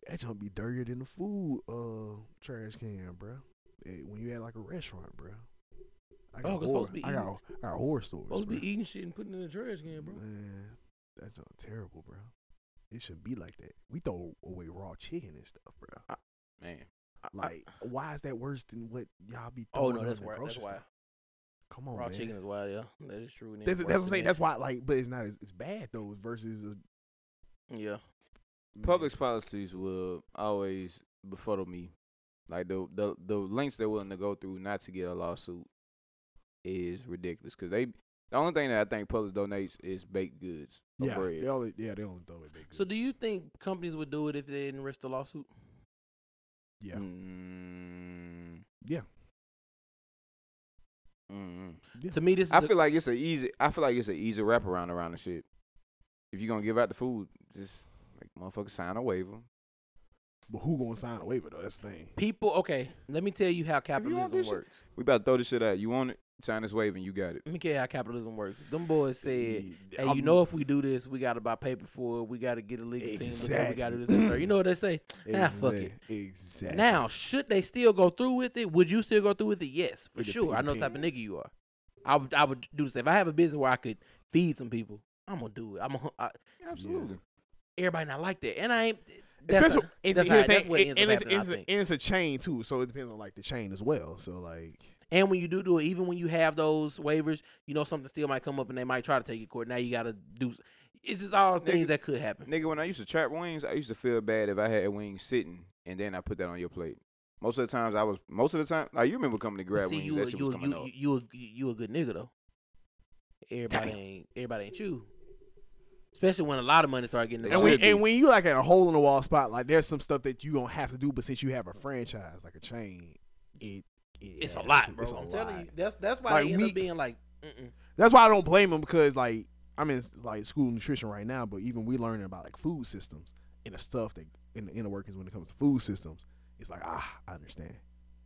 Speaker 3: that junk be dirtier than the food uh trash can, bro. Eh, when you at like a restaurant, bro. I got,
Speaker 2: Oh, 'cause
Speaker 3: horror,
Speaker 2: supposed to be
Speaker 3: I, got, I got horror stories.
Speaker 2: Supposed to
Speaker 3: bro.
Speaker 2: be eating shit and putting it in the trash can, bro.
Speaker 3: Man, that junk terrible, bro. It shouldn't be like that. We throw away raw chicken and stuff, bro.
Speaker 4: Man,
Speaker 3: Like, why is that worse than what y'all be
Speaker 2: Oh
Speaker 3: throwing?
Speaker 2: no,
Speaker 3: out
Speaker 2: that's
Speaker 3: in
Speaker 2: wild. That's
Speaker 3: grocery
Speaker 2: wild.
Speaker 3: store? Come on,
Speaker 2: Raw
Speaker 3: man.
Speaker 2: chicken is wild, yeah. That is true. and it's
Speaker 3: That's, that's
Speaker 2: worse
Speaker 3: what I'm
Speaker 2: than
Speaker 3: saying. That's why, like, but it's not as, as bad though. Versus a
Speaker 2: that. Yeah.
Speaker 3: Mm.
Speaker 4: public's policies will always befuddle me. Like the the the lengths they're willing to go through not to get a lawsuit is ridiculous. Cause they the only thing that I think public donates is baked goods or
Speaker 3: yeah,
Speaker 4: bread.
Speaker 3: they only yeah they only throw away big.
Speaker 2: So
Speaker 3: goods.
Speaker 2: do you think companies would do it if they didn't risk the lawsuit?
Speaker 3: yeah
Speaker 4: Mm,
Speaker 3: yeah
Speaker 4: mm.
Speaker 3: yeah.
Speaker 2: To me, this is
Speaker 4: I
Speaker 2: a-
Speaker 4: feel like it's an easy. I feel like it's an easy wraparound around the shit. If you're gonna give out the food, just like motherfucker sign a waiver.
Speaker 3: But who gonna sign a waiver though? That's the thing.
Speaker 2: people. Okay, let me tell you how
Speaker 1: If you want
Speaker 2: capitalism
Speaker 1: this shit-
Speaker 2: works.
Speaker 1: We about to throw this shit out. You want it? Sign this waiver and you got it.
Speaker 2: Let me tell you how capitalism works. Them boys said,
Speaker 3: Yeah,
Speaker 2: "Hey, you
Speaker 3: I'm-
Speaker 2: know, if we do this, we got to buy paper for it. We got to get a legal team. look at it, We got to do this. And
Speaker 3: Exactly.
Speaker 2: that. You know what they say? Ah, fuck it.
Speaker 3: exact- Exactly.
Speaker 2: Now, should they still go through with it? Would you still go through with it? Yes, for
Speaker 3: It dep-
Speaker 2: sure.
Speaker 3: it
Speaker 2: I know the type of nigga you are. I would, I would do this if I have a business where I could feed some people. I'm gonna do it. I'm gonna. I,
Speaker 1: Absolutely.
Speaker 2: everybody not like that, and I ain't. That's
Speaker 3: especially
Speaker 2: a,
Speaker 3: and
Speaker 2: that's,
Speaker 3: here's the
Speaker 2: how- that's
Speaker 3: thing,
Speaker 2: what ends up
Speaker 3: and it's,
Speaker 2: happening, I
Speaker 3: it's a-
Speaker 2: think.
Speaker 3: and it's a chain too, so it depends on like the chain as well. So like,
Speaker 2: And when you do do it, even when you have those waivers, you know something still might come up, and they might try to take you to court. Now you got to do. It's just all things
Speaker 1: Nigga-
Speaker 2: that could happen.
Speaker 1: Nigga, when I used to trap wings, I used to feel bad if I had wings sitting and then I put that on your plate. Most of the times I was most of the time like you remember coming to
Speaker 2: But
Speaker 1: grab
Speaker 2: see,
Speaker 1: wings,
Speaker 2: you
Speaker 1: that
Speaker 2: a,
Speaker 1: shit
Speaker 2: you,
Speaker 1: was
Speaker 2: a,
Speaker 1: coming
Speaker 2: you,
Speaker 1: up.
Speaker 2: you, you, a, you a good nigga though. Everybody
Speaker 3: Goddamn.
Speaker 2: ain't everybody ain't you. Especially when a lot of money start getting.
Speaker 1: It
Speaker 3: and
Speaker 2: involved.
Speaker 3: when
Speaker 1: should be.
Speaker 3: and when you like at a hole in the wall spot, like there's some stuff that you don't have to do, but since you have a franchise like a chain, it, it
Speaker 2: It's a
Speaker 3: adds-
Speaker 2: lot, bro.
Speaker 3: It's a
Speaker 2: I'm
Speaker 3: lot.
Speaker 2: telling you, that's that's why
Speaker 3: Like,
Speaker 2: they end
Speaker 3: we-
Speaker 2: up being like, Mm-mm.
Speaker 3: That's why I don't blame them because like I'm in like school of nutrition right now, but even we learning about like food systems and the stuff that in the inner workings when it comes to food systems, it's like ah, I understand.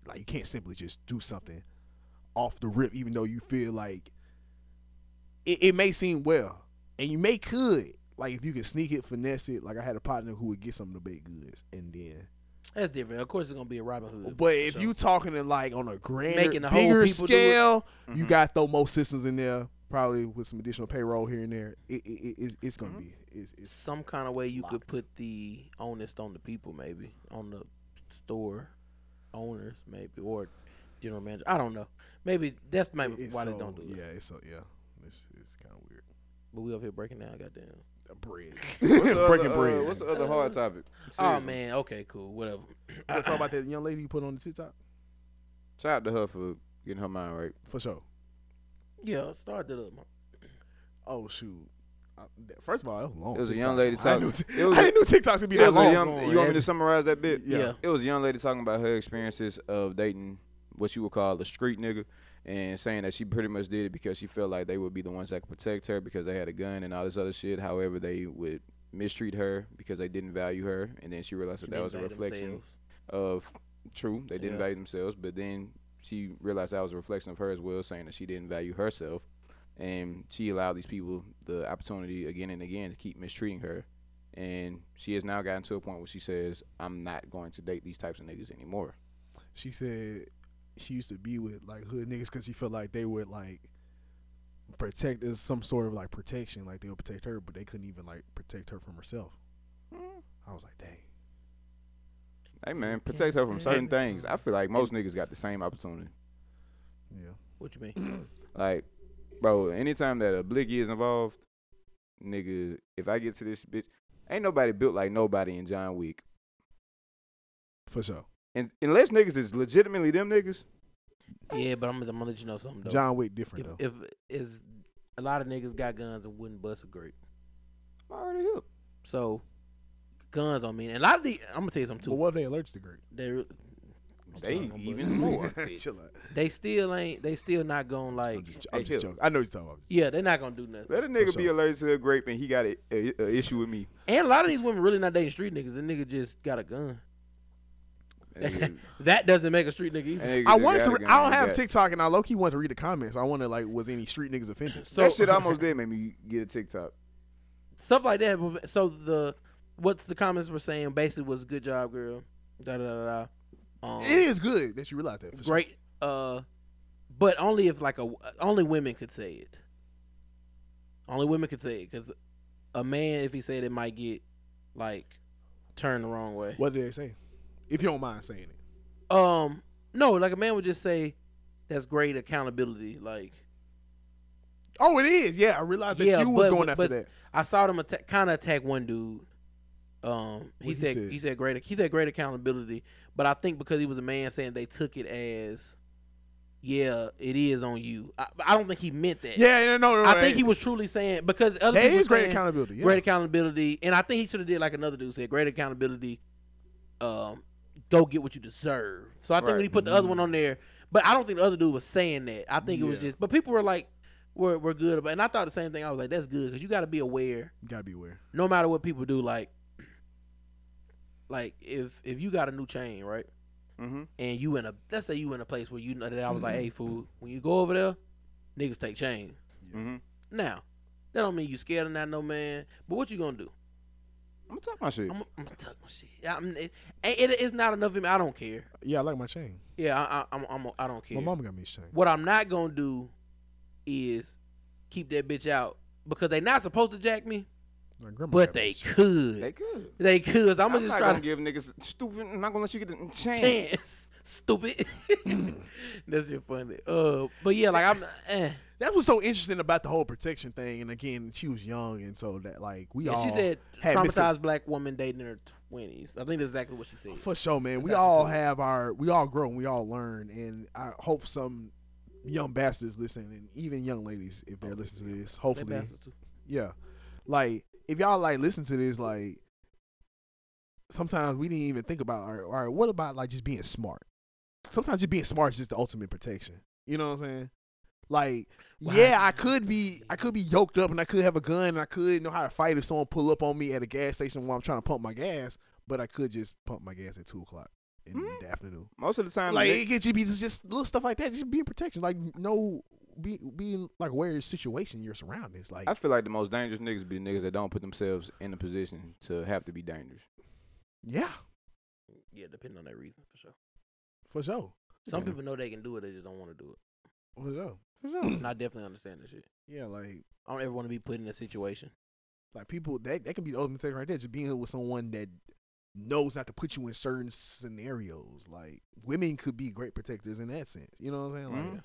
Speaker 3: Like you can't simply just do something off the rip, even though you feel like it, it may seem well, and you may could like if you can sneak it, finesse it. Like I had a partner who would get some of the baked goods, and then
Speaker 2: that's different. Of course, it's gonna be a Robin Hood.
Speaker 3: but
Speaker 2: for
Speaker 3: if
Speaker 2: sure.
Speaker 3: you talking in like on a grander,
Speaker 2: Making the whole
Speaker 3: bigger
Speaker 2: people do it.
Speaker 3: scale, you
Speaker 1: Mhm.
Speaker 3: got throw more systems in there, probably with some additional payroll here and there. It, it, it, it's, it's gonna
Speaker 1: Mhm.
Speaker 3: be it's, it's
Speaker 2: some kind of way you could
Speaker 3: locked.
Speaker 2: put the onus on the people, maybe on the store owners, maybe or general manager. I don't know. Maybe that's maybe
Speaker 3: it- it's
Speaker 2: why
Speaker 3: so-
Speaker 2: they don't do it.
Speaker 3: Yeah, it's so yeah, it's, it's kind of weird.
Speaker 2: But we up here breaking down, goddamn.
Speaker 3: Bread,
Speaker 1: What's the
Speaker 3: breaking
Speaker 1: other,
Speaker 3: bread.
Speaker 1: Uh, what's the other hard topic?
Speaker 2: Oh
Speaker 1: Seriously.
Speaker 2: man, okay, cool, whatever.
Speaker 3: You wanna talk about that young lady you put on the TikTok
Speaker 1: Shout out to her for getting her mind right.
Speaker 3: for sure.
Speaker 2: Yeah, start that up. man.
Speaker 3: Oh shoot! I, that- first of all, that was long.
Speaker 1: It was a
Speaker 3: TikTok.
Speaker 1: young lady
Speaker 3: I
Speaker 1: talking-
Speaker 3: knew, t-
Speaker 1: it was
Speaker 3: I
Speaker 1: a-
Speaker 3: didn't know TikToks could be
Speaker 1: It
Speaker 3: that
Speaker 1: was a
Speaker 3: long.
Speaker 1: young,
Speaker 2: going,
Speaker 1: you want me
Speaker 2: yeah.
Speaker 1: to summarize that bit?
Speaker 2: Yeah.
Speaker 1: It was a young lady talking about her experiences of dating what you would call a street nigga and saying that she pretty much did it because she felt like they would be the ones that could protect her because they had a gun and all this other shit. However, they would mistreat her because they didn't value her. And then she realized that that was a
Speaker 2: Invade
Speaker 1: reflection
Speaker 2: themselves.
Speaker 1: of true, they didn't
Speaker 2: Yeah.
Speaker 1: value themselves, but then
Speaker 4: she realized that was a reflection of her as well, saying that she didn't value herself, and she allowed these people the opportunity again and again to keep mistreating her, and she has now gotten to a point where she says, "I'm not going to date these types of niggas anymore."
Speaker 3: she said she used to be with like hood niggas because she felt like they would like protect as some sort of like protection, like they would protect her, but they couldn't even like protect her from herself. I was like, dang.
Speaker 1: Hey man,
Speaker 2: Can't
Speaker 1: protect her from
Speaker 2: say
Speaker 1: certain
Speaker 2: it.
Speaker 1: things. I feel like most niggas got the same opportunity.
Speaker 3: Yeah.
Speaker 2: What you mean?
Speaker 1: Like, bro, anytime that a blicky is involved, nigga, if I get to this bitch, ain't nobody built like nobody in John Wick.
Speaker 3: For sure.
Speaker 1: And unless niggas is legitimately them niggas,
Speaker 2: yeah, but I'm, gonna- I'm gonna let you know something though.
Speaker 3: John Wick different
Speaker 2: if
Speaker 3: though.
Speaker 2: if is a lot of niggas got guns and wouldn't bust a grape,
Speaker 1: I'm already here.
Speaker 2: so guns don't mean. And a lot of the I'm gonna tell you something
Speaker 3: But
Speaker 2: too.
Speaker 3: what if they allergic to grape?
Speaker 2: They re- I'm sorry,
Speaker 4: They
Speaker 2: I'm
Speaker 4: even more. bitch.
Speaker 3: Chill out.
Speaker 2: they still ain't they still not gonna
Speaker 3: I'm
Speaker 2: like
Speaker 3: just, I'm
Speaker 4: hey,
Speaker 3: just
Speaker 4: chill.
Speaker 3: joking. I know what you're talking about.
Speaker 2: yeah they're not gonna do nothing.
Speaker 1: Let a nigga
Speaker 3: For
Speaker 1: be
Speaker 3: sure.
Speaker 1: allergic to a grape and he got a, a, a issue with me.
Speaker 2: And a lot of these women really not dating street niggas. The nigga just got a gun.
Speaker 1: That nigga-
Speaker 2: that doesn't make a street nigga
Speaker 1: that
Speaker 2: either.
Speaker 1: nigga
Speaker 3: I
Speaker 1: just
Speaker 3: wanted
Speaker 1: got
Speaker 3: to.
Speaker 1: a
Speaker 3: Re-
Speaker 1: gun
Speaker 3: I
Speaker 1: and
Speaker 3: don't
Speaker 1: he
Speaker 3: have
Speaker 1: got-
Speaker 3: TikTok, and I low key wanted to read the comments. I wanted like, was any street niggas offended?
Speaker 2: So
Speaker 1: that shit almost did make me get a TikTok.
Speaker 2: stuff like that. but- So the what's the comments were saying basically was good job, girl. Da da da. da. Um,
Speaker 3: It is good that you realize that. For sure.
Speaker 2: great. Uh, but only if like a only women could say it. Only women could say it because a man, if he said it, might get like turned the wrong way.
Speaker 3: What did they say? If you don't mind saying it.
Speaker 2: Um, no, like a man would just say, "That's great accountability." Like,
Speaker 3: Oh, it is. Yeah, I realized that
Speaker 2: yeah,
Speaker 3: you
Speaker 2: but,
Speaker 3: was going
Speaker 2: but-
Speaker 3: after
Speaker 2: but
Speaker 3: that.
Speaker 2: I saw them attack, kind of attack one dude. Um, he
Speaker 3: What'd he
Speaker 2: said,
Speaker 3: say?
Speaker 2: he said great he said great accountability, but I think because he was a man saying they took it as, yeah, it is on you. I, I don't think he meant that.
Speaker 3: Yeah, yeah, no, no.
Speaker 2: I
Speaker 3: no,
Speaker 2: think
Speaker 3: that-
Speaker 2: he was truly saying because other
Speaker 3: That
Speaker 2: people
Speaker 3: is great
Speaker 2: saying
Speaker 3: accountability. Yeah.
Speaker 2: great accountability, and I think he should have did like another dude said great accountability. Um, go get what you deserve. So I think when
Speaker 1: Right.
Speaker 2: he put the other one on there, but I don't think the other dude was saying that. I think it was
Speaker 3: Mm-hmm. Yeah.
Speaker 2: just, but people were like, were were good about, it. and I thought the same thing. I was like, that's good because you got to be aware
Speaker 3: You gotta be aware.
Speaker 2: no matter what people do, like like if if you got a new chain, right?
Speaker 1: Mm-hmm.
Speaker 2: And you in a let's say you in a place where you know that I was
Speaker 3: Mm-hmm.
Speaker 2: like, hey fool, when you go over there, niggas take chains.
Speaker 1: Mm-hmm.
Speaker 2: Now, that don't mean you scared of not no man, but what you gonna do?
Speaker 1: I'm gonna talk my shit.
Speaker 2: I'm, I'm gonna tuck my shit. I'm, it, it, it's not enough of him. I don't care.
Speaker 3: Yeah, I like my chain.
Speaker 2: Yeah, I, I, I'm, I'm, I don't care.
Speaker 3: My mama got me a chain.
Speaker 2: What I'm not gonna do is keep that bitch out because they not supposed to jack me,
Speaker 3: My grandma
Speaker 2: but
Speaker 3: got me a
Speaker 2: they
Speaker 3: chain.
Speaker 2: could.
Speaker 1: They
Speaker 2: They,
Speaker 1: could.
Speaker 2: could. So I'm
Speaker 1: I'm,
Speaker 2: gonna just
Speaker 1: not
Speaker 2: try
Speaker 1: gonna
Speaker 2: to
Speaker 1: give niggas stupid. I'm not gonna let you get the chance.
Speaker 2: chance. Stupid. That's your funny. Uh, but yeah, like I'm. Eh.
Speaker 3: That was so interesting about the whole protection thing. And again, she was young, and so that like we
Speaker 2: Yeah,
Speaker 3: all
Speaker 2: she said
Speaker 3: had
Speaker 2: traumatized
Speaker 3: miscon-
Speaker 2: black woman dating in her twenties. I think that's exactly what she said.
Speaker 3: for sure, man. We
Speaker 2: That's
Speaker 3: all
Speaker 2: absolutely-
Speaker 3: have our we all grow and we all learn. And I hope some young bastards listen, and even young ladies if they're listening to this,
Speaker 2: That
Speaker 3: hopefully,
Speaker 2: bastard too.
Speaker 3: yeah. Like if y'all like listen to this, like sometimes we didn't even think about. All right, all right what about like just being smart? Sometimes just being smart is just the ultimate protection. You know what I'm saying? Like,
Speaker 2: Wow.
Speaker 3: yeah, I could be, I could be yoked up, and I could have a gun, and I could know how to fight if someone pull up on me at a gas station while I'm trying to pump my gas. But I could just pump my gas at two o'clock in
Speaker 1: Mm.
Speaker 3: the afternoon.
Speaker 1: Most of the time,
Speaker 3: Like
Speaker 1: nigg-
Speaker 3: it could just be just little stuff like that, just being protection. Like no, be, being like aware of your situation, your surroundings. Like
Speaker 1: I feel like the most dangerous niggas be the niggas that don't put themselves in a position to have to be dangerous.
Speaker 3: yeah,
Speaker 2: Yeah, depending on that reason for sure.
Speaker 3: for sure.
Speaker 2: Some
Speaker 1: Yeah.
Speaker 2: people know they can do it, they just don't want to do it.
Speaker 3: For sure.
Speaker 2: And I definitely understand that shit.
Speaker 3: Yeah, like
Speaker 2: I don't ever want to be put in a situation.
Speaker 3: like people that that can be the ultimate thing right there. Just being with someone that knows not to put you in certain scenarios. Like women could be great protectors in that sense. You know what I'm saying? Like
Speaker 1: Mhm.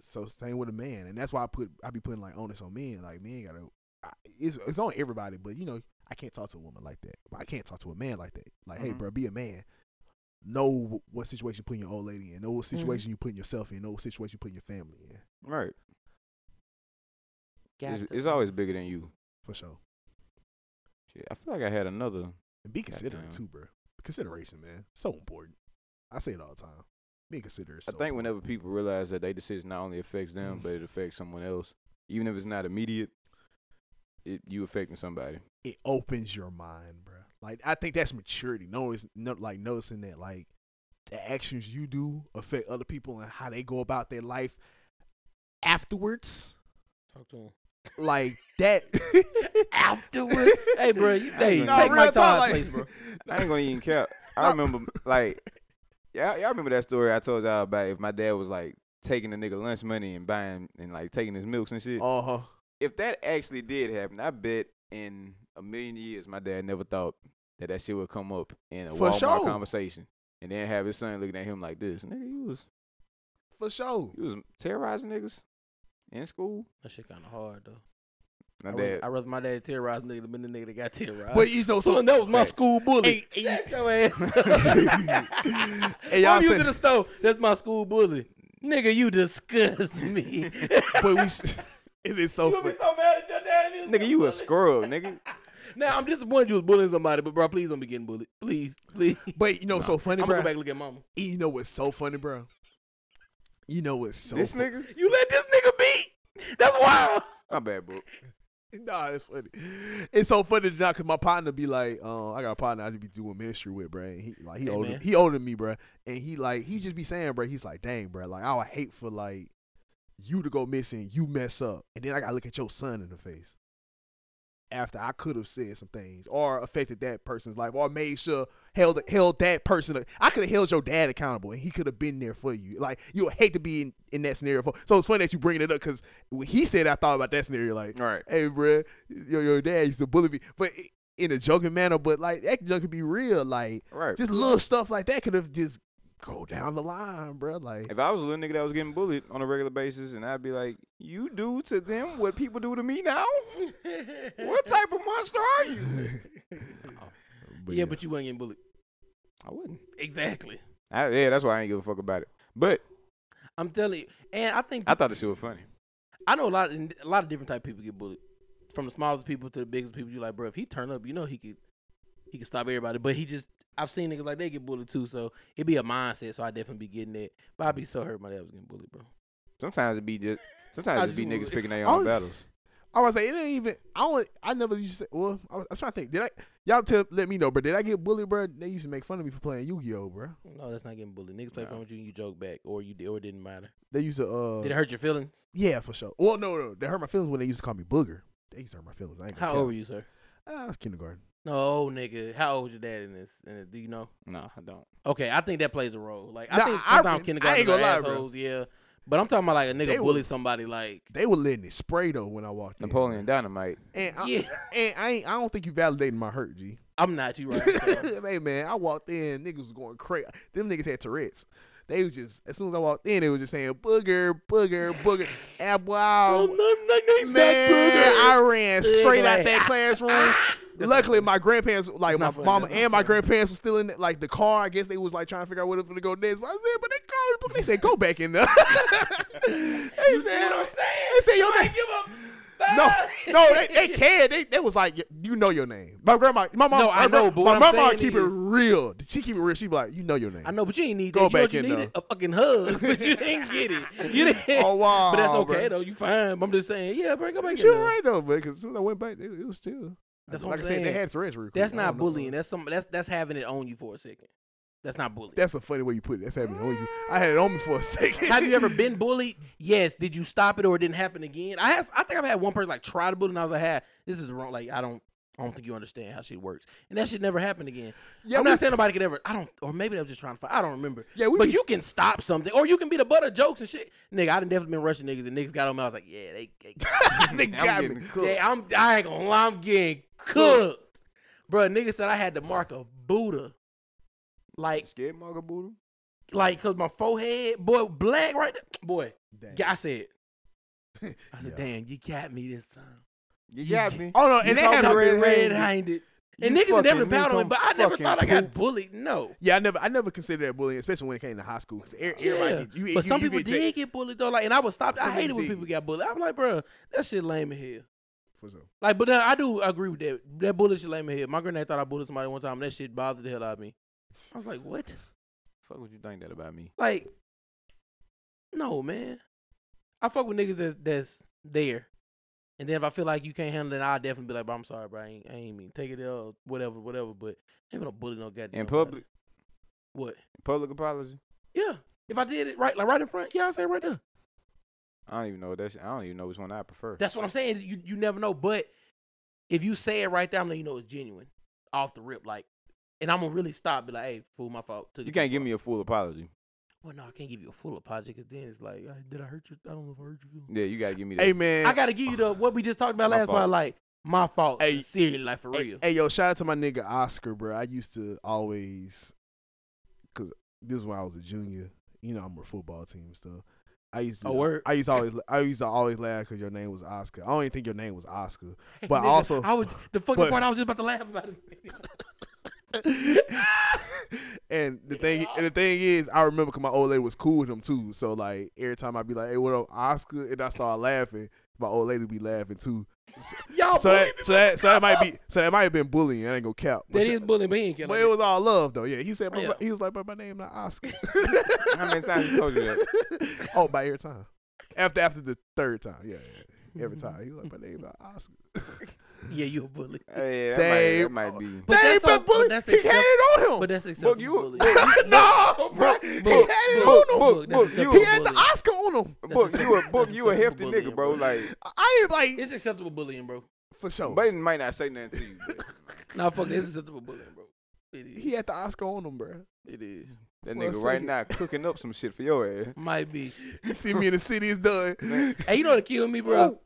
Speaker 3: so same with a man, and that's why I put I be putting like onus on men. Like men gotta I, it's it's on everybody, but you know I can't talk to a woman like that. I can't talk to a man like that. Like hey,
Speaker 1: Mhm.
Speaker 3: bro, be a man. Know wh- what situation you putting your old lady in. Know what situation you putting yourself in. Know what situation you putting your family in.
Speaker 1: Right. It's, it's always bigger than you.
Speaker 3: For sure.
Speaker 1: Shit, I feel like I had another.
Speaker 3: And be considerate
Speaker 1: Goddamn.
Speaker 3: too, bro. Consideration, man. So important. I say it all the time. Being considerate. is
Speaker 1: I
Speaker 3: so
Speaker 1: think
Speaker 3: important.
Speaker 1: whenever people realize that their decision not only affects them,
Speaker 3: Mm.
Speaker 1: but it affects someone else, even if it's not immediate, it you affecting somebody.
Speaker 3: it opens your mind, bro. Like I think that's maturity. No, it's no, like noticing that like the actions you do affect other people and how they go about their life afterwards.
Speaker 2: Talk to him.
Speaker 3: Like that
Speaker 2: Afterwards? hey, bro, you, hey,
Speaker 4: No,
Speaker 2: take
Speaker 4: real
Speaker 2: my
Speaker 4: talk,
Speaker 2: time,
Speaker 4: like-
Speaker 2: please, bro.
Speaker 4: I ain't gonna even care. I remember like yeah, y'all remember that story I told y'all about if my dad was like taking the nigga lunch money and buying and like taking his milks and
Speaker 1: Oh.
Speaker 4: shit.
Speaker 3: Uh huh.
Speaker 4: If that actually did happen, I bet in a million years my dad never thought that that shit would come up in a
Speaker 3: For
Speaker 4: Walmart
Speaker 3: sure.
Speaker 4: conversation. And then have his son looking at him like this, nigga, you was
Speaker 3: For sure.
Speaker 4: you was terrorizing niggas in school.
Speaker 2: That shit kind of hard, though.
Speaker 4: My
Speaker 2: I
Speaker 4: dad,
Speaker 2: rather, I rather my dad terrorize nigga than the nigga that got terrorized.
Speaker 3: But you know, so
Speaker 2: Son, that was my
Speaker 4: Facts.
Speaker 2: school bully.
Speaker 3: Hey,
Speaker 2: Shut your ass.
Speaker 3: Hey, y'all
Speaker 2: Mom, you
Speaker 3: said-
Speaker 2: to the store. That's my school bully. Nigga, you disgust me.
Speaker 3: but we s- it is so funny.
Speaker 2: so mad at your dad. if
Speaker 4: nigga, you a scrub, nigga.
Speaker 2: Now I'm disappointed you was bullying somebody, but bro, please don't be getting bullied. Please, please.
Speaker 3: But you know, so
Speaker 2: I'm
Speaker 3: funny,
Speaker 2: gonna
Speaker 3: bro.
Speaker 2: go back and look at mama.
Speaker 3: And You know what's so funny, bro? You know what's so
Speaker 4: this
Speaker 3: funny?
Speaker 4: nigga,
Speaker 2: You let this nigga beat. That's wild.
Speaker 4: my bad, bro.
Speaker 3: Nah, it's funny. It's so funny now because my partner be like, uh, I got a partner I just be doing ministry with, bro. And he like he
Speaker 2: Hey,
Speaker 3: older
Speaker 2: man.
Speaker 3: he older than me, bro. And he like he just be saying, bro. He's like, dang, bro. Like I would hate for like you to go missing, you mess up, and then I gotta look at your son in the face. After I could have said some things or affected that person's life or made sure held held that person. I could have held your dad accountable and he could have been there for you. Like you would hate to be in, in that scenario. For, so it's funny that you bringing it up because when he said, it, I thought about that scenario. Like,
Speaker 4: All right.
Speaker 3: hey, bruh, your, your dad used to bully me, but i- in a joking manner. But like that junk could be real. Like
Speaker 4: Right.
Speaker 3: just little stuff like that could have just go down the line, bruh. Like
Speaker 4: If I was a little nigga that was getting bullied on a regular basis, and I'd be like, "You do to them what people do to me now? What type of monster are you?" Oh,
Speaker 2: yeah, but you wasn't getting bullied.
Speaker 4: I wouldn't.
Speaker 2: Exactly.
Speaker 4: I, yeah, that's why I ain't give a fuck about it. But
Speaker 2: I'm telling you, and I think
Speaker 4: I thought this shit was funny.
Speaker 2: I know a lot of a lot of different type of people get bullied, from the smallest people to the biggest people. You like, bro, if he turn up, you know he could he could stop everybody. But he just I've seen niggas like they get bullied too, so it'd be a mindset. So I definitely be getting that. But I'd be so hurt my dad was getting bullied, bro.
Speaker 4: Sometimes it be just.
Speaker 2: I
Speaker 4: Sometimes it
Speaker 2: just
Speaker 4: be
Speaker 2: wanna-
Speaker 4: niggas picking their
Speaker 3: I
Speaker 4: own
Speaker 3: was-
Speaker 4: battles.
Speaker 3: I was say it ain't even. I don't. I never used to. Say, well, I was, I'm trying to think. Did I? Y'all tell let me know, bro. Did I get bullied, bro? They used to make fun of me for playing Yu Gi Oh, bro.
Speaker 2: No, that's not getting bullied. Niggas play
Speaker 4: No.
Speaker 2: fun with you and you joke back, or you did, or it didn't matter.
Speaker 3: They used to. uh
Speaker 2: Did it hurt your feelings?
Speaker 3: Yeah, for sure. Well, no, no, they hurt my feelings when they used to call me booger. They used to hurt my feelings. I ain't gonna
Speaker 2: How
Speaker 3: cap.
Speaker 2: old were you, sir?
Speaker 3: Ah, I was kindergarten.
Speaker 2: No, nigga. How old was your dad in this? In this do you know?
Speaker 4: No, I don't.
Speaker 2: Okay, I think that plays a role. Like I
Speaker 3: Nah,
Speaker 2: think
Speaker 3: I-
Speaker 2: sometimes
Speaker 3: I
Speaker 2: kindergarten
Speaker 3: ain't
Speaker 2: are
Speaker 3: gonna lie, bro.
Speaker 2: assholes, yeah. But I'm talking about like a nigga
Speaker 3: They were-
Speaker 2: bully somebody like
Speaker 3: They were letting it spray though when I walked in.
Speaker 4: Napoleon Dynamite.
Speaker 3: And I,
Speaker 2: Yeah.
Speaker 3: and I ain't, I don't think you validated my hurt, G.
Speaker 2: I'm not you right. so-
Speaker 3: hey man, I walked in, niggas was going crazy. Them niggas had Tourette's. They was just as soon as I walked in, they was just saying booger, booger, booger. and
Speaker 2: Um,
Speaker 3: wow, man, I ran straight out that classroom. Luckily, my grandparents, like my
Speaker 2: not funny.
Speaker 3: mama
Speaker 2: That's not
Speaker 3: and my
Speaker 2: funny.
Speaker 3: grandparents, were still in like the car. I guess they was like trying to figure out where to go next. But I said, but they called me. Booger. They said, go back in there. they you said, They said your name. No, no, they, they can. They, they was like, you know your name. My grandma, my mom,
Speaker 2: No, I
Speaker 3: my gra-
Speaker 2: know, but
Speaker 3: my
Speaker 2: what I'm
Speaker 3: mama
Speaker 2: saying
Speaker 3: keep it
Speaker 2: is-
Speaker 3: real. She keep it real. She be like, you know your name.
Speaker 2: I know, but you ain't need
Speaker 3: Go
Speaker 2: that. You
Speaker 3: back
Speaker 2: know what you
Speaker 3: in,
Speaker 2: needed? A fucking hug, but you didn't get it. You didn't.
Speaker 3: Oh, wow,
Speaker 2: But that's okay
Speaker 3: bro.
Speaker 2: though. You fine. But I'm just saying, yeah, bro, go back
Speaker 3: She
Speaker 2: in
Speaker 3: was
Speaker 2: there.
Speaker 3: right though, but because soon as I went back, it, it was chill.
Speaker 2: That's
Speaker 3: like
Speaker 2: what
Speaker 3: I
Speaker 2: I'm
Speaker 3: said. They
Speaker 2: saying.
Speaker 3: had Tourette's real quick.
Speaker 2: That's
Speaker 3: I don't
Speaker 2: not
Speaker 3: know.
Speaker 2: bullying. That's some. That's that's having it on you for a second. That's not bullying.
Speaker 3: That's a funny way you put it. That's happening on you. I had it on me for a second.
Speaker 2: Have you ever been bullied? Yes. Did you stop it or it didn't happen again? I have. I think I've had one person like try to bully, and I was like, "Hey, this is wrong. Like, I don't. I don't think you understand how shit works." And that shit never happened again.
Speaker 3: Yeah,
Speaker 2: I'm
Speaker 3: we-
Speaker 2: not saying nobody could ever. I don't. Or maybe they were just trying to fight. I don't remember.
Speaker 3: Yeah, we
Speaker 2: but
Speaker 3: be-
Speaker 2: you can stop something, or you can be the butt of jokes and shit. Nigga, I done definitely been rushing niggas, and niggas got on me. I was like, "Yeah, they. they
Speaker 3: they got me.
Speaker 4: getting cooked.
Speaker 2: yeah, I'm. I ain't gonna lie. I'm getting cooked, bro. Nigga said I had the mark of Buddha. Like,
Speaker 4: Scared Margot Buddha?
Speaker 2: like, cause my forehead, boy, black right there. Boy, yeah, I said, I said,
Speaker 3: Yeah.
Speaker 2: damn, you got me this time.
Speaker 4: You
Speaker 2: Yeah.
Speaker 4: got me.
Speaker 3: Oh no, and they
Speaker 4: You
Speaker 3: had
Speaker 4: caught me
Speaker 3: red,
Speaker 4: red-handed.
Speaker 2: Red handed. And
Speaker 4: You
Speaker 2: niggas
Speaker 4: fucking
Speaker 2: definitely bowed on me,
Speaker 4: newcomb
Speaker 2: but I never
Speaker 4: fucking
Speaker 2: thought I got
Speaker 4: poop.
Speaker 2: bullied. No.
Speaker 3: Yeah, I never, I never considered that bullying, especially when it came to high school. 'cause e- everybody,
Speaker 2: Yeah.
Speaker 3: get- you,
Speaker 2: but
Speaker 3: you-
Speaker 2: some
Speaker 3: you
Speaker 2: people
Speaker 3: get jacked
Speaker 2: did get bullied though. Like, and I was stopped. I
Speaker 3: Some
Speaker 2: hated
Speaker 3: niggas
Speaker 2: when
Speaker 3: did.
Speaker 2: people got bullied. I'm like, bro, that shit lame as hell.
Speaker 3: for sure.
Speaker 2: Like, but then I do agree with that. That bullet shit lame as hell. My granddad thought I bullied somebody one time. and That shit bothered the hell out of me. I was like, what?
Speaker 4: Fuck, would you think that about me?
Speaker 2: Like, no, man. I fuck with niggas that's, that's there. And then if I feel like you can't handle it, I'll definitely be like, bro, I'm sorry, bro. I ain't, I ain't mean. Take it L, whatever, whatever. But ain't gonna bully no goddamn.
Speaker 4: In
Speaker 2: nobody.
Speaker 4: public?
Speaker 2: What?
Speaker 4: Public apology.
Speaker 2: Yeah. If I did it right, like right in front, yeah, I say it right there.
Speaker 4: I don't even know what that's. I don't even know which one I prefer.
Speaker 2: That's what I'm saying. You you never know. But if you say it right there, I'm letting you know it's genuine, off the rip. Like, and I'm gonna really stop. Be like, hey, fool, my fault. Took it
Speaker 4: you
Speaker 2: too
Speaker 4: can't
Speaker 2: far."
Speaker 4: give me a full apology.
Speaker 2: Well, no, I can't give you a full apology because then it's like, "I- did I hurt you? I don't know if I hurt you.
Speaker 4: Yeah, you gotta give me that.
Speaker 3: Hey man,
Speaker 2: I gotta give you the what we just talked about
Speaker 4: My
Speaker 2: last
Speaker 4: fault.
Speaker 2: time. Like, my fault.
Speaker 3: Hey,
Speaker 2: Hey, seriously, like for
Speaker 3: Hey,
Speaker 2: real.
Speaker 3: hey, yo, shout out to my nigga Oscar, bro. I used to always, cause this is when I was a junior. You know, I'm a football team and stuff. I used to,
Speaker 2: Oh, word.
Speaker 3: I used to always, I used to always laugh because your name was Oscar. I don't even think your name was Oscar.
Speaker 2: Hey,
Speaker 3: but
Speaker 2: nigga,
Speaker 3: also-
Speaker 2: I was the fucking
Speaker 3: but-
Speaker 2: part I was just about to laugh about it.
Speaker 3: and the thing, and the thing is, I remember because my old lady was cool with him too. So like every time I'd be like, "Hey, what up, Oscar?" and I start laughing, my old lady be laughing too.
Speaker 2: Y'all
Speaker 3: So that,
Speaker 2: bullied me.
Speaker 3: so that, so that might be, so that might have been bullying. I ain't gonna cap. But
Speaker 2: That
Speaker 3: she-
Speaker 2: is bullying, but he ain't care
Speaker 3: But
Speaker 2: like
Speaker 3: it
Speaker 2: that.
Speaker 3: was all love though. Yeah, he said my,
Speaker 2: Yeah.
Speaker 3: he was like, "But my name not Oscar."
Speaker 4: How many times he told you
Speaker 3: that? Oh, by every time. After after the third time, yeah, yeah, yeah. every time he was like, "My name not Oscar."
Speaker 2: Yeah, you a bully.
Speaker 4: Hey, that,
Speaker 3: Dave. oh,
Speaker 4: might, that might be.
Speaker 2: But
Speaker 3: That ain't
Speaker 2: that's all-
Speaker 3: been bullying.
Speaker 2: but that's
Speaker 3: he
Speaker 2: accept-
Speaker 3: had it on him.
Speaker 2: But that's acceptable.
Speaker 4: you-
Speaker 2: bullying.
Speaker 3: no, bro,
Speaker 2: Book,
Speaker 3: he had
Speaker 2: book,
Speaker 3: it
Speaker 2: book,
Speaker 3: on him.
Speaker 2: book, that's
Speaker 4: Book,
Speaker 2: acceptable
Speaker 3: He had the
Speaker 2: bullying.
Speaker 3: Oscar on him.
Speaker 4: Book,
Speaker 2: That's
Speaker 4: you a
Speaker 2: acceptable-
Speaker 4: book,
Speaker 2: that's
Speaker 4: you a hefty
Speaker 2: acceptable
Speaker 4: nigga,
Speaker 2: bullying,
Speaker 4: bro. Like,
Speaker 3: I- I ain't like
Speaker 2: It's acceptable bullying, bro.
Speaker 3: for sure.
Speaker 4: but it might not say nothing to you. but
Speaker 2: Nah, fuck, it's acceptable bullying, bro. It is.
Speaker 3: he had the Oscar on him, bro.
Speaker 2: It is.
Speaker 4: That
Speaker 3: For a
Speaker 4: nigga right
Speaker 3: second.
Speaker 4: now cooking up some shit for your ass.
Speaker 2: Might be.
Speaker 3: You see me in the city is done.
Speaker 2: Hey, you know what killed me, bro?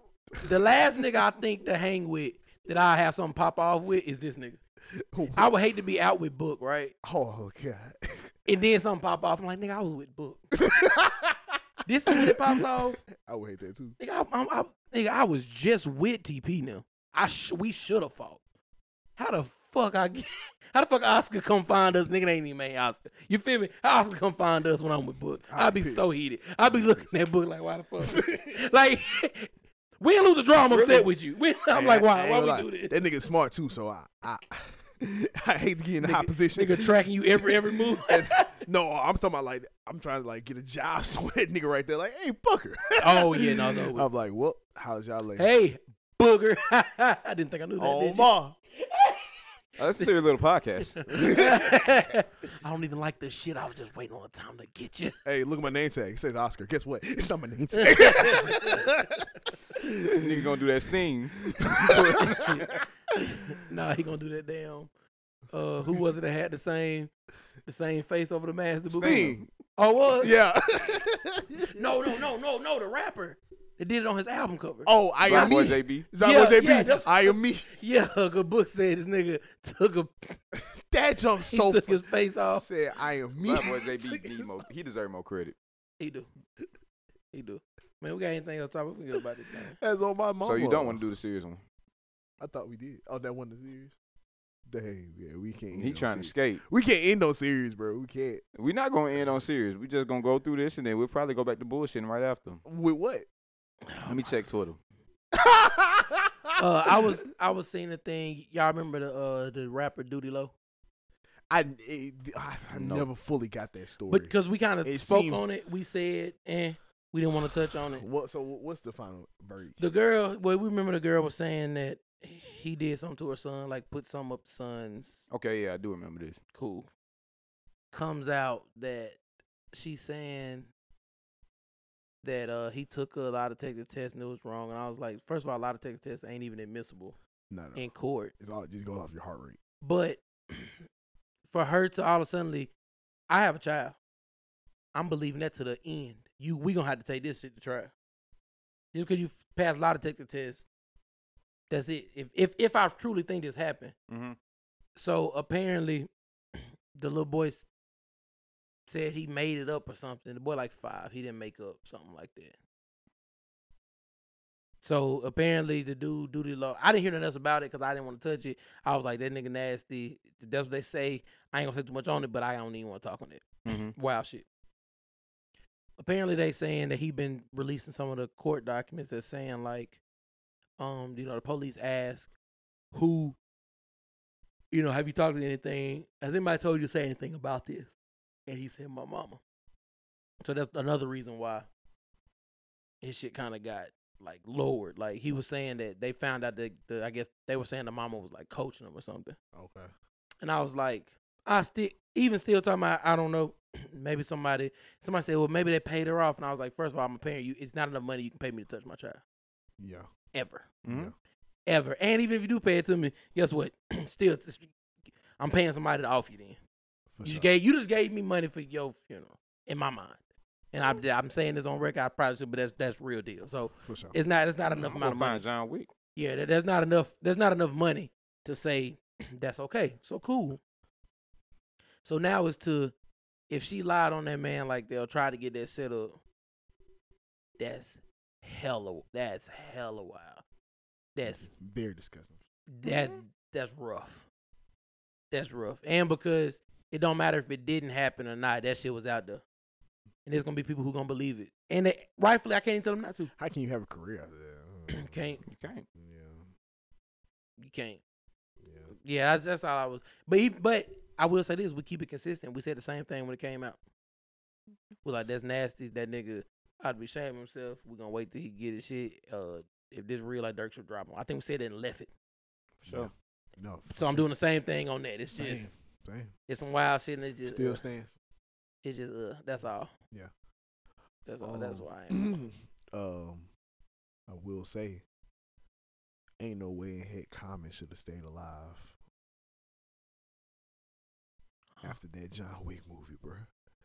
Speaker 2: The last nigga I think to hang with that I have something pop off with is this nigga. I would hate to be out with Book, right?
Speaker 3: Oh god.
Speaker 2: And then something pop off. I'm like, nigga, I was with Book. this is when it pops off.
Speaker 3: I would hate that too.
Speaker 2: Nigga, I, I'm, I, nigga, I was just with TP now. I sh- we should have fought. How the fuck I get? How the fuck Oscar come find us? Nigga, they ain't even made Oscar. You feel me? How Oscar come find us when I'm with Book?
Speaker 3: I'd
Speaker 2: I'd be
Speaker 3: pissed.
Speaker 2: so heated. I'd be looking at Book like, why the fuck? like, we ain't lose a draw. I'm upset with you. We, I'm like,
Speaker 3: I
Speaker 2: why?
Speaker 3: ain't
Speaker 2: Why we
Speaker 3: gonna lie.
Speaker 2: do this?
Speaker 3: That nigga smart too, so I I, I hate to get in a hot position.
Speaker 2: Nigga tracking you every every move.
Speaker 3: No, I'm talking about like I'm trying to like get a job somewhere. That nigga right there, like, hey Booker.
Speaker 2: oh yeah, no, no.
Speaker 3: I'm like, well, how's y'all like?
Speaker 2: Hey, booger. I didn't think I knew that.
Speaker 3: oh
Speaker 2: did you?
Speaker 3: ma,
Speaker 4: Oh, let's do a little podcast.
Speaker 2: I don't even like this shit. I was just waiting on the time to get you.
Speaker 3: hey, look at my name tag. It says Oscar. Guess what? It's not my name tag.
Speaker 4: nigga gonna do that sting.
Speaker 2: Nah, he gonna do that damn. Uh, who was it that had the same, the same face over the mask? The
Speaker 3: Sting.
Speaker 2: Oh, it was
Speaker 3: Yeah.
Speaker 2: no, no, no, no, no. The rapper that did it on his album cover.
Speaker 3: Oh, I
Speaker 4: My
Speaker 3: am
Speaker 4: boy
Speaker 3: me.
Speaker 4: JB.
Speaker 3: That
Speaker 2: Yeah,
Speaker 3: boy JP.
Speaker 2: yeah, that's-
Speaker 3: I am me.
Speaker 2: Yeah, good book said this nigga took a
Speaker 3: That jump
Speaker 2: he
Speaker 3: so
Speaker 2: took
Speaker 3: fu-
Speaker 2: his face off.
Speaker 3: said I am me.
Speaker 4: My boy JB need more. He deserve more credit.
Speaker 2: He do, he do. Man, we got anything else to talk about? We can get about this thing.
Speaker 3: That's on my mom.
Speaker 4: So you don't want to do the serious one.
Speaker 3: I thought we did. Oh, that one the series. Dang, yeah, we can't. End
Speaker 4: He
Speaker 3: on
Speaker 4: trying to
Speaker 3: series.
Speaker 4: escape.
Speaker 3: We can't end on series, bro. We can't.
Speaker 4: We're not gonna end on serious. We just gonna go through this and then we'll probably go back to bullshitting right after.
Speaker 3: With what?
Speaker 4: Let me check Twitter.
Speaker 2: Uh, I was I was seeing the thing. Y'all remember the uh the rapper Duty Low?
Speaker 3: I, it, I, I
Speaker 4: No.
Speaker 3: never fully got that story.
Speaker 2: But because we kind
Speaker 3: It
Speaker 2: of spoke
Speaker 3: seems-
Speaker 2: on it, we said, eh, we didn't want to touch on it.
Speaker 3: what? So wh- what's the final verdict?
Speaker 2: The girl, well, we remember the girl was saying that he did something to her son, like put something up the son's
Speaker 4: Okay, yeah, I do remember this.
Speaker 2: cool. Comes out that she's saying that uh he took a lie detector test and it was wrong. And I was like, first of all, lie detector tests ain't even admissible
Speaker 3: no, no.
Speaker 2: in court.
Speaker 3: It's all just go off your heart rate.
Speaker 2: But for her to all of a sudden, I have a child. I'm believing that to the end. You, we gonna have to take this shit to trial. Just because you f- passed lie detector test, that's it. If if if I truly think this happened,
Speaker 4: Mm-hmm.
Speaker 2: so apparently, the little boy s- said he made it up or something. The boy like five, he didn't make up something like that. So apparently, the dude duty law. I didn't hear nothing else about it because I didn't want to touch it. I was like, that nigga nasty. That's what they say. I ain't gonna say too much on it, but I don't even want to talk on it.
Speaker 4: Mm-hmm.
Speaker 2: Wow shit. Apparently they saying that he been releasing some of the court documents that's saying like, um, you know, the police ask who, you know, have you talked to anything? Has anybody told you to say anything about this? And he said, My mama. So that's another reason why his shit kinda got like lowered. Like he was saying that they found out that the I guess they were saying the mama was like coaching him or something.
Speaker 3: Okay.
Speaker 2: And I was like, I still even still talking about I don't know. Maybe somebody somebody said, well, maybe they paid her off, and I was like, first of all, I'm a parent. You, it's not enough money you can pay me to touch my child
Speaker 3: Yeah.
Speaker 2: ever,
Speaker 5: Mhm.
Speaker 3: Yeah.
Speaker 2: ever. And even if you do pay it to me, guess what? still, I'm paying somebody to off you. Then
Speaker 3: For sure.
Speaker 2: you just gave you just gave me money for your funeral in my mind. And I'm, I'm saying this on record, I probably should, but that's that's real deal. So
Speaker 3: For sure.
Speaker 2: it's not it's not enough
Speaker 1: I'm
Speaker 2: amount
Speaker 1: gonna
Speaker 2: of
Speaker 1: find
Speaker 2: money.
Speaker 1: John Wick.
Speaker 2: Yeah, there- there's not enough. There's not enough money to say that's okay. So cool. So now it's to if she lied on that man, like they'll try to get that settled. That's hella. That's hella wild. That's
Speaker 3: Very disgusting.
Speaker 2: that
Speaker 3: Mm-hmm.
Speaker 2: that's rough. That's rough. And because it don't matter if it didn't happen or not, that shit was out there. And there's gonna be people who gonna believe it. And they, rightfully, I can't even tell them not to.
Speaker 3: How can you have a career out there?
Speaker 2: Can't.
Speaker 1: You can't.
Speaker 3: Yeah.
Speaker 2: You can't.
Speaker 3: Yeah.
Speaker 2: Yeah, that's, that's all I was. But he, but I will say this: we keep it consistent. We said the same thing when it came out. We're like, that's nasty. That nigga ought to be shaming himself. We're gonna wait till he get his shit. Uh, if this real, like Dirk should drop him. I think we said that and left it.
Speaker 1: Sure.
Speaker 3: Yeah. No.
Speaker 2: So I'm doing the same thing on that. It's
Speaker 3: Same.
Speaker 2: just
Speaker 3: Same.
Speaker 2: it's some wild shit and it's just
Speaker 3: Still
Speaker 2: uh,
Speaker 3: stands.
Speaker 2: It's just uh, that's all.
Speaker 3: Yeah.
Speaker 2: That's all. that's
Speaker 3: Um,
Speaker 2: why. I am.
Speaker 3: um, I will say, ain't no way in heck Common should have stayed alive after that John Wick movie, bro.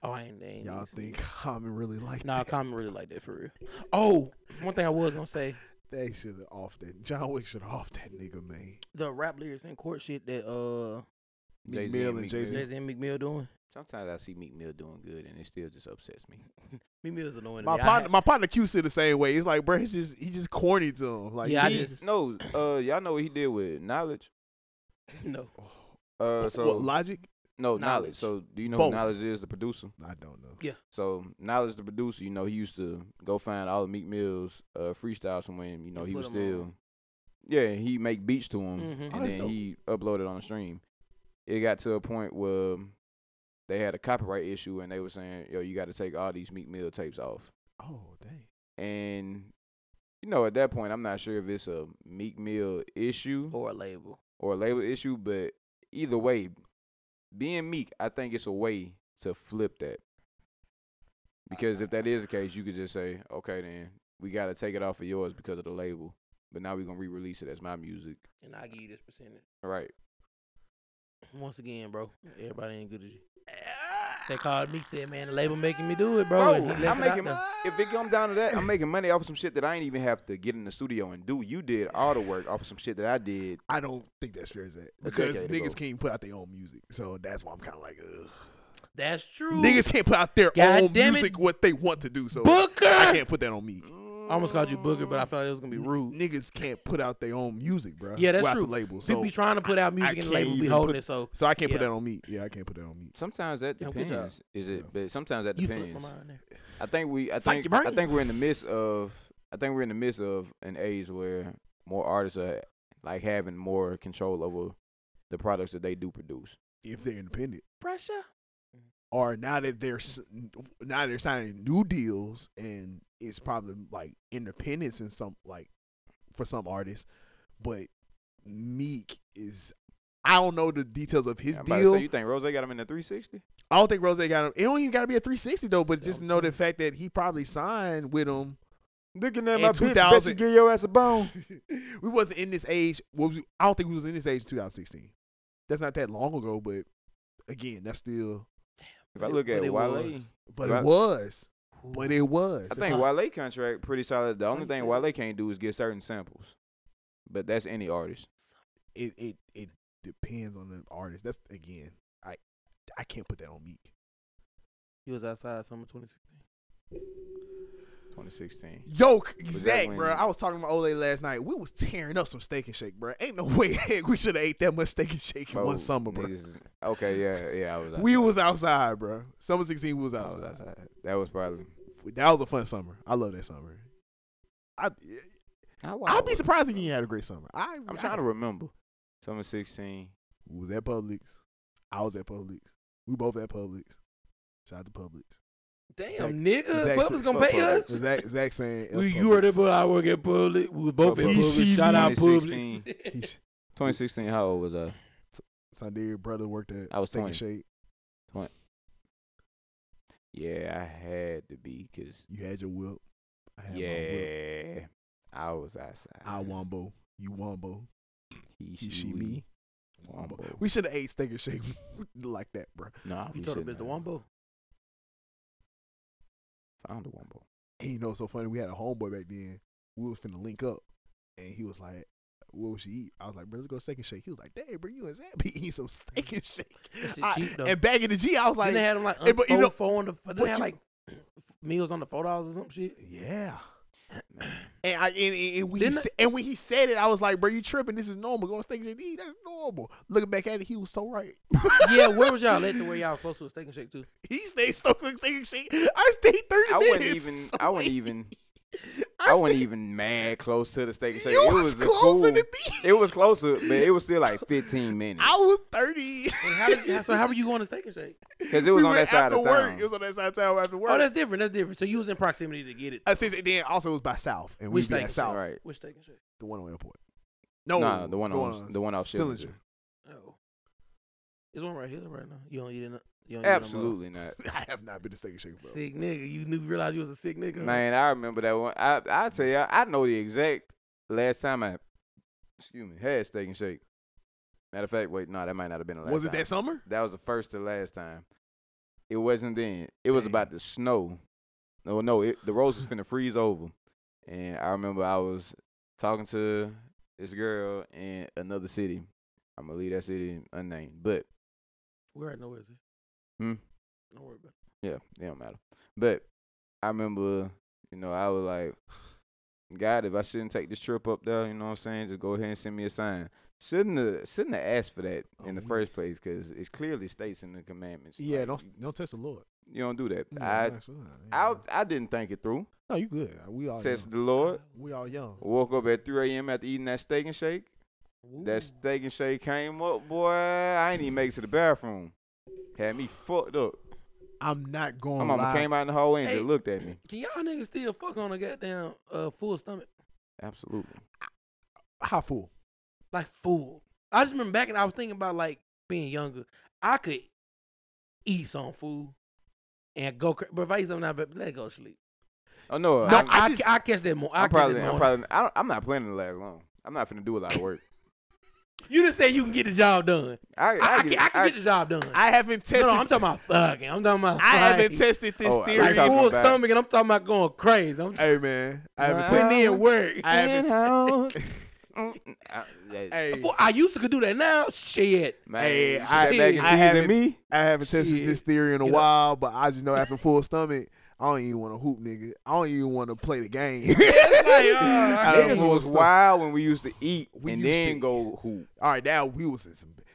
Speaker 2: Oh, I ain't. I ain't
Speaker 3: Y'all
Speaker 2: even see
Speaker 3: think
Speaker 2: it.
Speaker 3: Common really like
Speaker 2: Nah,
Speaker 3: that?
Speaker 2: Common really like that for real. Oh, one thing I was gonna say:
Speaker 3: They should have off that. John Wick should have off that nigga, man.
Speaker 2: the rap lyrics and court shit that uh,
Speaker 3: Meek
Speaker 1: Jay-Z
Speaker 3: Mill
Speaker 1: and
Speaker 3: and
Speaker 1: Meek
Speaker 3: Jay-Z.
Speaker 1: Mill.
Speaker 2: Jay Z and Meek Mill doing.
Speaker 1: Sometimes I see Meek Mill doing good, and it still just upsets me.
Speaker 2: Meek Mill's annoying. to
Speaker 3: My
Speaker 2: me. I
Speaker 3: partner,
Speaker 2: had-
Speaker 3: my partner Q said the same way. He's like, bro, he's just he just corny to him. Like,
Speaker 2: Yeah, I
Speaker 3: he-
Speaker 2: just-
Speaker 1: No, uh, y'all know what he did with knowledge.
Speaker 2: no.
Speaker 1: Uh,
Speaker 3: What-
Speaker 1: so
Speaker 3: what, logic?
Speaker 1: no
Speaker 2: Knowledge.
Speaker 1: knowledge. So do you know
Speaker 3: Both.
Speaker 1: who knowledge is? The producer.
Speaker 3: I don't know.
Speaker 1: So knowledge, the producer. You know, he used to go find all of Meek Mill's uh, freestyles from when you know
Speaker 2: And
Speaker 1: he
Speaker 2: put
Speaker 1: was
Speaker 2: 'em
Speaker 1: still. Yeah, he make beats to him,
Speaker 2: Mhm.
Speaker 3: Oh,
Speaker 1: and
Speaker 3: that's
Speaker 1: then
Speaker 3: dope.
Speaker 1: he uploaded on the stream. It got to a point where they had a copyright issue, and they were saying, "Yo, you got to take all these Meek Mill tapes off."
Speaker 3: Oh dang.
Speaker 1: And you know, at that point, I'm not sure if it's a Meek Mill issue
Speaker 2: Or a label.
Speaker 1: or a label issue, but either way, being Meek, I think it's a way to flip that. Because if that is the case, you could just say, okay, then we got to take it off of yours because of the label, but now we're gonna re-release it as my music.
Speaker 2: And I give you this percentage.
Speaker 1: All right.
Speaker 2: Once again, bro, everybody ain't good as you. They called me, said, man, the label making me do it, bro. and he
Speaker 1: Bro,
Speaker 2: left
Speaker 1: I'm
Speaker 2: it out
Speaker 1: making-
Speaker 2: there.
Speaker 1: If it comes down to that, I'm making money off of some shit that I ain't even have to get in the studio and do. You did all the work off of some shit that I did.
Speaker 3: I don't think that's fair as that because
Speaker 1: decade
Speaker 3: niggas
Speaker 1: ago.
Speaker 3: can't put out their own music, so that's why I'm kind of like, Ugh.
Speaker 2: That's true.
Speaker 3: niggas can't put out their
Speaker 2: God
Speaker 3: own
Speaker 2: damn it.
Speaker 3: music what they want to do. So
Speaker 2: Booker.
Speaker 3: I
Speaker 2: I
Speaker 3: can't put that on me.
Speaker 2: almost called you Booker, but I felt like it was gonna be
Speaker 3: N-
Speaker 2: rude.
Speaker 3: Niggas can't put out their own music, bro.
Speaker 2: Yeah, that's
Speaker 3: without
Speaker 2: true.
Speaker 3: The label, so
Speaker 2: People be trying to put out music and the
Speaker 3: can't
Speaker 2: label be
Speaker 3: even
Speaker 2: holding
Speaker 3: put-
Speaker 2: it, so
Speaker 3: so I can't put
Speaker 2: Yeah.
Speaker 3: that on me. Yeah, I can't put that on me.
Speaker 1: Sometimes that
Speaker 2: Yeah, good job.
Speaker 1: depends. Is it?
Speaker 3: Yeah.
Speaker 1: But sometimes that
Speaker 2: you flipped
Speaker 1: depends.
Speaker 2: my mind there.
Speaker 1: I think we. I
Speaker 2: Psych
Speaker 1: think.
Speaker 2: your
Speaker 1: I
Speaker 2: brain.
Speaker 1: think we're in the midst of. I think we're in the midst of an age where more artists are like having more control over the products that they do produce.
Speaker 3: If they're independent,
Speaker 2: Pressure.
Speaker 3: or now that they're s- now they're signing new deals, and it's probably like independence in some like for some artists, but Meek is. I don't know the details of his
Speaker 1: I'm about to say,
Speaker 3: deal.
Speaker 1: you think Rose got him in the 360?
Speaker 3: I don't think Rose got him. It don't even got to be a 360 though, but just
Speaker 2: Sell
Speaker 3: know
Speaker 2: to
Speaker 3: the fact that he probably signed with him.
Speaker 5: Looking at
Speaker 3: In
Speaker 5: my bitch, bet
Speaker 3: 2000
Speaker 5: she give your ass a bone.
Speaker 3: we wasn't in this age. What was, I don't think we was in this age in 2016. That's not that long ago, but again, that's still.
Speaker 1: If I look
Speaker 2: But
Speaker 1: at
Speaker 2: it
Speaker 1: Wale,
Speaker 2: was.
Speaker 3: But
Speaker 1: Right.
Speaker 3: it was.
Speaker 2: Ooh.
Speaker 3: But it was.
Speaker 1: I think Wale contract pretty solid. The
Speaker 2: Why
Speaker 1: only
Speaker 2: you
Speaker 1: thing
Speaker 2: say that?
Speaker 1: Wale can't do is get certain samples, but that's any artist.
Speaker 3: it it it depends on the artist. That's again, I I can't put that on Meek.
Speaker 2: He was outside summer 2016.
Speaker 1: 2016.
Speaker 3: Yo,
Speaker 1: that
Speaker 3: Zach,
Speaker 1: when-
Speaker 3: bro. I was talking to my Ole last night. We was tearing up some steak and shake, bro. Ain't no way we should have ate that much steak and shake in
Speaker 1: Bro,
Speaker 3: one summer, bro.
Speaker 1: niggas- Okay, yeah, yeah, I was.
Speaker 3: We
Speaker 1: outside.
Speaker 3: was outside, bro. Summer 16 we was
Speaker 1: I was
Speaker 3: outside.
Speaker 1: outside. That was probably.
Speaker 3: That was a fun summer. I love that summer. I I'll be surprised if you had a great summer. I
Speaker 1: I'm
Speaker 3: I-
Speaker 1: trying to remember. Summer 16.
Speaker 3: We was at Publix. I was at Publix. We both at Publix. Shout out to Publix.
Speaker 2: Damn,
Speaker 3: Zach-
Speaker 2: nigga,
Speaker 3: Zach
Speaker 2: what
Speaker 3: said-
Speaker 2: was gonna
Speaker 1: fuck
Speaker 2: pay
Speaker 1: Publix.
Speaker 2: us?
Speaker 1: Zach-
Speaker 3: Zach Zach saying
Speaker 2: We,
Speaker 3: F
Speaker 2: you heard
Speaker 3: Publix.
Speaker 2: it, but I work at public. We were both at
Speaker 3: Publix.
Speaker 2: public. Shout out public.
Speaker 1: 2016. 2016, how old was I?
Speaker 3: Tyndaria brother worked at
Speaker 1: I was
Speaker 3: Steak and
Speaker 1: 20.
Speaker 3: Shake.
Speaker 1: Yeah, I had to be because
Speaker 3: You had your whip. I had my whip.
Speaker 1: yeah, I was outside.
Speaker 3: I wombo. You wombo.
Speaker 1: He,
Speaker 3: You she
Speaker 1: we,
Speaker 3: me.
Speaker 1: Wombo.
Speaker 3: We should have ate Steak and Shake like that, bro.
Speaker 1: Nah,
Speaker 2: You
Speaker 1: we
Speaker 2: told her
Speaker 1: shouldn't
Speaker 2: Mr.
Speaker 1: have.
Speaker 2: Wombo.
Speaker 1: Found a wombo.
Speaker 3: And you know what's so funny? We had a homeboy back then. We was finna link up. And he was like, What would she eat? I was like, bro, let's go steak and shake. He was like, Dang, bro, you and Zab be eating some steak and shake.
Speaker 2: That shit
Speaker 3: I-
Speaker 2: cheap, though.
Speaker 3: and back in the G, I was
Speaker 2: Like,
Speaker 3: like,
Speaker 2: then they had them like
Speaker 3: Hey, but you
Speaker 2: four-
Speaker 3: know-
Speaker 2: four on the. Then
Speaker 3: but
Speaker 2: they had
Speaker 3: you-
Speaker 2: like meals on the four dollars or some shit.
Speaker 3: Yeah.
Speaker 1: Man,
Speaker 3: And I and, and, and when he
Speaker 2: Didn't
Speaker 3: sa- and when he said it, I was like, bro, you tripping. This is normal. Going to steak and shake to eat. That's normal. Looking back at it, he was so right.
Speaker 2: yeah, where was y'all at to where y'all was close to a steak and shake too?
Speaker 3: He stayed so quick steak and shake. I stayed 30
Speaker 1: I
Speaker 3: minutes.
Speaker 1: wasn't even. I wasn't even.
Speaker 3: I,
Speaker 1: I wasn't
Speaker 3: stayed-
Speaker 1: even mad close to the steak and shake.
Speaker 3: You
Speaker 1: It
Speaker 3: was,
Speaker 1: was a
Speaker 3: closer
Speaker 1: cool-
Speaker 3: to me.
Speaker 1: It was closer, but it was still like 15 minutes
Speaker 3: I was 30.
Speaker 2: And how did, how- so how were you going to steak and shake?
Speaker 1: because it was
Speaker 3: We
Speaker 1: on
Speaker 3: went
Speaker 1: that side
Speaker 3: after
Speaker 1: of
Speaker 3: work.
Speaker 1: town.
Speaker 3: It was on that side of town after work.
Speaker 2: Oh, that's different. That's different. So you was in proximity to get it.
Speaker 3: Uh, since then also it was by South, and we
Speaker 2: Which
Speaker 3: be
Speaker 2: thing?
Speaker 3: at South,
Speaker 1: Right.
Speaker 2: Which steak and shake?
Speaker 3: the one on Airport. No,
Speaker 1: Nah, the one on- the one off Schillinger.
Speaker 3: Schillinger.
Speaker 2: Oh, there's one right here right now. You don't eat it. You don't
Speaker 1: Absolutely not.
Speaker 3: I have not been to Steak and Shake,
Speaker 2: Eat it no
Speaker 3: bro.
Speaker 2: more. sick nigga. You knew realized you was a sick nigga. huh?
Speaker 1: Man, I remember that one. I I tell you, I know the exact last time I, excuse me, had steak and shake. Matter of fact, wait, no, that might not have been the last.
Speaker 3: was it
Speaker 1: time.
Speaker 3: that summer?
Speaker 1: That was the first to last time. It wasn't then. It was about the snow. No, no, it, the roads was finna freeze over, and I remember I was talking to this girl in another city. I'm gonna leave that city unnamed, but
Speaker 2: We're at nowhere. Is it?
Speaker 1: Hmm?
Speaker 2: Don't worry about it.
Speaker 1: Yeah, it don't matter. But I remember, you know, I was like, God, if I shouldn't take this trip up there, you know what I'm saying? Just go ahead and send me a sign. Shouldn't have, shouldn't have asked for that in the
Speaker 3: Oh,
Speaker 1: first place because it clearly states in the commandments. like,
Speaker 3: don't test the Lord.
Speaker 1: you don't do that.
Speaker 3: Yeah,
Speaker 1: I,
Speaker 3: that's fine. Yeah. Oh,
Speaker 1: I, I didn't think it through.
Speaker 3: no, you good. We all
Speaker 1: Test
Speaker 3: young.
Speaker 1: the Lord.
Speaker 3: we all young.
Speaker 1: Woke up at 3 a.m. after eating that steak and shake. That
Speaker 2: Ooh.
Speaker 1: steak and shake came up, boy. I ain't even make it to the bathroom. Had me fucked up.
Speaker 3: I'm not going.
Speaker 1: My mama
Speaker 3: lie.
Speaker 1: came out in the hallway and
Speaker 2: Hey.
Speaker 1: just looked at me.
Speaker 2: Can y'all niggas still fuck on a goddamn uh, full stomach?
Speaker 1: Absolutely.
Speaker 3: How full?
Speaker 2: Like full. I just remember back and I was thinking about like being younger. I could eat some food and go, cra- but if I eat something, I better let it go to sleep.
Speaker 1: Oh, no.
Speaker 2: No,
Speaker 1: I-
Speaker 2: I, I,
Speaker 3: just-
Speaker 2: ca- I catch that more. I
Speaker 1: I'm
Speaker 2: catch
Speaker 1: probably,
Speaker 2: that
Speaker 1: I'm
Speaker 2: more.
Speaker 1: probably, I don't, I'm not planning to last long. I'm not finna do a lot of work.
Speaker 2: You just said you can get the job done.
Speaker 1: I,
Speaker 2: I, I, can, I can get the job done.
Speaker 3: I haven't
Speaker 2: no,
Speaker 3: tested.
Speaker 2: no, I'm talking about fucking. I'm talking about.
Speaker 3: I haven't
Speaker 2: fucking.
Speaker 3: tested this
Speaker 1: Oh, I-
Speaker 3: theory.
Speaker 2: like
Speaker 1: You're talking
Speaker 2: full
Speaker 1: about-
Speaker 2: stomach, and I'm talking about going crazy. I'm just
Speaker 3: hey man, I haven't.
Speaker 1: Nah.
Speaker 3: tested-
Speaker 2: putting in work.
Speaker 3: I haven't.
Speaker 1: Hey,
Speaker 3: Hey,
Speaker 2: Before- I used to could do that. Now, shit.
Speaker 1: man,
Speaker 3: Hey,
Speaker 1: you
Speaker 3: I-
Speaker 1: said mac and
Speaker 3: I
Speaker 1: cheese and
Speaker 3: haven't-
Speaker 1: me.
Speaker 3: I haven't tested
Speaker 2: Shit.
Speaker 3: this theory in a
Speaker 2: You know-
Speaker 3: while, but I just know after full stomach, I don't even want to hoop, nigga. I don't even want to play the game.
Speaker 2: uh,
Speaker 3: I don't
Speaker 1: Niggas
Speaker 3: know
Speaker 1: was
Speaker 3: what's
Speaker 1: wild when we used to eat
Speaker 3: We
Speaker 1: and
Speaker 3: used
Speaker 1: then
Speaker 3: to-
Speaker 1: go hoop.
Speaker 3: All right, now we was in some.
Speaker 1: We,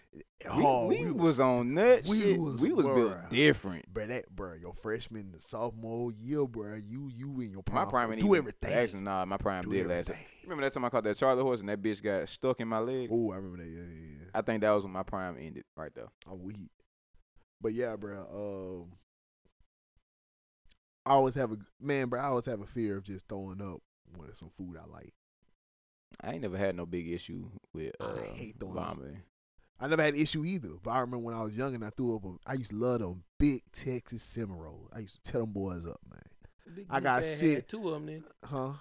Speaker 3: Oh,
Speaker 1: we was on nut
Speaker 3: we
Speaker 1: shit.
Speaker 3: was
Speaker 1: we was built
Speaker 3: wild.
Speaker 1: different.
Speaker 3: bro. That bro, your freshman, the sophomore year, bro. You you in your
Speaker 1: My
Speaker 3: prime.
Speaker 1: prime ain't
Speaker 3: do
Speaker 1: even-
Speaker 3: everything.
Speaker 1: Actually, nah, my prime
Speaker 3: do
Speaker 1: did last.
Speaker 3: everything.
Speaker 1: time. Remember that time I caught that Charlie horse and that bitch got stuck in my leg?
Speaker 3: Oh, I remember that. Yeah, yeah, yeah.
Speaker 1: I think that was when my prime ended right there.
Speaker 3: I'm weak. But yeah, bro. Um, I always have a man, bro. I always have a fear of just throwing up when it's some food I like.
Speaker 1: I ain't never had no big issue with
Speaker 3: I
Speaker 1: uh,
Speaker 3: hate doing this.
Speaker 1: vomiting.
Speaker 3: I never had an issue either. But I remember when I was young and I threw up. A, I used to love them big Texas Cimarrols. I used to tell them boys up, man.
Speaker 2: Big
Speaker 3: I
Speaker 2: Goose
Speaker 3: got
Speaker 2: Fat had
Speaker 3: sick.
Speaker 2: Two of them. Then.
Speaker 3: Huh?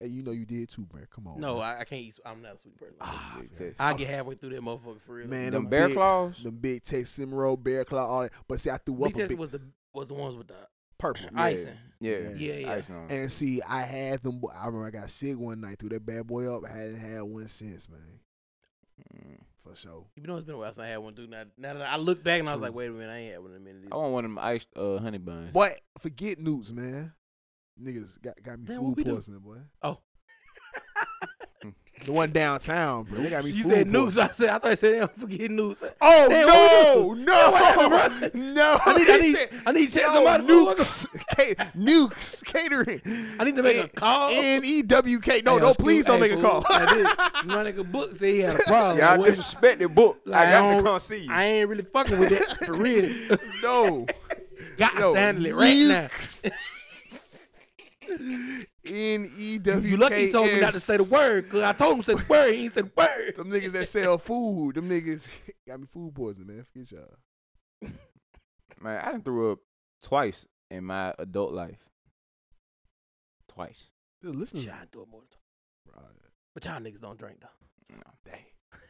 Speaker 3: And you know you did too, man. Come on.
Speaker 2: No,
Speaker 3: man.
Speaker 2: I, I can't eat. I'm not a sweet person.
Speaker 3: Ah,
Speaker 1: Big
Speaker 3: man.
Speaker 1: Tex-
Speaker 2: I get halfway through that motherfucker for real.
Speaker 3: man.
Speaker 1: Them bear
Speaker 3: big,
Speaker 1: claws?
Speaker 3: them big Texas Cimarrol, bear claw, all that. But see, I threw up
Speaker 2: Big
Speaker 3: a
Speaker 2: Texas
Speaker 3: big
Speaker 2: was the was the ones with the
Speaker 3: purple.
Speaker 1: Yeah.
Speaker 2: icing.
Speaker 1: Yeah,
Speaker 2: Yeah, yeah.
Speaker 1: Ice on.
Speaker 3: And see, I had them. bo- I remember I got sick one night, threw that bad boy up. I hadn't had one since, man.
Speaker 1: Mm.
Speaker 3: For sure.
Speaker 2: You know, it's been a while since I had one. Dude, now, now that I look back and I was
Speaker 3: True.
Speaker 2: like, wait a minute, I ain't had one in a minute.
Speaker 1: I
Speaker 2: Either.
Speaker 1: want one of them iced uh, honey buns.
Speaker 3: But forget newts, man. Niggas got, got me
Speaker 2: Damn, what
Speaker 3: food
Speaker 2: we do?
Speaker 3: poisoning, boy.
Speaker 2: Oh.
Speaker 3: The one downtown, bro. They got me
Speaker 2: you
Speaker 3: food
Speaker 2: said
Speaker 3: poisoning.
Speaker 2: news. I said I thought I said don't forget news.
Speaker 3: Oh
Speaker 2: Damn,
Speaker 3: no,
Speaker 2: what
Speaker 3: no,
Speaker 2: What happened,
Speaker 3: no!
Speaker 2: I need, I
Speaker 3: he
Speaker 2: need,
Speaker 3: said,
Speaker 2: I need to check
Speaker 3: no,
Speaker 2: somebody.
Speaker 3: nukes, Ca- nukes, catering.
Speaker 2: I need to make a call.
Speaker 3: N E W K. No,
Speaker 2: Hey,
Speaker 3: no,
Speaker 2: yo,
Speaker 3: please
Speaker 2: Scoot,
Speaker 3: don't
Speaker 2: hey,
Speaker 3: make a call.
Speaker 2: fool, like this, My nigga Book said he had a problem.
Speaker 1: Y'all
Speaker 2: Like, what-
Speaker 1: disrespect the book.
Speaker 2: Like,
Speaker 1: I got
Speaker 2: I
Speaker 1: to
Speaker 2: don't-
Speaker 1: come see you.
Speaker 2: I ain't really fucking with that for real.
Speaker 3: no,
Speaker 2: Got
Speaker 3: no,
Speaker 2: to handle it right now.
Speaker 3: nukes. N E
Speaker 2: You,
Speaker 3: W.
Speaker 2: you lucky he told me not to say the word because I told him to say the word. He ain't said the word.
Speaker 3: Them niggas that sell food, them niggas got me food poisoning, man. Forget y'all.
Speaker 1: Man, I done threw up twice in my adult life. Twice.
Speaker 3: Just listen,
Speaker 2: Shit, I do it more than But y'all niggas don't drink though.
Speaker 1: No,
Speaker 3: Dang.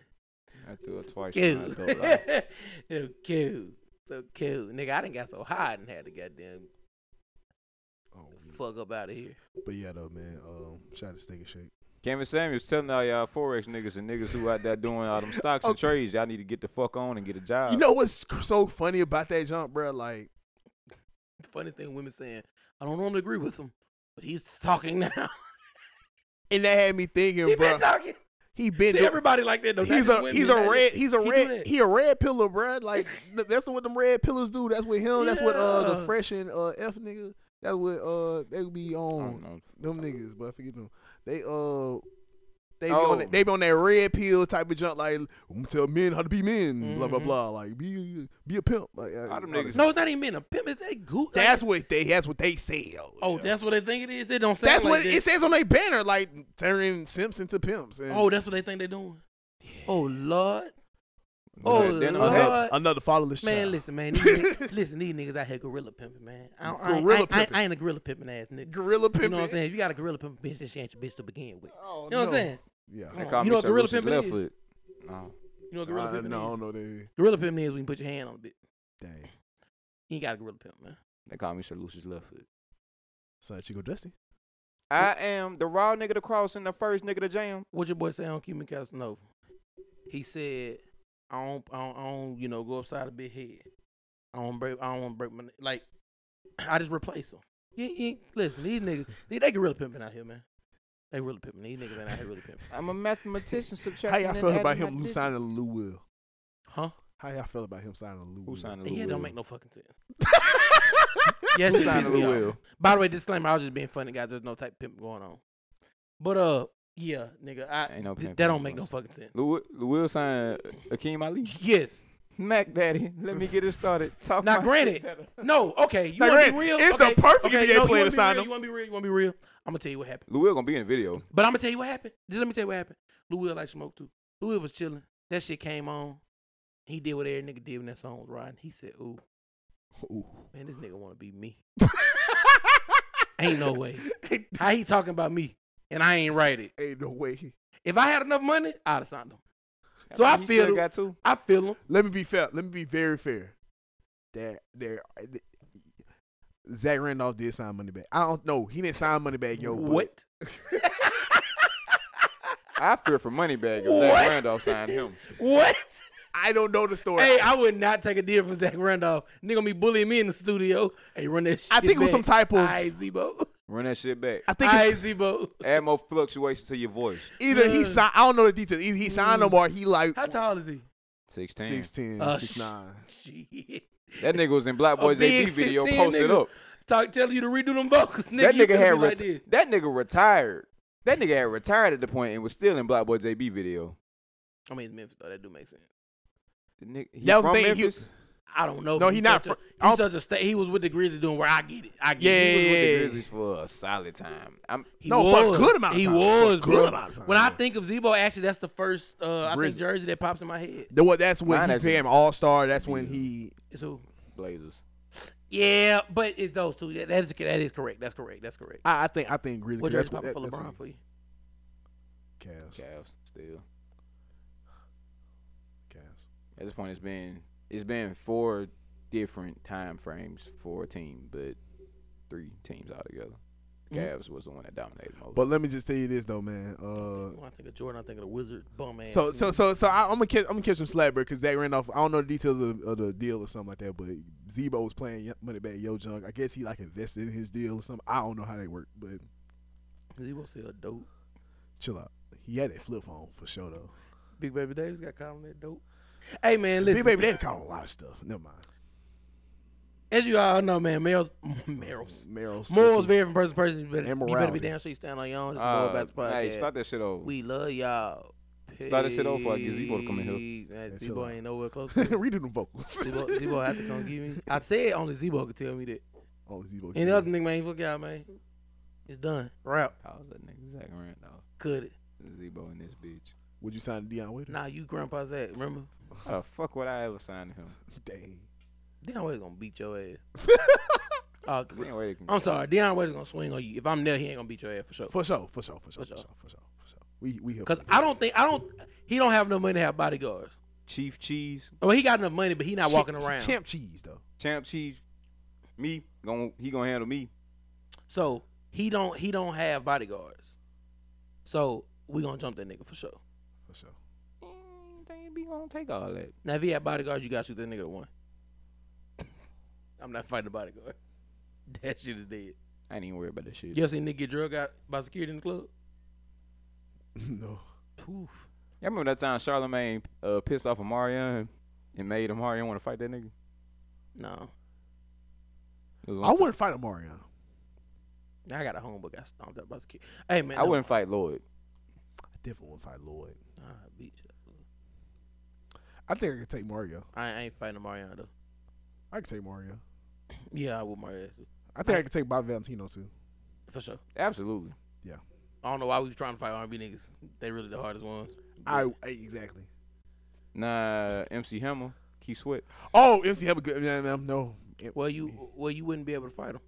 Speaker 1: I threw up twice in my
Speaker 2: Cute.
Speaker 1: adult life.
Speaker 2: so cute. So cute. Nigga, I done got so high and had to goddamn
Speaker 3: Oh,
Speaker 2: fuck up out of here.
Speaker 3: but yeah, though, man. Um, shout out to Steak and Shake.
Speaker 1: Kevin Samuels telling all y'all forex niggas and niggas who out there doing all them stocks and
Speaker 3: Okay.
Speaker 1: trades, y'all need to get the fuck on and get a job.
Speaker 3: You know what's c- so funny about that jump, bro? Like,
Speaker 2: Funny thing, women saying, I don't normally agree with him, but he's talking now.
Speaker 3: and that had me
Speaker 2: he
Speaker 3: thinking, bro.
Speaker 2: been talking.
Speaker 3: He been.
Speaker 2: See,
Speaker 3: do-
Speaker 2: everybody like that. Though. Not
Speaker 3: He's
Speaker 2: just
Speaker 3: a
Speaker 2: women,
Speaker 3: he's a
Speaker 2: not just-
Speaker 3: red he's a
Speaker 2: He do
Speaker 3: red
Speaker 2: that.
Speaker 3: he a red pillar, bro. Like th- that's what them red pillars do. That's what him. That's what uh the
Speaker 2: Yeah.
Speaker 3: fresh and uh F nigga. That's what uh they be
Speaker 1: I don't
Speaker 3: on
Speaker 1: know.
Speaker 3: them niggas, but I forget them. They uh they be
Speaker 1: Oh.
Speaker 3: on that, they be on that red pill type of junk like "Mm, tell men how to be men, blah blah
Speaker 2: Mhm.
Speaker 3: blah. Like be be a pimp. Like uh,
Speaker 1: All them
Speaker 3: all
Speaker 1: niggas-
Speaker 3: that-
Speaker 2: No, it's not even a pimp. It's that goo.
Speaker 3: That's
Speaker 2: like,
Speaker 3: what they that's what they sell.
Speaker 2: Oh,
Speaker 3: Yeah.
Speaker 2: that's what they think it is. They don't sound
Speaker 3: that's
Speaker 2: like
Speaker 3: what
Speaker 2: that.
Speaker 3: it says on their banner, like turning simps into pimps. And
Speaker 2: Oh, that's what they think they're doing. Oh Lord, Oh,
Speaker 1: Then- then
Speaker 2: Lord.
Speaker 1: another-
Speaker 3: another, another fatherless
Speaker 2: man,
Speaker 3: child.
Speaker 2: listen, man, these, niggas- listen, these niggas out here gorilla pimping, man. I, don't- I, ain't-
Speaker 3: Gorilla
Speaker 2: I, ain't- I, ain't-
Speaker 3: pimping.
Speaker 2: I ain't a gorilla pimping ass nigga.
Speaker 3: Gorilla pimping.
Speaker 2: You know what I'm saying? If you got a gorilla pimping bitch, then she ain't your bitch to begin with.
Speaker 3: Oh,
Speaker 2: You know what I'm saying?
Speaker 3: Yeah.
Speaker 1: They
Speaker 2: Oh,
Speaker 1: call
Speaker 2: you
Speaker 1: me
Speaker 2: know what
Speaker 1: Sir
Speaker 2: gorilla
Speaker 1: Lucius
Speaker 2: pimping
Speaker 1: left
Speaker 2: is?
Speaker 1: foot. No.
Speaker 2: You know what gorilla pimping
Speaker 3: Uh, no,
Speaker 2: is?
Speaker 3: no, they
Speaker 2: Gorilla pimping is when you put your hand on the bitch.
Speaker 3: dang.
Speaker 2: You ain't got a gorilla pimp, man.
Speaker 1: They call me Sir Lucius left foot.
Speaker 3: Son, Chico Dusty.
Speaker 1: I am the raw nigga to cross and the first nigga to jam.
Speaker 2: What your boy say on Cuban Casanova? He said, "I don't, I don't, I don't you know, go upside a big head. I don't break, I don't want to break my ne- like. I just replace them. You, ain't- you ain't- listen, these niggas, they, they gorilla pimping out here, man. They really pimping. These niggas ain't out here really pimping,
Speaker 1: I'm a mathematician subtracting.
Speaker 3: How y'all
Speaker 1: and
Speaker 3: feel about
Speaker 1: adding my
Speaker 3: him
Speaker 1: digits.
Speaker 3: signing a Lou Will?
Speaker 2: huh?
Speaker 3: How y'all feel about him signing a Lou
Speaker 1: Who
Speaker 3: Will?
Speaker 1: signed a
Speaker 2: Yeah,
Speaker 1: Lou
Speaker 2: it
Speaker 1: Will?
Speaker 2: don't make no fucking sense. yes,
Speaker 1: Who
Speaker 2: it
Speaker 1: signed
Speaker 2: pissed
Speaker 1: a
Speaker 2: me
Speaker 1: Lou
Speaker 2: off.
Speaker 1: Will?
Speaker 2: By the way, disclaimer: I was just being funny, guys. There's no type of pimp going on. But uh, yeah, nigga, I
Speaker 1: Ain't no
Speaker 2: th-
Speaker 1: pimp
Speaker 2: that
Speaker 1: in
Speaker 2: don't
Speaker 1: the
Speaker 2: make no
Speaker 1: world.
Speaker 2: fucking sense.
Speaker 1: Lou, Wi- Lou Will signed Akeem Ali.
Speaker 2: Yes.
Speaker 1: Mac Daddy, let me get it started. Talk
Speaker 2: Now,
Speaker 1: my
Speaker 2: granted,
Speaker 1: shit better.
Speaker 2: No, okay. You
Speaker 3: Now,
Speaker 2: want to be
Speaker 3: granted,
Speaker 2: real?
Speaker 3: it's the
Speaker 2: okay.
Speaker 3: perfect
Speaker 2: okay,
Speaker 3: NBA player
Speaker 2: no, you
Speaker 3: to
Speaker 2: wanna
Speaker 3: sign
Speaker 2: be real,
Speaker 3: him.
Speaker 2: You want to be real? You want to be real? I'm gonna tell you what happened.
Speaker 1: Lou Will gonna be in the video.
Speaker 2: But I'm gonna tell you what happened. Just let me tell you what happened. Lou Will like smoke too. Lou Will was chilling. That shit came on. He did what every nigga did when that song was riding. He said, "Ooh,
Speaker 3: Ooh.
Speaker 2: man, this nigga want to be me." Ain't no way. How he talking about me? And I ain't write it.
Speaker 3: Ain't no way.
Speaker 2: If I had enough money, I'd have signed him. So I
Speaker 1: He
Speaker 2: feel
Speaker 1: still
Speaker 2: him.
Speaker 1: got two.
Speaker 2: I feel him.
Speaker 3: Let me be fair. Let me be very fair. That there, Zach Randolph did sign money back. I don't know. He didn't sign money back, yo. but-
Speaker 2: what?
Speaker 1: I fear for Moneybag if
Speaker 2: What?
Speaker 1: Zach Randolph signed him.
Speaker 2: What?
Speaker 3: I don't know the story.
Speaker 2: Hey,
Speaker 3: I,
Speaker 2: I would not take a deal from Zach Randolph. Nigga gonna be bullying me in the studio. Hey, run that shit.
Speaker 3: think it was
Speaker 2: back.
Speaker 3: some type of. I,
Speaker 2: Aye, Zebo.
Speaker 1: Run that shit back.
Speaker 3: think it's
Speaker 2: Zebo.
Speaker 1: Add more fluctuation to your voice.
Speaker 3: either he
Speaker 2: Yeah.
Speaker 3: signed. I don't know the details. Either he signed them or he like
Speaker 2: mm. How tall is he?
Speaker 1: Sixteen.
Speaker 3: six ten,
Speaker 2: Uh,
Speaker 3: six nine.
Speaker 2: Shit.
Speaker 1: That nigga was in Black Boys
Speaker 2: big
Speaker 1: JD video
Speaker 2: 16
Speaker 1: posted
Speaker 2: nigga.
Speaker 1: up.
Speaker 2: Talk, tell you to redo them vocals, nigga.
Speaker 1: that
Speaker 2: You
Speaker 1: nigga
Speaker 2: could've
Speaker 1: had
Speaker 2: been like
Speaker 1: reti-
Speaker 2: this.
Speaker 1: that nigga retired. That nigga had retired at the point and was still in Black Boy JB video.
Speaker 2: I mean, it's Memphis though. That do make sense.
Speaker 1: The nigga, he
Speaker 3: That was
Speaker 1: from
Speaker 3: the thing, he-
Speaker 1: Memphis.
Speaker 2: I don't know.
Speaker 3: No,
Speaker 2: but
Speaker 3: he not
Speaker 2: Such
Speaker 3: fr-
Speaker 2: a,
Speaker 3: I'll-
Speaker 2: he's such a state. He was with the Grizzlies doing where I get it. I get
Speaker 3: Yeah,
Speaker 2: it.
Speaker 1: He, was with
Speaker 3: yeah.
Speaker 1: the Grizzlies for a solid time. I'm
Speaker 2: He
Speaker 3: No, for a good amount of
Speaker 2: he
Speaker 3: time. For a
Speaker 2: was,
Speaker 3: good
Speaker 2: bro.
Speaker 3: amount of time,
Speaker 2: When I
Speaker 3: yeah.
Speaker 2: think of Zebo, actually, that's the first uh, I think
Speaker 3: Grizzly.
Speaker 2: jersey that pops in my head.
Speaker 3: The, what, that's when
Speaker 1: Mine
Speaker 3: he
Speaker 1: actually-
Speaker 3: became All Star. That's when he.
Speaker 2: It's who?
Speaker 1: Blazers.
Speaker 2: Yeah, but it's those two. That, that is that is correct. That's correct. That's correct.
Speaker 3: I, I think. I think Grizzly.
Speaker 2: What
Speaker 3: that's
Speaker 2: jersey
Speaker 3: what
Speaker 2: popping
Speaker 3: that,
Speaker 2: for
Speaker 3: that's
Speaker 2: LeBron
Speaker 3: when-
Speaker 2: for you?
Speaker 3: Cavs.
Speaker 1: Cavs still.
Speaker 3: Cavs.
Speaker 1: At this point, it's been it's been four different time frames for a team, but three teams altogether.
Speaker 2: Mhm.
Speaker 1: Cavs was the one that dominated most.
Speaker 3: But let me just tell you this though, man. Uh,
Speaker 2: When I think of Jordan, I think of the Wizard bum ass.
Speaker 3: So so
Speaker 2: nigga.
Speaker 3: so so I, I'm gonna catch I'm gonna catch some slack, bro, because Zach Randolph. I don't know the details of, of the deal or something like that, but Zebo was playing money back Yo Junk. I guess he like invested in his deal or something. I don't know how they work, but
Speaker 2: Zebo sell dope.
Speaker 3: chill out. He had that flip phone for sure though.
Speaker 2: Big Baby Davis got caught on that dope. Hey man, listen.
Speaker 3: Big baby, they call him a lot of stuff. Never mind.
Speaker 2: As you all know, man, Meryl's Meryl's
Speaker 3: Meryl's
Speaker 2: morals vary from person to person. You better, you better
Speaker 3: morality.
Speaker 2: be damn sure you stand on your own. It's
Speaker 1: Uh,
Speaker 2: more about the
Speaker 1: hey,
Speaker 2: podcast.
Speaker 1: start that shit over.
Speaker 2: we love y'all.
Speaker 1: Start that shit over before I get Z-Bo to come in here.
Speaker 2: Peace. That
Speaker 3: That's
Speaker 2: Z-Bo
Speaker 3: it.
Speaker 2: ain't nowhere close. to it.
Speaker 3: Redo them vocals.
Speaker 2: Z-Bo, Z-Bo have to come get me. I said only Z-Bo could tell me that.
Speaker 3: Oh, Zebo.
Speaker 2: Any other nigga, man, fuck y'all, man. It's done. Rap.
Speaker 1: How's that nigga Zach Randolph?
Speaker 2: Could it?
Speaker 1: Zebo in this bitch.
Speaker 3: Would you sign Deion Waiters?
Speaker 2: Nah, you grandpa's that. Remember?
Speaker 1: How the fuck would I ever sign him?
Speaker 3: Dang.
Speaker 2: Deion Waiters gonna beat your ass. Uh,
Speaker 1: Ain't way they can-
Speaker 2: I'm sorry. Deion Waiters gonna swing on you. If I'm there, he ain't gonna beat your ass for sure.
Speaker 3: For sure, for sure, for sure,
Speaker 2: For
Speaker 3: for
Speaker 2: sure.
Speaker 3: sure, for sure, for sure. We we here.
Speaker 2: Cause I don't think I don't. He don't have enough money to have bodyguards.
Speaker 1: Chief Cheese,
Speaker 2: Well, he got enough money, but he not walking around.
Speaker 3: Champ cheese though.
Speaker 1: Champ Cheese, me. Gon' he gonna handle me.
Speaker 2: So he don't he don't have bodyguards. So we gonna jump that nigga for sure.
Speaker 3: For sure.
Speaker 1: Mm, They be gonna take all that.
Speaker 2: Now if he had bodyguards, you gotta shoot that nigga to one. I'm not fighting a bodyguard. That shit is dead.
Speaker 1: I ain't even worried about that shit.
Speaker 2: You ever seen nigga get drug out by security in the club?
Speaker 3: no.
Speaker 2: Oof.
Speaker 1: Y'all remember that time Charlemagne uh, pissed off Amarion and made Amarion want to fight that nigga?
Speaker 2: No.
Speaker 1: It was one
Speaker 3: I
Speaker 1: time-
Speaker 3: wouldn't fight a Marion.
Speaker 2: Now I got a homebook. I stomped out by security. Hey man,
Speaker 1: I
Speaker 2: no.
Speaker 1: wouldn't fight Lloyd.
Speaker 3: I definitely wouldn't fight Lloyd.
Speaker 2: Nah, Ah, bitch.
Speaker 3: I think I could take Mario.
Speaker 2: I I ain't fighting Mariana though.
Speaker 3: I could take Mario.
Speaker 2: Yeah, I would Mariana too.
Speaker 3: I think I could take Bob Valentino too.
Speaker 2: for sure.
Speaker 1: Absolutely.
Speaker 2: I don't know why we was trying to fight R&B niggas. They really the hardest ones.
Speaker 3: I, I- exactly.
Speaker 1: Nah, MC Hammer, Keith Sweat.
Speaker 3: Oh, MC have a good no, no, no. It-
Speaker 2: Well, you well you wouldn't be able to fight them.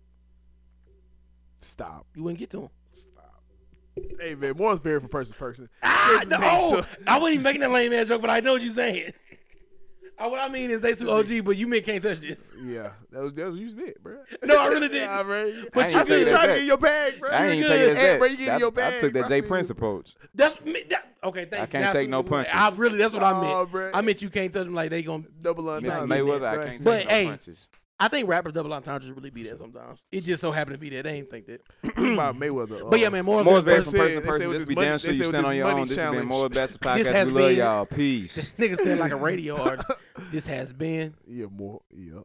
Speaker 3: stop.
Speaker 2: You wouldn't get to them.
Speaker 3: Stop. Hey man, more is very for person to person.
Speaker 2: Ah,
Speaker 3: Just
Speaker 2: no,
Speaker 3: make sure-
Speaker 2: I wasn't even making that lame ass joke, but I know what you're saying. I, what I mean is they too OG, but you men can't touch this.
Speaker 3: Yeah, that was that was you bit, bro.
Speaker 2: No, I really didn't.
Speaker 3: Nah, bro.
Speaker 1: But
Speaker 3: But
Speaker 1: you
Speaker 3: you
Speaker 1: said
Speaker 3: been trying
Speaker 1: that.
Speaker 3: to get your bag, bro.
Speaker 1: I ain't
Speaker 3: You
Speaker 1: even
Speaker 3: good.
Speaker 1: take it as
Speaker 3: Hey,
Speaker 1: that.
Speaker 3: bro, you get
Speaker 1: I,
Speaker 3: in your
Speaker 1: I
Speaker 3: bag.
Speaker 1: took that
Speaker 3: bro.
Speaker 1: Jay Prince approach.
Speaker 2: That's me. That, okay, thank you.
Speaker 1: I can't
Speaker 2: Now-
Speaker 1: take no punches.
Speaker 2: I really that's what I meant.
Speaker 3: Oh, bruh.
Speaker 2: I meant you can't touch them like they gonna.
Speaker 3: Double
Speaker 1: Miss
Speaker 3: entendre.
Speaker 1: Mayweather,
Speaker 3: Yeah,
Speaker 1: I
Speaker 3: bro.
Speaker 1: can't take
Speaker 2: But,
Speaker 1: no
Speaker 2: hey,
Speaker 1: punches.
Speaker 2: I think rappers double entendres really be that sometimes. It just so happened to be that they ain't think that.
Speaker 3: about Mayweather.
Speaker 2: But yeah,
Speaker 3: uh,
Speaker 2: man, more,
Speaker 1: More is
Speaker 3: they
Speaker 1: better
Speaker 2: better
Speaker 1: from person to
Speaker 3: said- they said
Speaker 1: person.
Speaker 3: with
Speaker 1: Just
Speaker 3: this
Speaker 1: be
Speaker 3: money-
Speaker 1: down sure you
Speaker 3: they said with
Speaker 1: stand on
Speaker 3: this
Speaker 1: your own.
Speaker 3: money
Speaker 1: This has been
Speaker 3: challenge.
Speaker 1: More Best
Speaker 2: This
Speaker 1: Podcast.
Speaker 2: has
Speaker 1: We love
Speaker 2: been-
Speaker 1: y'all. Peace.
Speaker 2: Nigga said like a radio artist. This has been.
Speaker 3: Yeah, more. Yeah.